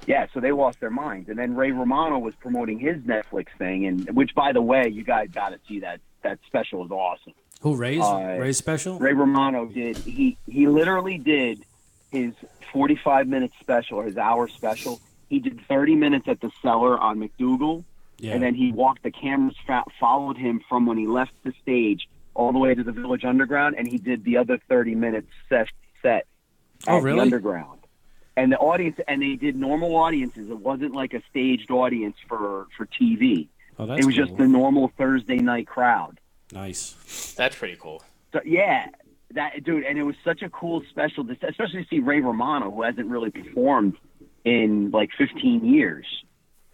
yeah, so they lost their minds. And then Ray Romano was promoting his Netflix thing, and which, by the way, you guys got to see that that special is awesome. Who Ray's Uh, Ray's special? Ray Romano did he he literally did his 45 minute special or his hour special. He did 30 minutes at the cellar on McDougal, yeah. and then he walked the cameras fa- followed him from when he left the stage all the way to the Village Underground, and he did the other 30 minutes set, set Oh, at the really? Underground. And the audience, and they did normal audiences. It wasn't like a staged audience for, for TV. Oh, that's It was cool. just the normal Thursday night crowd. nice. That's pretty cool. So yeah, that dude, and it was such a cool special, to- especially to see Ray Romano, who hasn't really performed in like 15 years,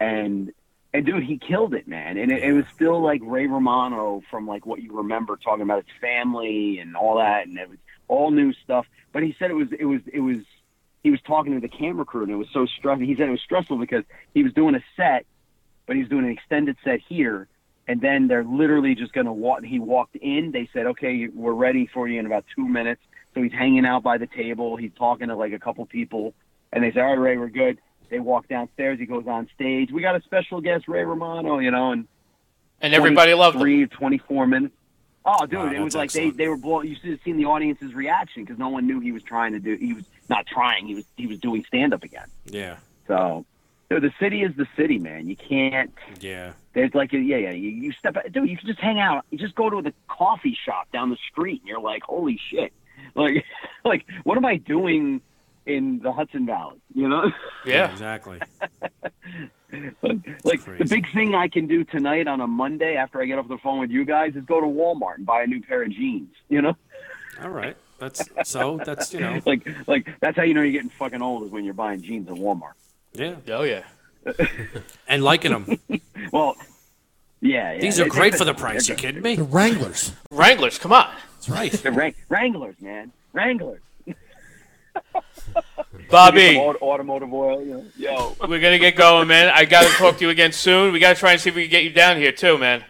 and and dude, he killed it, man. And it, it was still like Ray Romano from like what you remember talking about his family and all that, and it was all new stuff. But he said it was it was it was he was talking to the camera crew, and it was so stressful. He said it was stressful because he was doing a set but he's doing an extended set here. And then they're literally just going to walk. He walked in. They said, okay, we're ready for you in about two minutes. So he's hanging out by the table. He's talking to like a couple people. And they say, all right, Ray, we're good. They walk downstairs. He goes on stage. We got a special guest, Ray Romano, you know, and And everybody loved him. 23, 24 minutes. Oh, dude, Wow, it was that's like excellent. they they were blowing. You should have seen the audience's reaction because no one knew he was trying to do. He was not trying. He was he was doing stand up again. Yeah, So, dude, the city is the city, man. You can't yeah. there's like, a, yeah, yeah, you, you step out, dude, you can just hang out. You just go to the coffee shop down the street and you're like, holy shit. Like, like, what am I doing in the Hudson Valley? You know, Yeah. exactly. like crazy. the big thing I can do tonight on a Monday after I get off the phone with you guys is go to Walmart and buy a new pair of jeans, you know, All right. That's so. That's you know. like, like that's how you know you're getting fucking old is when you're buying jeans at Walmart. Yeah, Oh yeah. and liking them. Well, yeah, yeah. These They- are they- great for the price. You kidding me? The Wranglers. Wranglers, come on. That's right. the Wrang- Wranglers, man, Wranglers. Bobby, Aut- automotive oil, you know. Yo, we're gonna get going, man. I gotta talk to you again soon. We gotta try and see if we can get you down here too, man.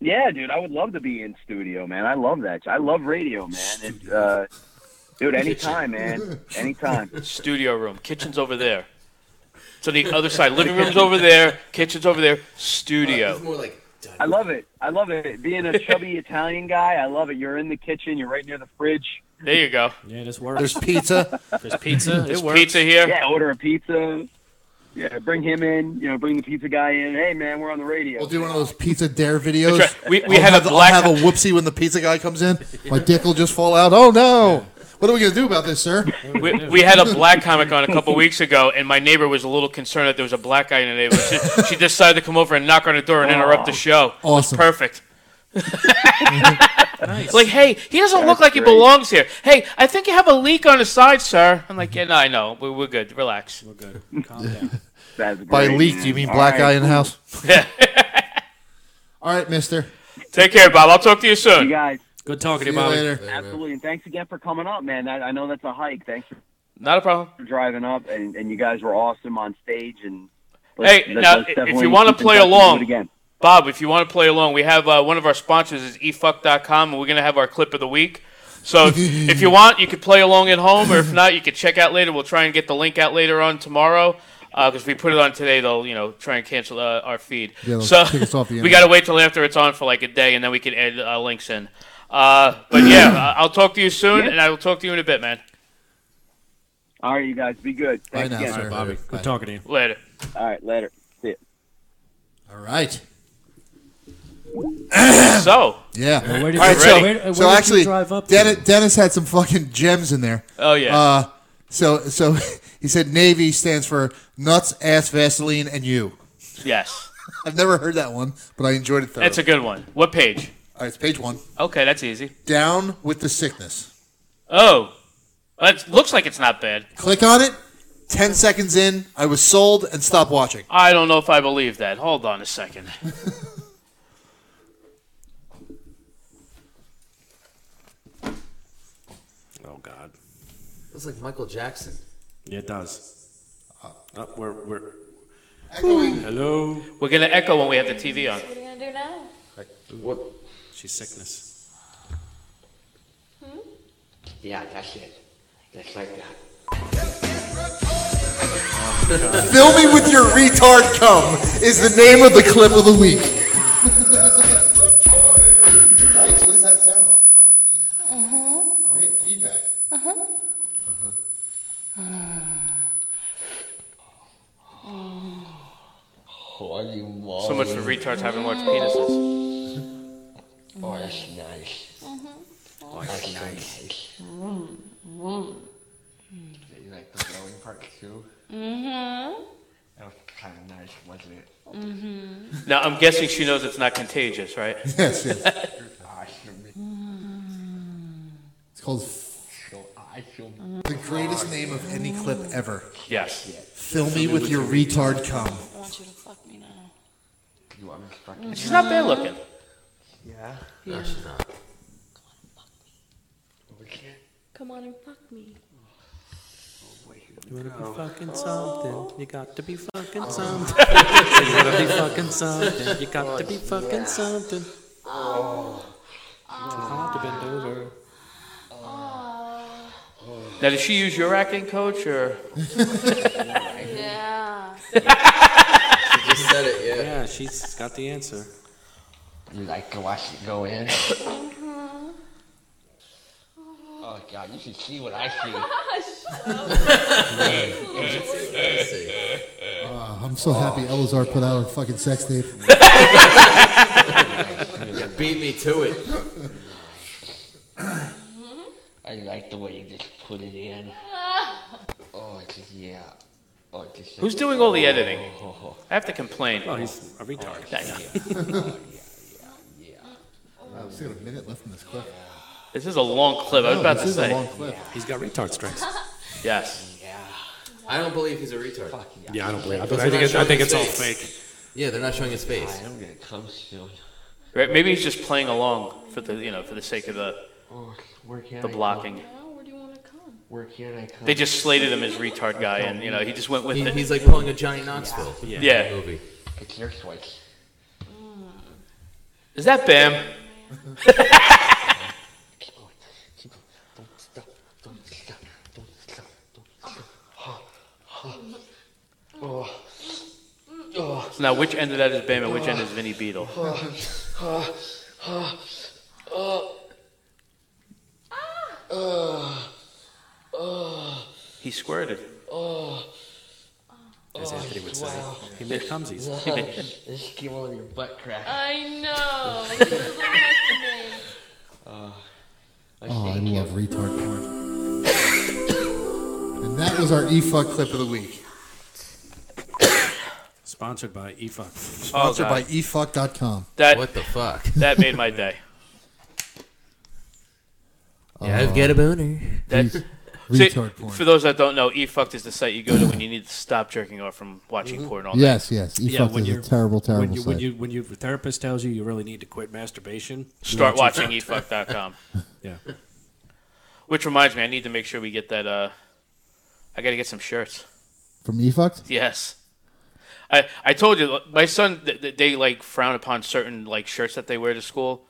Yeah, dude, I would love to be in studio, man. I love that. I love radio, man. It's, uh, dude, anytime, man. Anytime. Studio room. Kitchen's over there. So the other side. Living room's over there. Kitchen's over there. Studio. It's more like done. I love it. I love it. Being a chubby Italian guy, I love it. You're in the kitchen. You're right near the fridge. There you go. Yeah, this works. There's pizza. There's pizza. It There's works. pizza here. Yeah, order a pizza. Yeah, bring him in. You know, bring the pizza guy in. Hey, man, we're on the radio. We'll do one of those pizza dare videos. That's right. We- we I'll had a have, the- black- I'll have a whoopsie when the pizza guy comes in. My dick will just fall out. Oh no! What are we gonna do about this, sir? We, we had a black comic on a couple weeks ago, and my neighbor was a little concerned that there was a black guy in the neighborhood. She, she decided to come over and knock on the door and interrupt the show. Awesome. Perfect. Like, hey, he doesn't look like great. he belongs here. Hey, I think you have a leak on his side, sir. I'm like, yeah, no, I know. We're, we're good. Relax. We're good. Calm down. That's By great, leak, man. do you mean All black right. guy in the house? All right, Mister. Take care, Bob. I'll talk to you You soon. guys, Good talking See to you, you Bobby. later. absolutely. And thanks again for coming up, man. I, I know that's a hike. Thanks for Not a problem. driving up, and, and you guys were awesome on stage. And Hey, now, if definitely you wanna keep in play touch and do along, it again. Bob, if you want to play along, we have uh, one of our sponsors is efuck.com, and we're going to have our clip of the week. So if- if you want, you could play along at home, or if not, you could check out later. We'll try and get the link out later on tomorrow. Because if we put it on today, they'll you know try and cancel uh, our feed. Yeah, they'll so kick us off the we internet. got to wait till after it's on for like a day, and then we can add uh, links in. Uh, but yeah, I- I'll talk to you soon, and I will talk to you in a bit, man. All right, you guys, be good. Bye Thanks now, again. sir. Bobby, Bye. good talking to you. Later. All right, later. See ya. All right. So, Yeah. Where did All right, you- so- where- where did so you actually, drive up to? Dennis, Dennis had some fucking gems in there. oh yeah, Uh, so so he said Navy stands for nuts, ass, Vaseline, and you. uh. yes, I've never heard that one, but I enjoyed it thoroughly. that's a good one. What page? All right, it's page one. Okay, that's easy. Down with the sickness. Oh, that looks like it's not bad. Click on it. Ten seconds in, I was sold and stopped watching. I don't know if I believe that. Hold on a second. Oh God. It's like Michael Jackson. Yeah, it does. Ah. Oh, we're, we're, Echoing. hello. We're gonna echo when we have the TV on. What are you gonna do now? What? She's sickness. Yeah, that's it. That's like that. Fill me with your retard cum is the name of the clip of the week. what does that sound like? Oh, yeah. We're getting feedback. Why are you So much for retards having large penises. Oh, that's nice. Oh, that's so nice. Did you like the blowing part too? Mm-hmm. That was kind of nice, wasn't it? Now I'm guessing she knows it's not contagious, right? Yes, yes. Ah, Awesome. It's called So ah, awesome. the greatest name of any clip ever. Yes. Fill me with your retard cum. I want you to fuck me now. You want me to fuck you? She's not bad looking. Yeah. No, she's not. Over here. Come on and fuck me. You wanna be fucking something? You got to be fucking Oh. something. you wanna be fucking something? You got to be fucking something. You have to bend over. Now did she use your acting coach or Yeah. She just said it, yeah. Yeah, she's got the answer. You like to watch it go in? Oh god, you should see what I see. Let's see. Uh, I'm so happy Elazar put out a fucking sex tape. You beat me to it. I like the way you just put it in. Oh, it's just, yeah. Oh, it's just, oh, who's doing all the editing? I have to complain. Oh, he's a retard. Wow, we still got a minute left in this clip. This is a long clip. I was about this to is a say. long clip. He's got retard strengths. Yes. I don't believe he's a retard. Yeah, I don't believe. it. I, Those think- are I think, not it's- I think showing it's all his fake. Yeah, they're not showing his face. I'm gonna come soon. Right? Maybe he's just playing along for the you know for the sake of the, Oh, where can the I Come? blocking. Now, where do you want to come? Where can I come? They just slated him as retard guy, and you know he just went with He, it. he's like pulling a Johnny Knoxville Yeah. movie. It's your choice. Is that Bam? Oh, don't stop. Don't stop. Don't stop. Don't stop. Oh, oh. Oh. So now which end of that is Bam and which end is Vinny Beetle? Oh, He squirted. As Anthony would say, he made cumsies. Just keep on your butt crack. I know. This is all happening. Oh, I love retard porn. and that was our e-fuck clip of the week. Sponsored by E eFuck. Sponsored Oh, God. by E efuck.com. That What the fuck? that made my day. Yeah, I've got a boner. That See, Retard porn. For those that don't know, eFucked is the site you go to when you need to stop jerking off from watching porn all day. Yes, yes. Efuck Mm-hmm. Yeah, when is a you're terrible, terrible when you, site. when you when your therapist tells you you really need to quit masturbation, you Start watch E watching E eFuck.com. it. Yeah, Which reminds me, I need to make sure we get that. Uh, I got to get some shirts. From E efucked? Yes. I, I told you my son th- th- they like frown upon certain like shirts that they wear to school,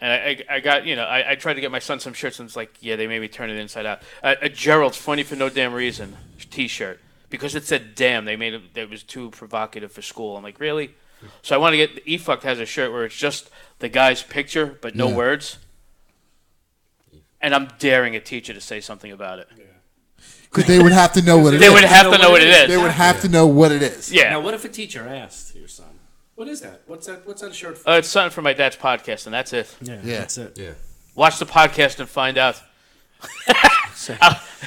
and I, I, I got you know I, I tried to get my son some shirts and it's like yeah they made me turn it inside out a, a Gerald's funny for no damn reason T-shirt because it said damn they made it that was too provocative for school I'm like really so I want to get efucked has a shirt where it's just the guy's picture but no Yeah. words, and I'm daring a teacher to say something about it They would have to know what it is. they would have to know what it is They would have to know what it is. yeah Now, what if a teacher asked your son, "What is that? What's that? What's that shirt for?" Uh, it's something for my dad's podcast, and that's it. yeah, Yeah. that's it. Yeah. Watch the podcast and find out.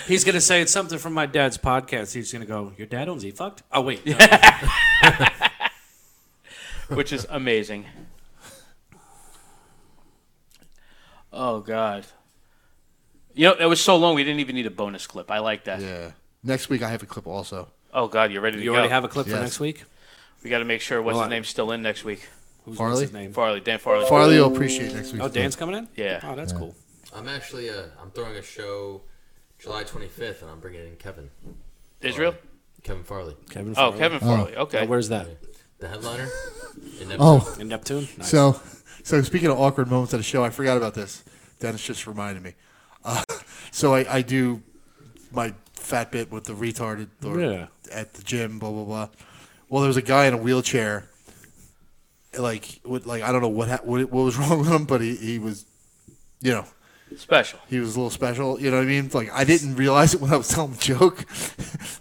He's gonna say it's something from my dad's podcast. He's gonna go, "Your dad owns eFucked." Oh wait, no. which is amazing. Oh God! You know it was so long we didn't even need a bonus clip. I like that. Yeah. Next week I have a clip also. Oh God, you're ready to you go. already have a clip Yes. for next week. we got to make sure what's Hold his on. name's still in next week. Who's Farley? what's his name? Farley, Dan Farley. Farley will appreciate next week. Oh, Dan's coming in. Yeah. Oh, that's cool. I'm actually uh, I'm throwing a show July 25th, and I'm bringing in Kevin Israel. Kevin Farley, Kevin. Oh, Farley. Kevin Farley. Now, Okay. where's that? the headliner. in Neptune. Oh, In Neptune. Nice. so so speaking of awkward moments at a show, I forgot about this. Dennis just reminded me. Uh, so I, I do my fat bit with the retarded or Yeah. at the gym, blah blah blah. Well, there was a guy in a wheelchair, like with like I don't know what ha- what, what was wrong with him, but he, he was, you know, Special. He was a little special. You know what I mean? Like I didn't realize it when I was telling the joke,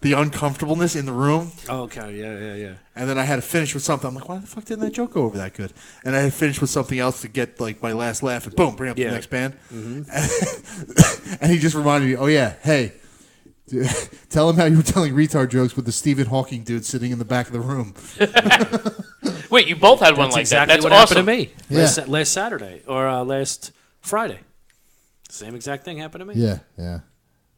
the uncomfortableness in the room. Oh, Okay, yeah, yeah, yeah. And then I had to finish with something. I'm like, why the fuck didn't that joke go over that good? And I had to finish with something else to get like my last laugh and boom, bring up Yeah. Mm-hmm. the next band. Mhm. and he just reminded me, oh yeah, hey, tell him how you were telling retard jokes with the Stephen Hawking dude sitting in the back of the room. Wait, you both had one That's like exactly that. That's what awesome. happened to me Yeah. last, last Saturday or uh, last Friday. Same exact thing happened to me. Yeah, yeah.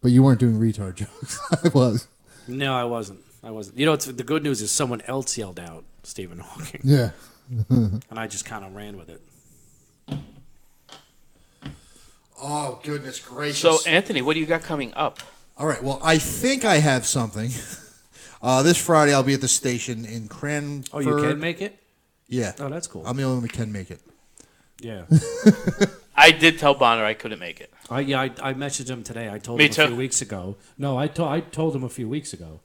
But you weren't doing retard jokes. I was. No, I wasn't. I wasn't. You know, it's, the good news is someone else yelled out Stephen Hawking. Yeah. and I just kind of ran with it. Oh goodness gracious! So, Anthony, what do you got coming up? All right. Well, I think I have something. Uh, this Friday, I'll be at the station in Cranford. Oh, you can make it? Yeah. Oh, that's cool. I'm the only one that can make it. Yeah. I did tell Bonner I couldn't make it. I, yeah, I, I messaged him today. I told Me him a too. few weeks ago. No, I, to, I told him a few weeks ago.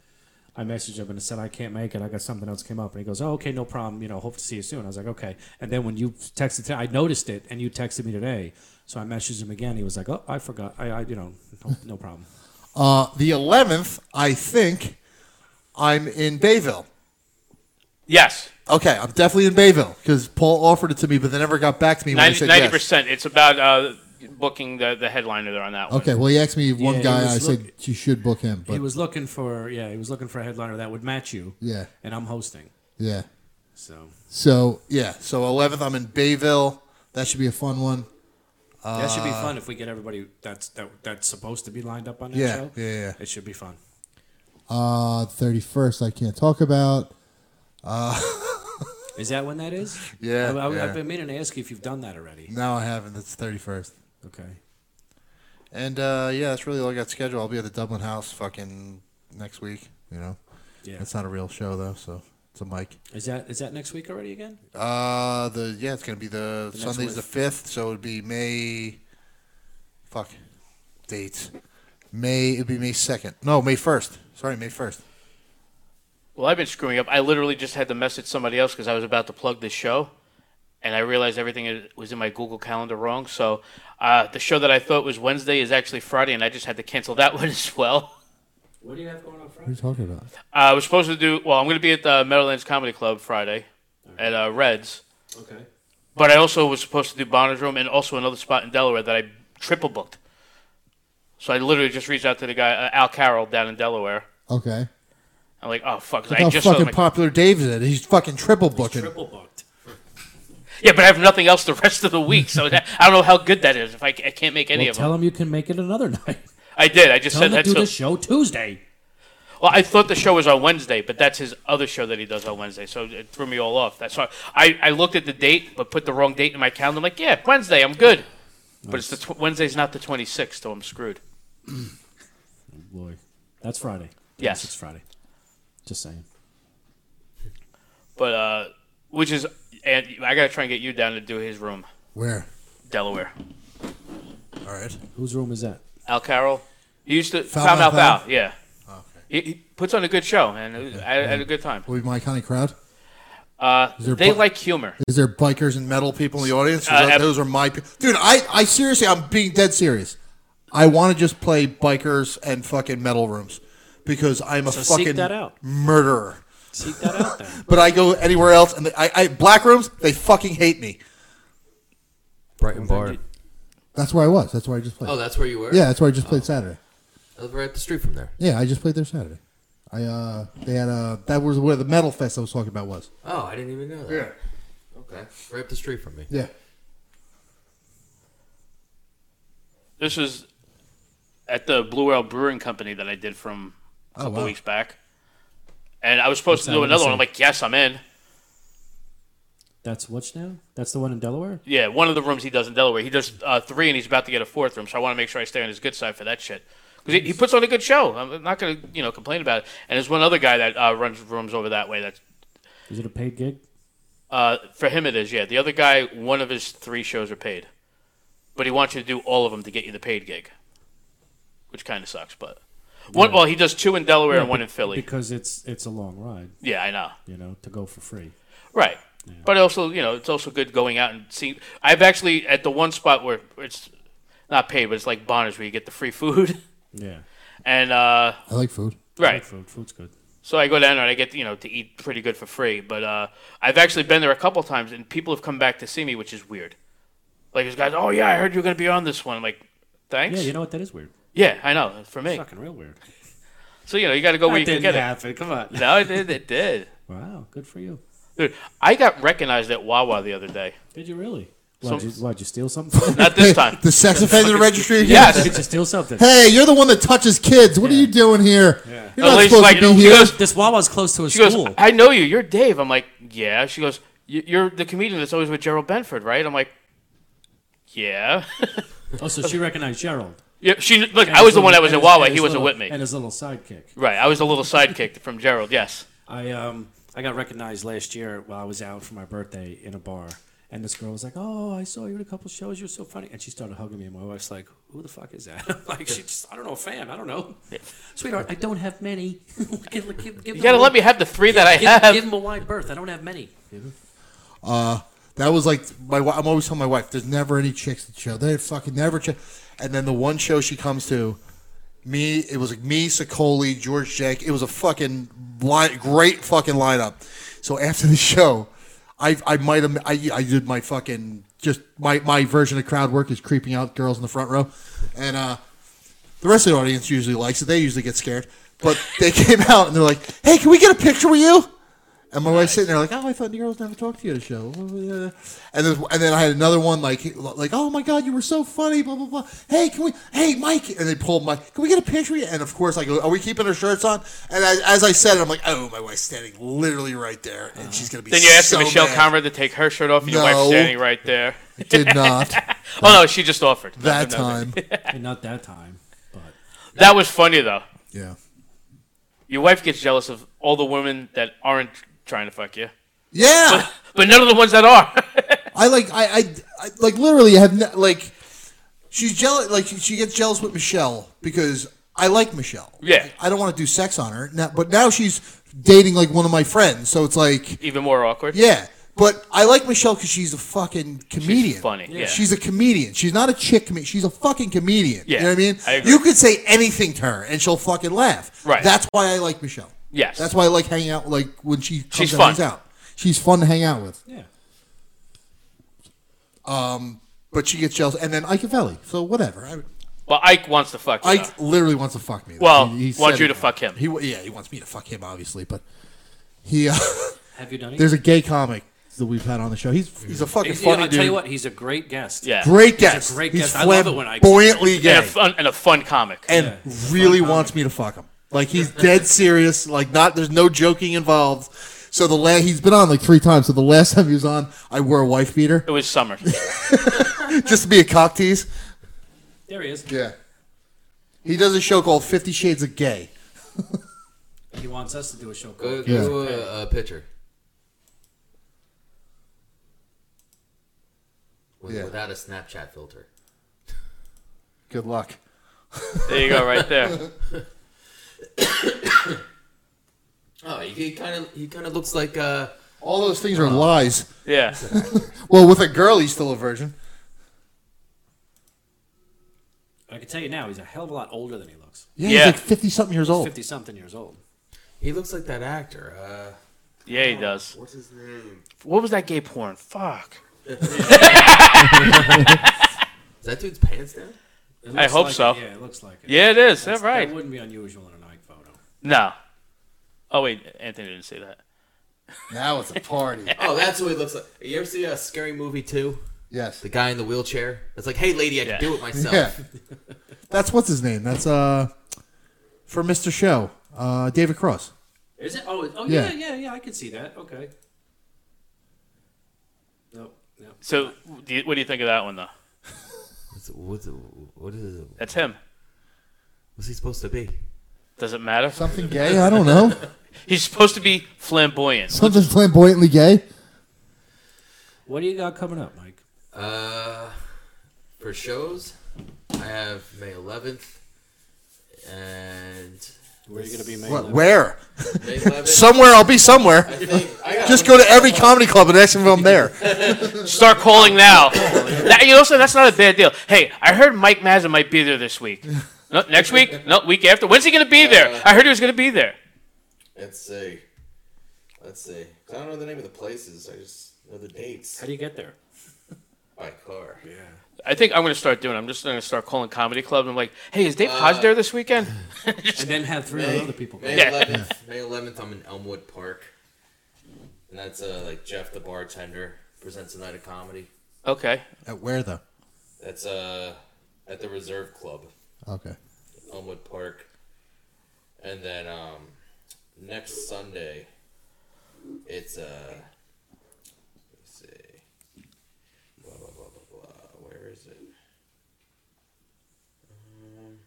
I messaged him and said, I can't make it. I got something else came up. And he goes, oh, okay, no problem. You know, hope to see you soon. I was like, okay. And then when you texted, today, I noticed it and you texted me today. So I messaged him again. He was like, oh, I forgot. I, I you know, no, no problem. Uh, the 11th, I think I'm in Bayville. Yes, Okay, I'm definitely in Bayville because Paul offered it to me, but they never got back to me when I 90 said yes. percent. It's about uh, booking the the headliner there on that one. Okay. Well, he asked me Yeah, one he guy. I was said you should book him, but he was looking for, yeah, he was looking for a headliner that would match you. Yeah. And I'm hosting. yeah. So So Yeah, so 11th, I'm in Bayville. that should be a fun one. that should be Uh, fun if we get everybody that's that, that's supposed to be lined up on that Yeah, show. yeah, yeah. It should be fun. Uh, thirty first, I can't talk about. Is that when that is? Yeah, I, I, yeah. I've been meaning to ask you if you've done that already. No, I haven't. That's 31st. Okay. And uh, yeah, that's really all I got scheduled. I'll be at the Dublin House fucking next week, you know? Yeah. That's not a real show, though, so it's a mic. Is that is that next week already again? Uh, the yeah, it's gonna be the, next Sunday's week. the fifth, so it'd be May. Fuck, dates. May it'd be May second. No, May first. Sorry, May first. Well, I've been screwing up. I literally just had to message somebody else because I was about to plug this show, and I realized everything i- was in my Google Calendar wrong. So uh, the show that I thought was Wednesday is actually Friday, and I just had to cancel that one as well. What do you have going on Friday? What are you talking about? Uh, I was supposed to do well. I'm going to be at the Meadowlands Comedy Club Friday at uh, Reds, Okay. but I also was supposed to do Bonner's Room and also another spot in Delaware that I triple booked. So I literally just reached out to the guy uh, Al Carroll down in Delaware. Okay. I'm like, oh fuck! 'cause Look I how just saw fucking my- popular Dave's at. He's fucking triple booking. Triple booked. Yeah, but I have nothing else the rest of the week, so that, I don't know how good that is. If I, ca- I can't make any Well, of tell them, them you can make it another night. I did. I just Tell them said to that. do So, the show Tuesday. Oh, well, I thought the show was on Wednesday, but that's his other show that he does on Wednesday, so it threw me all off. That's why I, I looked at the date, but put the wrong date in my calendar. I'm like, yeah, Wednesday, I'm good. But it's the tw- Wednesday's not the 26th, so I'm screwed. Boy, that's Friday. Yes. it's Friday. Just saying. But uh, which is, and I gotta try and get you down to do his room, Where? Delaware. All right. Whose room is that? Al Carroll. He used to Foul foul Mouth mouth Al? Al. Yeah. He, he puts on a good show, and it was- I, I had a good time. Will be my kind of crowd. Uh, there they bu- like humor. Is there bikers and metal people in the audience? Is Uh, that- ab- those are my pe- dude. I I seriously, I'm being dead serious. I want to just play bikers and fucking metal rooms because I'm a So seek fucking that out. murderer. Seek that out then. But I go anywhere else, and they, I, I black rooms. They fucking hate me. Brighton Bar. That's where I was. That's where I just played. Oh, that's where you were. yeah, that's where I just Oh. played Saturday. over at the street from there. Yeah, I just played there Saturday. I uh, they had uh, that was where the metal fest I was talking about was. Oh, I didn't even know that. Yeah. Okay, right up the street from me. Yeah. This was at the Blue Owl Brewing Company that I did from a couple wow. weeks back. And I was supposed to do another one. I'm like, yes, I'm in. That's what's now? That's the one in Delaware? Yeah, one of the rooms he does in Delaware. He does uh, three, and he's about to get a fourth room. So I want to make sure I stay on his good side for that shit. Because he, he puts on a good show. I'm not going to, you know, complain about it. And there's one other guy that uh, runs rooms over that way. That's Is it a paid gig? uh, for him. It is. Yeah, the other guy, one of his three shows are paid, but he wants you to do all of them to get you the paid gig, which kind of sucks. But one, well, he does two in Delaware and one in Philly. Because it's it's a long ride, Yeah, I know. you know, to go for free. Right. But also, you know, it's also good going out and seeing. I've actually at the one spot where it's not paid, but it's like Bonner's where you get the free food. Yeah. And uh, I like food. Right. food. Food's good. So I go down there and I get you know to eat pretty good for free. But uh, I've actually been there a couple times and people have come back to see me, which is weird. Like this guy's, oh yeah, I heard you were gonna be on this one. I'm like, thanks. Yeah, you know what? That is weird. Yeah, I know. For me, It's fucking real weird. so you know you got to go That where you didn't can get happen, it. come on. No, it did. It did. Wow, good for you. Dude, I got recognized at Wawa the other day. Did you really? So- Why'd, you, why'd you steal something? Not this time. The sex offender registry again? Yes. Did you steal something? Hey, you're the one that touches kids. What are you doing here? You're not Elaine's supposed like, to be you know, here. because- This Wawa's close to a She goes, school. I know you. You're Dave. I'm like, yeah. She goes, "Y- you're the comedian that's always with Gerald Benford, right? I'm like, yeah. oh, so she recognized Gerald. yeah. She look. I was And his the little- one that was and at his- Wawa. and He his wasn't little- with me. And his little sidekick. Right. I was the little sidekick from Gerald. Yes. I um I got recognized last year while I was out for my birthday in a bar, and this girl was like, "Oh, I saw you in a couple shows. You're so funny," and she started hugging me. And my wife's like, "Who the fuck is that?" I'm like, "She just I don't know, a fan. I don't know, sweetheart. I don't have many. give, give, give You them gotta a- let me have the three that I give- have. Give them a wide berth. I don't have many. Uh, that was like my. wi- I'm always telling my wife, "There's never any chicks at the show. They fucking never." Ch-. And then the one show she comes to, me. It was like me, Sicoli, George, Jake. It was a fucking line, great fucking lineup. So after the show, I I might have I, I did my fucking just my my version of crowd work is creeping out girls in the front row, and uh, the rest of the audience usually likes it. They usually get scared, but they came out and they're like, "Hey, can we get a picture with you?" And my wife's sitting there like, "Oh, I thought the girls never talked to you at a show." And then, and then I had another one like, like, "Oh my God, you were so funny!" Blah blah blah. Hey, can we? Hey, Mike. And they pulled Mike. Can we get a picture? Of you? And of course, I go, "Are we keeping our shirts on?" And as, as I said, it, I'm like, "Oh, my wife's standing literally right there, and she's gonna be." Then you asked so Michelle mad. Conrad to take her shirt off, and your No. wife's standing right there. I did not. oh no, she just offered That No, no, no. and not that time. that was funny though. Yeah. Your wife gets jealous of all the women that aren't trying to fuck you. Yeah. But, but none of the ones that are. I like I, I, I like literally have ne- like she's jealous like she gets jealous with Michelle because I like Michelle. Yeah. I don't want to do sex on her. Now, but now she's dating like one of my friends, so it's like Even more awkward. yeah. But I like Michelle because she's a fucking comedian. funny, yeah. She's a comedian. She's not a chick. comed- She's a fucking comedian. You Yeah, know what I mean? I agree. You could say anything to her and she'll fucking laugh. Right. That's why I like Michelle. Yes. That's why I like hanging out like when she comes She's and fun. hangs out. She's fun to hang out with. Yeah. Um, but she gets jealous, and then Ike Valley. So whatever. I, Well, Ike wants to fuck you. Ike though. literally wants to fuck me. though. Well, wants said you it. to fuck him. He w- yeah, he wants me to fuck him, obviously. But he. Uh, Have you done it? There's a gay comic that we've had on the show. He's he's a fucking He's- funny I'll dude. tell you what, he's a great guest. Yeah. Great He's a guest. great He's guest. I love it when I flamboyantly gay. And a fun and a fun comic. and really wants me to fuck him. Like he's dead serious. Like not there's no joking involved. So the la- he's been on like three times. So the last time he was on, I wore a wife beater it was summer. just to be a cock tease. There he is. Yeah. He does a show called Fifty Shades of Gay. He wants us to do a show Go, called. go Yeah. to a, a picture. With, Yeah. Without a Snapchat filter. Good luck. there you go, right there. Oh, he, he kind of he kind of looks like uh, All those things are lies. Yeah. well, with a girl, he's still a virgin. I can tell you now, he's a hell of a lot older than he looks. Yeah, Yeah. he's like fifty something years Oh. old. Fifty something years old. he looks like that actor. Uh, Yeah, he does. what's his name? What was that gay porn? Fuck. Is that dude's pants down? It I looks hope like so. It. Yeah, it looks like it. Yeah, it is. That's- That's right. That wouldn't be unusual in an Ike photo. No. Oh wait, Anthony didn't say that. Now it's a party. Oh, that's what it looks like. You ever see a scary movie too? yes, The guy in the wheelchair. It's like, hey, lady, I Yeah. can do it myself. Yeah. that's what's his name. That's uh, for Mister Show, uh, David Cross. Is it? Oh, it- oh yeah. Yeah. yeah, yeah, I can see that. Okay. Nope. No. So, do you, what do you think of that one though? What's, what's, what is it? That's him. What's he supposed to be? Doesn't matter. Something gay? I don't know. He's supposed to be flamboyant. Something flamboyantly gay. What do you got coming up, Mike? Uh, for shows, I have May 11th and Where are you gonna be, May? what? 11th? Where? May 11th. Somewhere. I'll be somewhere. I think I got Just go to every comedy club and ask them if I'm there. Start calling now. That- you know, so that's not a bad deal. Hey, I heard Mike Mazza might be there this week. No, next week? No, week after. When's he going to be there? I heard he was going to be there. Let's see. Let's see. 'Cause I don't know the name of the places. I just know the dates. How do you get there? By car. Yeah. I think I'm going to start doing. it. I'm just going to start calling comedy clubs. I'm like, hey, is Dave Hodge Uh, there this weekend? And then have three May, other people. May Yeah. 11th. May 11th. I'm in Elmwood Park, and that's uh, like Jeff the bartender presents a night of comedy. Okay. At where though? That's uh at the Reserve Club. Okay. Elmwood Park. And then um, next Sunday, it's uh, let's see, blah blah blah blah blah. Where is it? Um,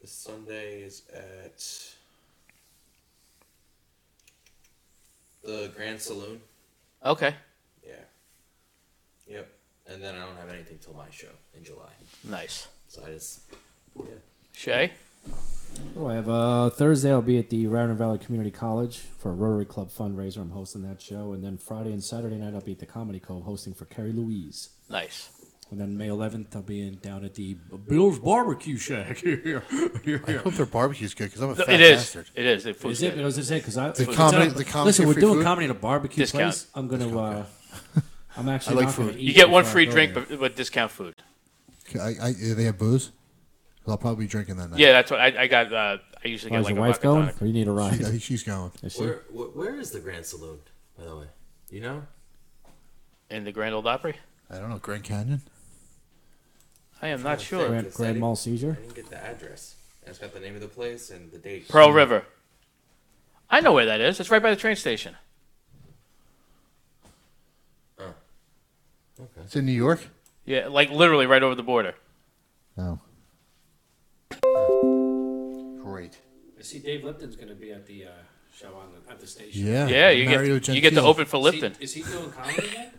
this Sunday is at the Grand Saloon. Okay. Yeah. Yep. And then I don't have anything till my show in July. Nice. So I just Shay? Oh, I have uh, Thursday. I'll be at the Round Valley Community College for a Rotary Club fundraiser. I'm hosting that show, and then Friday and Saturday night I'll be at the Comedy Cove hosting for Carrie Louise. Nice. And then May 11th I'll be in, down at the Bill's Barbecue Shack. I hope their barbecue's good because I'm a No, fat it is. bastard. It is. The food's Is it? good. I was gonna say because I The if it's comedy- at a- the comedy Listen, we're free doing food? comedy at a barbecue Discount. place. I'm gonna. Uh, I'm actually. like not gonna food. eat You get one before I free go drink, there. but, but discount food. I, I, they have booze. 'Cause I'll probably be drinking that night. Yeah, that's what I, I got. Uh, I usually Why, get is like your a wife vodka going? tonic. Or you need a ride? She- I think she's going. Is she? Where, wh- where is the Grand Saloon, by the way? You know? in the Grand Old Opry. I don't know Grand Canyon. I am not sure. Grand, Grand Mall I seizure. didn't get the address. It's got the name of the place and the date. Pearl River. I know where that is. It's right by the train station. It's in New York. Yeah, like literally right over the border. No. Great. I see Dave Lipton's going to be at the uh, show on the, at the station. Yeah. Yeah, you Mario get you get to Gentile. open for Is he- Lipton. Is he, doing comedy then?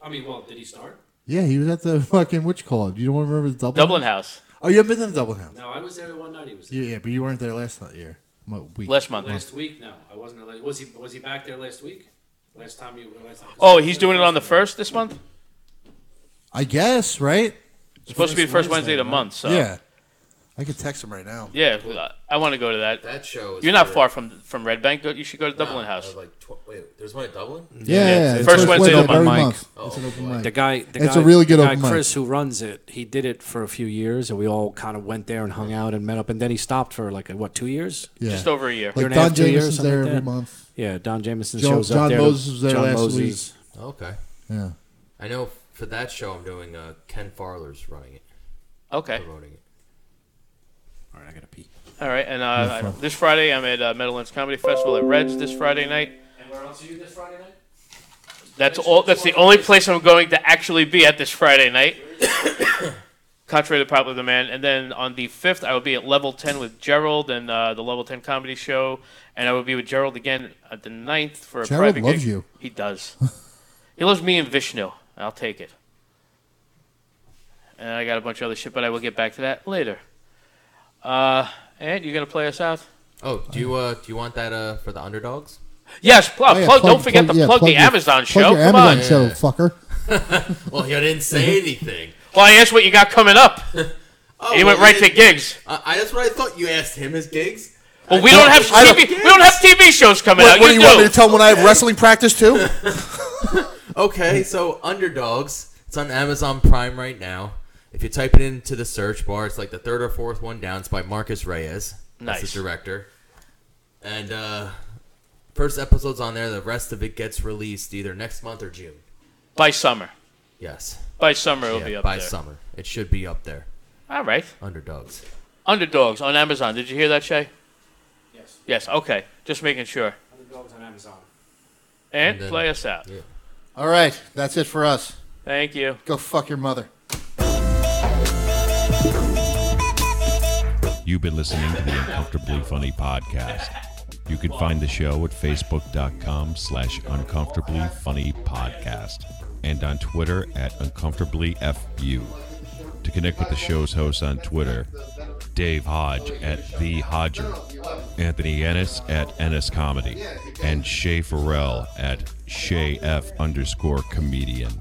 I mean, well, did he start? Yeah, he was at the fucking which club? You don't remember the Dublin? Dublin House Oh, you haven't been to the Dublin House. No, I was there one night. He was Yeah, yeah, but you weren't there last night year. Mo- Week. last month. last week. No, I wasn't. there last- Was he? Was he back there last week? Last time you. Last time, Oh, he's doing it on the first this month. I guess right. It's supposed to be the first Wednesday of the month. So Yeah. I could text him right now. yeah, I- I want to go to that. That show is. You're not for- far from from Red Bank. Go- You should go to Dublin no, House. uh, Like tw- wait, there's one at Dublin? Yeah, Yeah, it's first Wednesday of the every month. Oh, It's an open boy. mic. The guy, the It's guy, a really good the guy open mic. Chris, who runs it, he did it for a few years, and we all kind of went there and hung out and met up, and then he stopped for like what two years? yeah. Just over a year. Year like and a Don half, two years, Jameson's something there like every that. month. Yeah, Don Jameson John- shows up John there. Moses was there John last Moses. Okay. Yeah. I know for that show I'm doing uh, Ken Farler's running it, Okay. promoting it. All right, I gotta pee. All right, and uh, this Friday I'm at uh, Meadowlands Comedy Festival at Reds this Friday night. And where else are you this Friday night? That's all. That's the only place I'm going to actually be at this Friday night. Contrary to popular demand, and then on the fifth, I will be at Level Ten with Gerald and uh, the Level Ten Comedy Show, and I will be with Gerald again at the 9th for a Gerald private loves gig. you. He does. he loves me and Vishnu. I'll take it. And I got a bunch of other shit, but I will get back to that later. Uh, and you gonna play us out? Oh, do you uh do you want that uh for the underdogs? Yes, plug. Oh, yeah, plug, don't forget to yeah, plug, the your- Amazon show. Plug your Come Amazon on. show, fucker. Well, you didn't say anything. Well, I asked what you got coming up. Oh, and he went well, you right to didn't- gigs. I, I that's what I thought. You asked him his gigs. Well, I we thought- don't have I TV. we don't have TV shows coming What, out. what do you want me to do. tell him when I have wrestling practice too? Okay, so Underdogs. It's on Amazon Prime right now. If you type it into the search bar, it's like the third or fourth one down. It's by Marcus Reyes. Nice. That's the director. And uh, first episode's on there. The rest of it gets released either next month or June. By summer. Yes. By summer, it'll Yeah, be up by there. summer. It should be up there. All right. Underdogs. Underdogs on Amazon. Did you hear that, Shay? Yes. Yes. Okay. Just making sure. Underdogs on Amazon. And And then- play us out. All right, that's it for us. Thank you. Go fuck your mother. You've been listening to the Uncomfortably Funny podcast. You can find the show at facebook.com slash uncomfortably funny podcast and on Twitter at uncomfortably fu. To connect with the show's hosts on Twitter, Dave Hodge at The Hodger, Anthony Ennis at Ennis Comedy, and Shay Farrell at Shay F underscore comedian.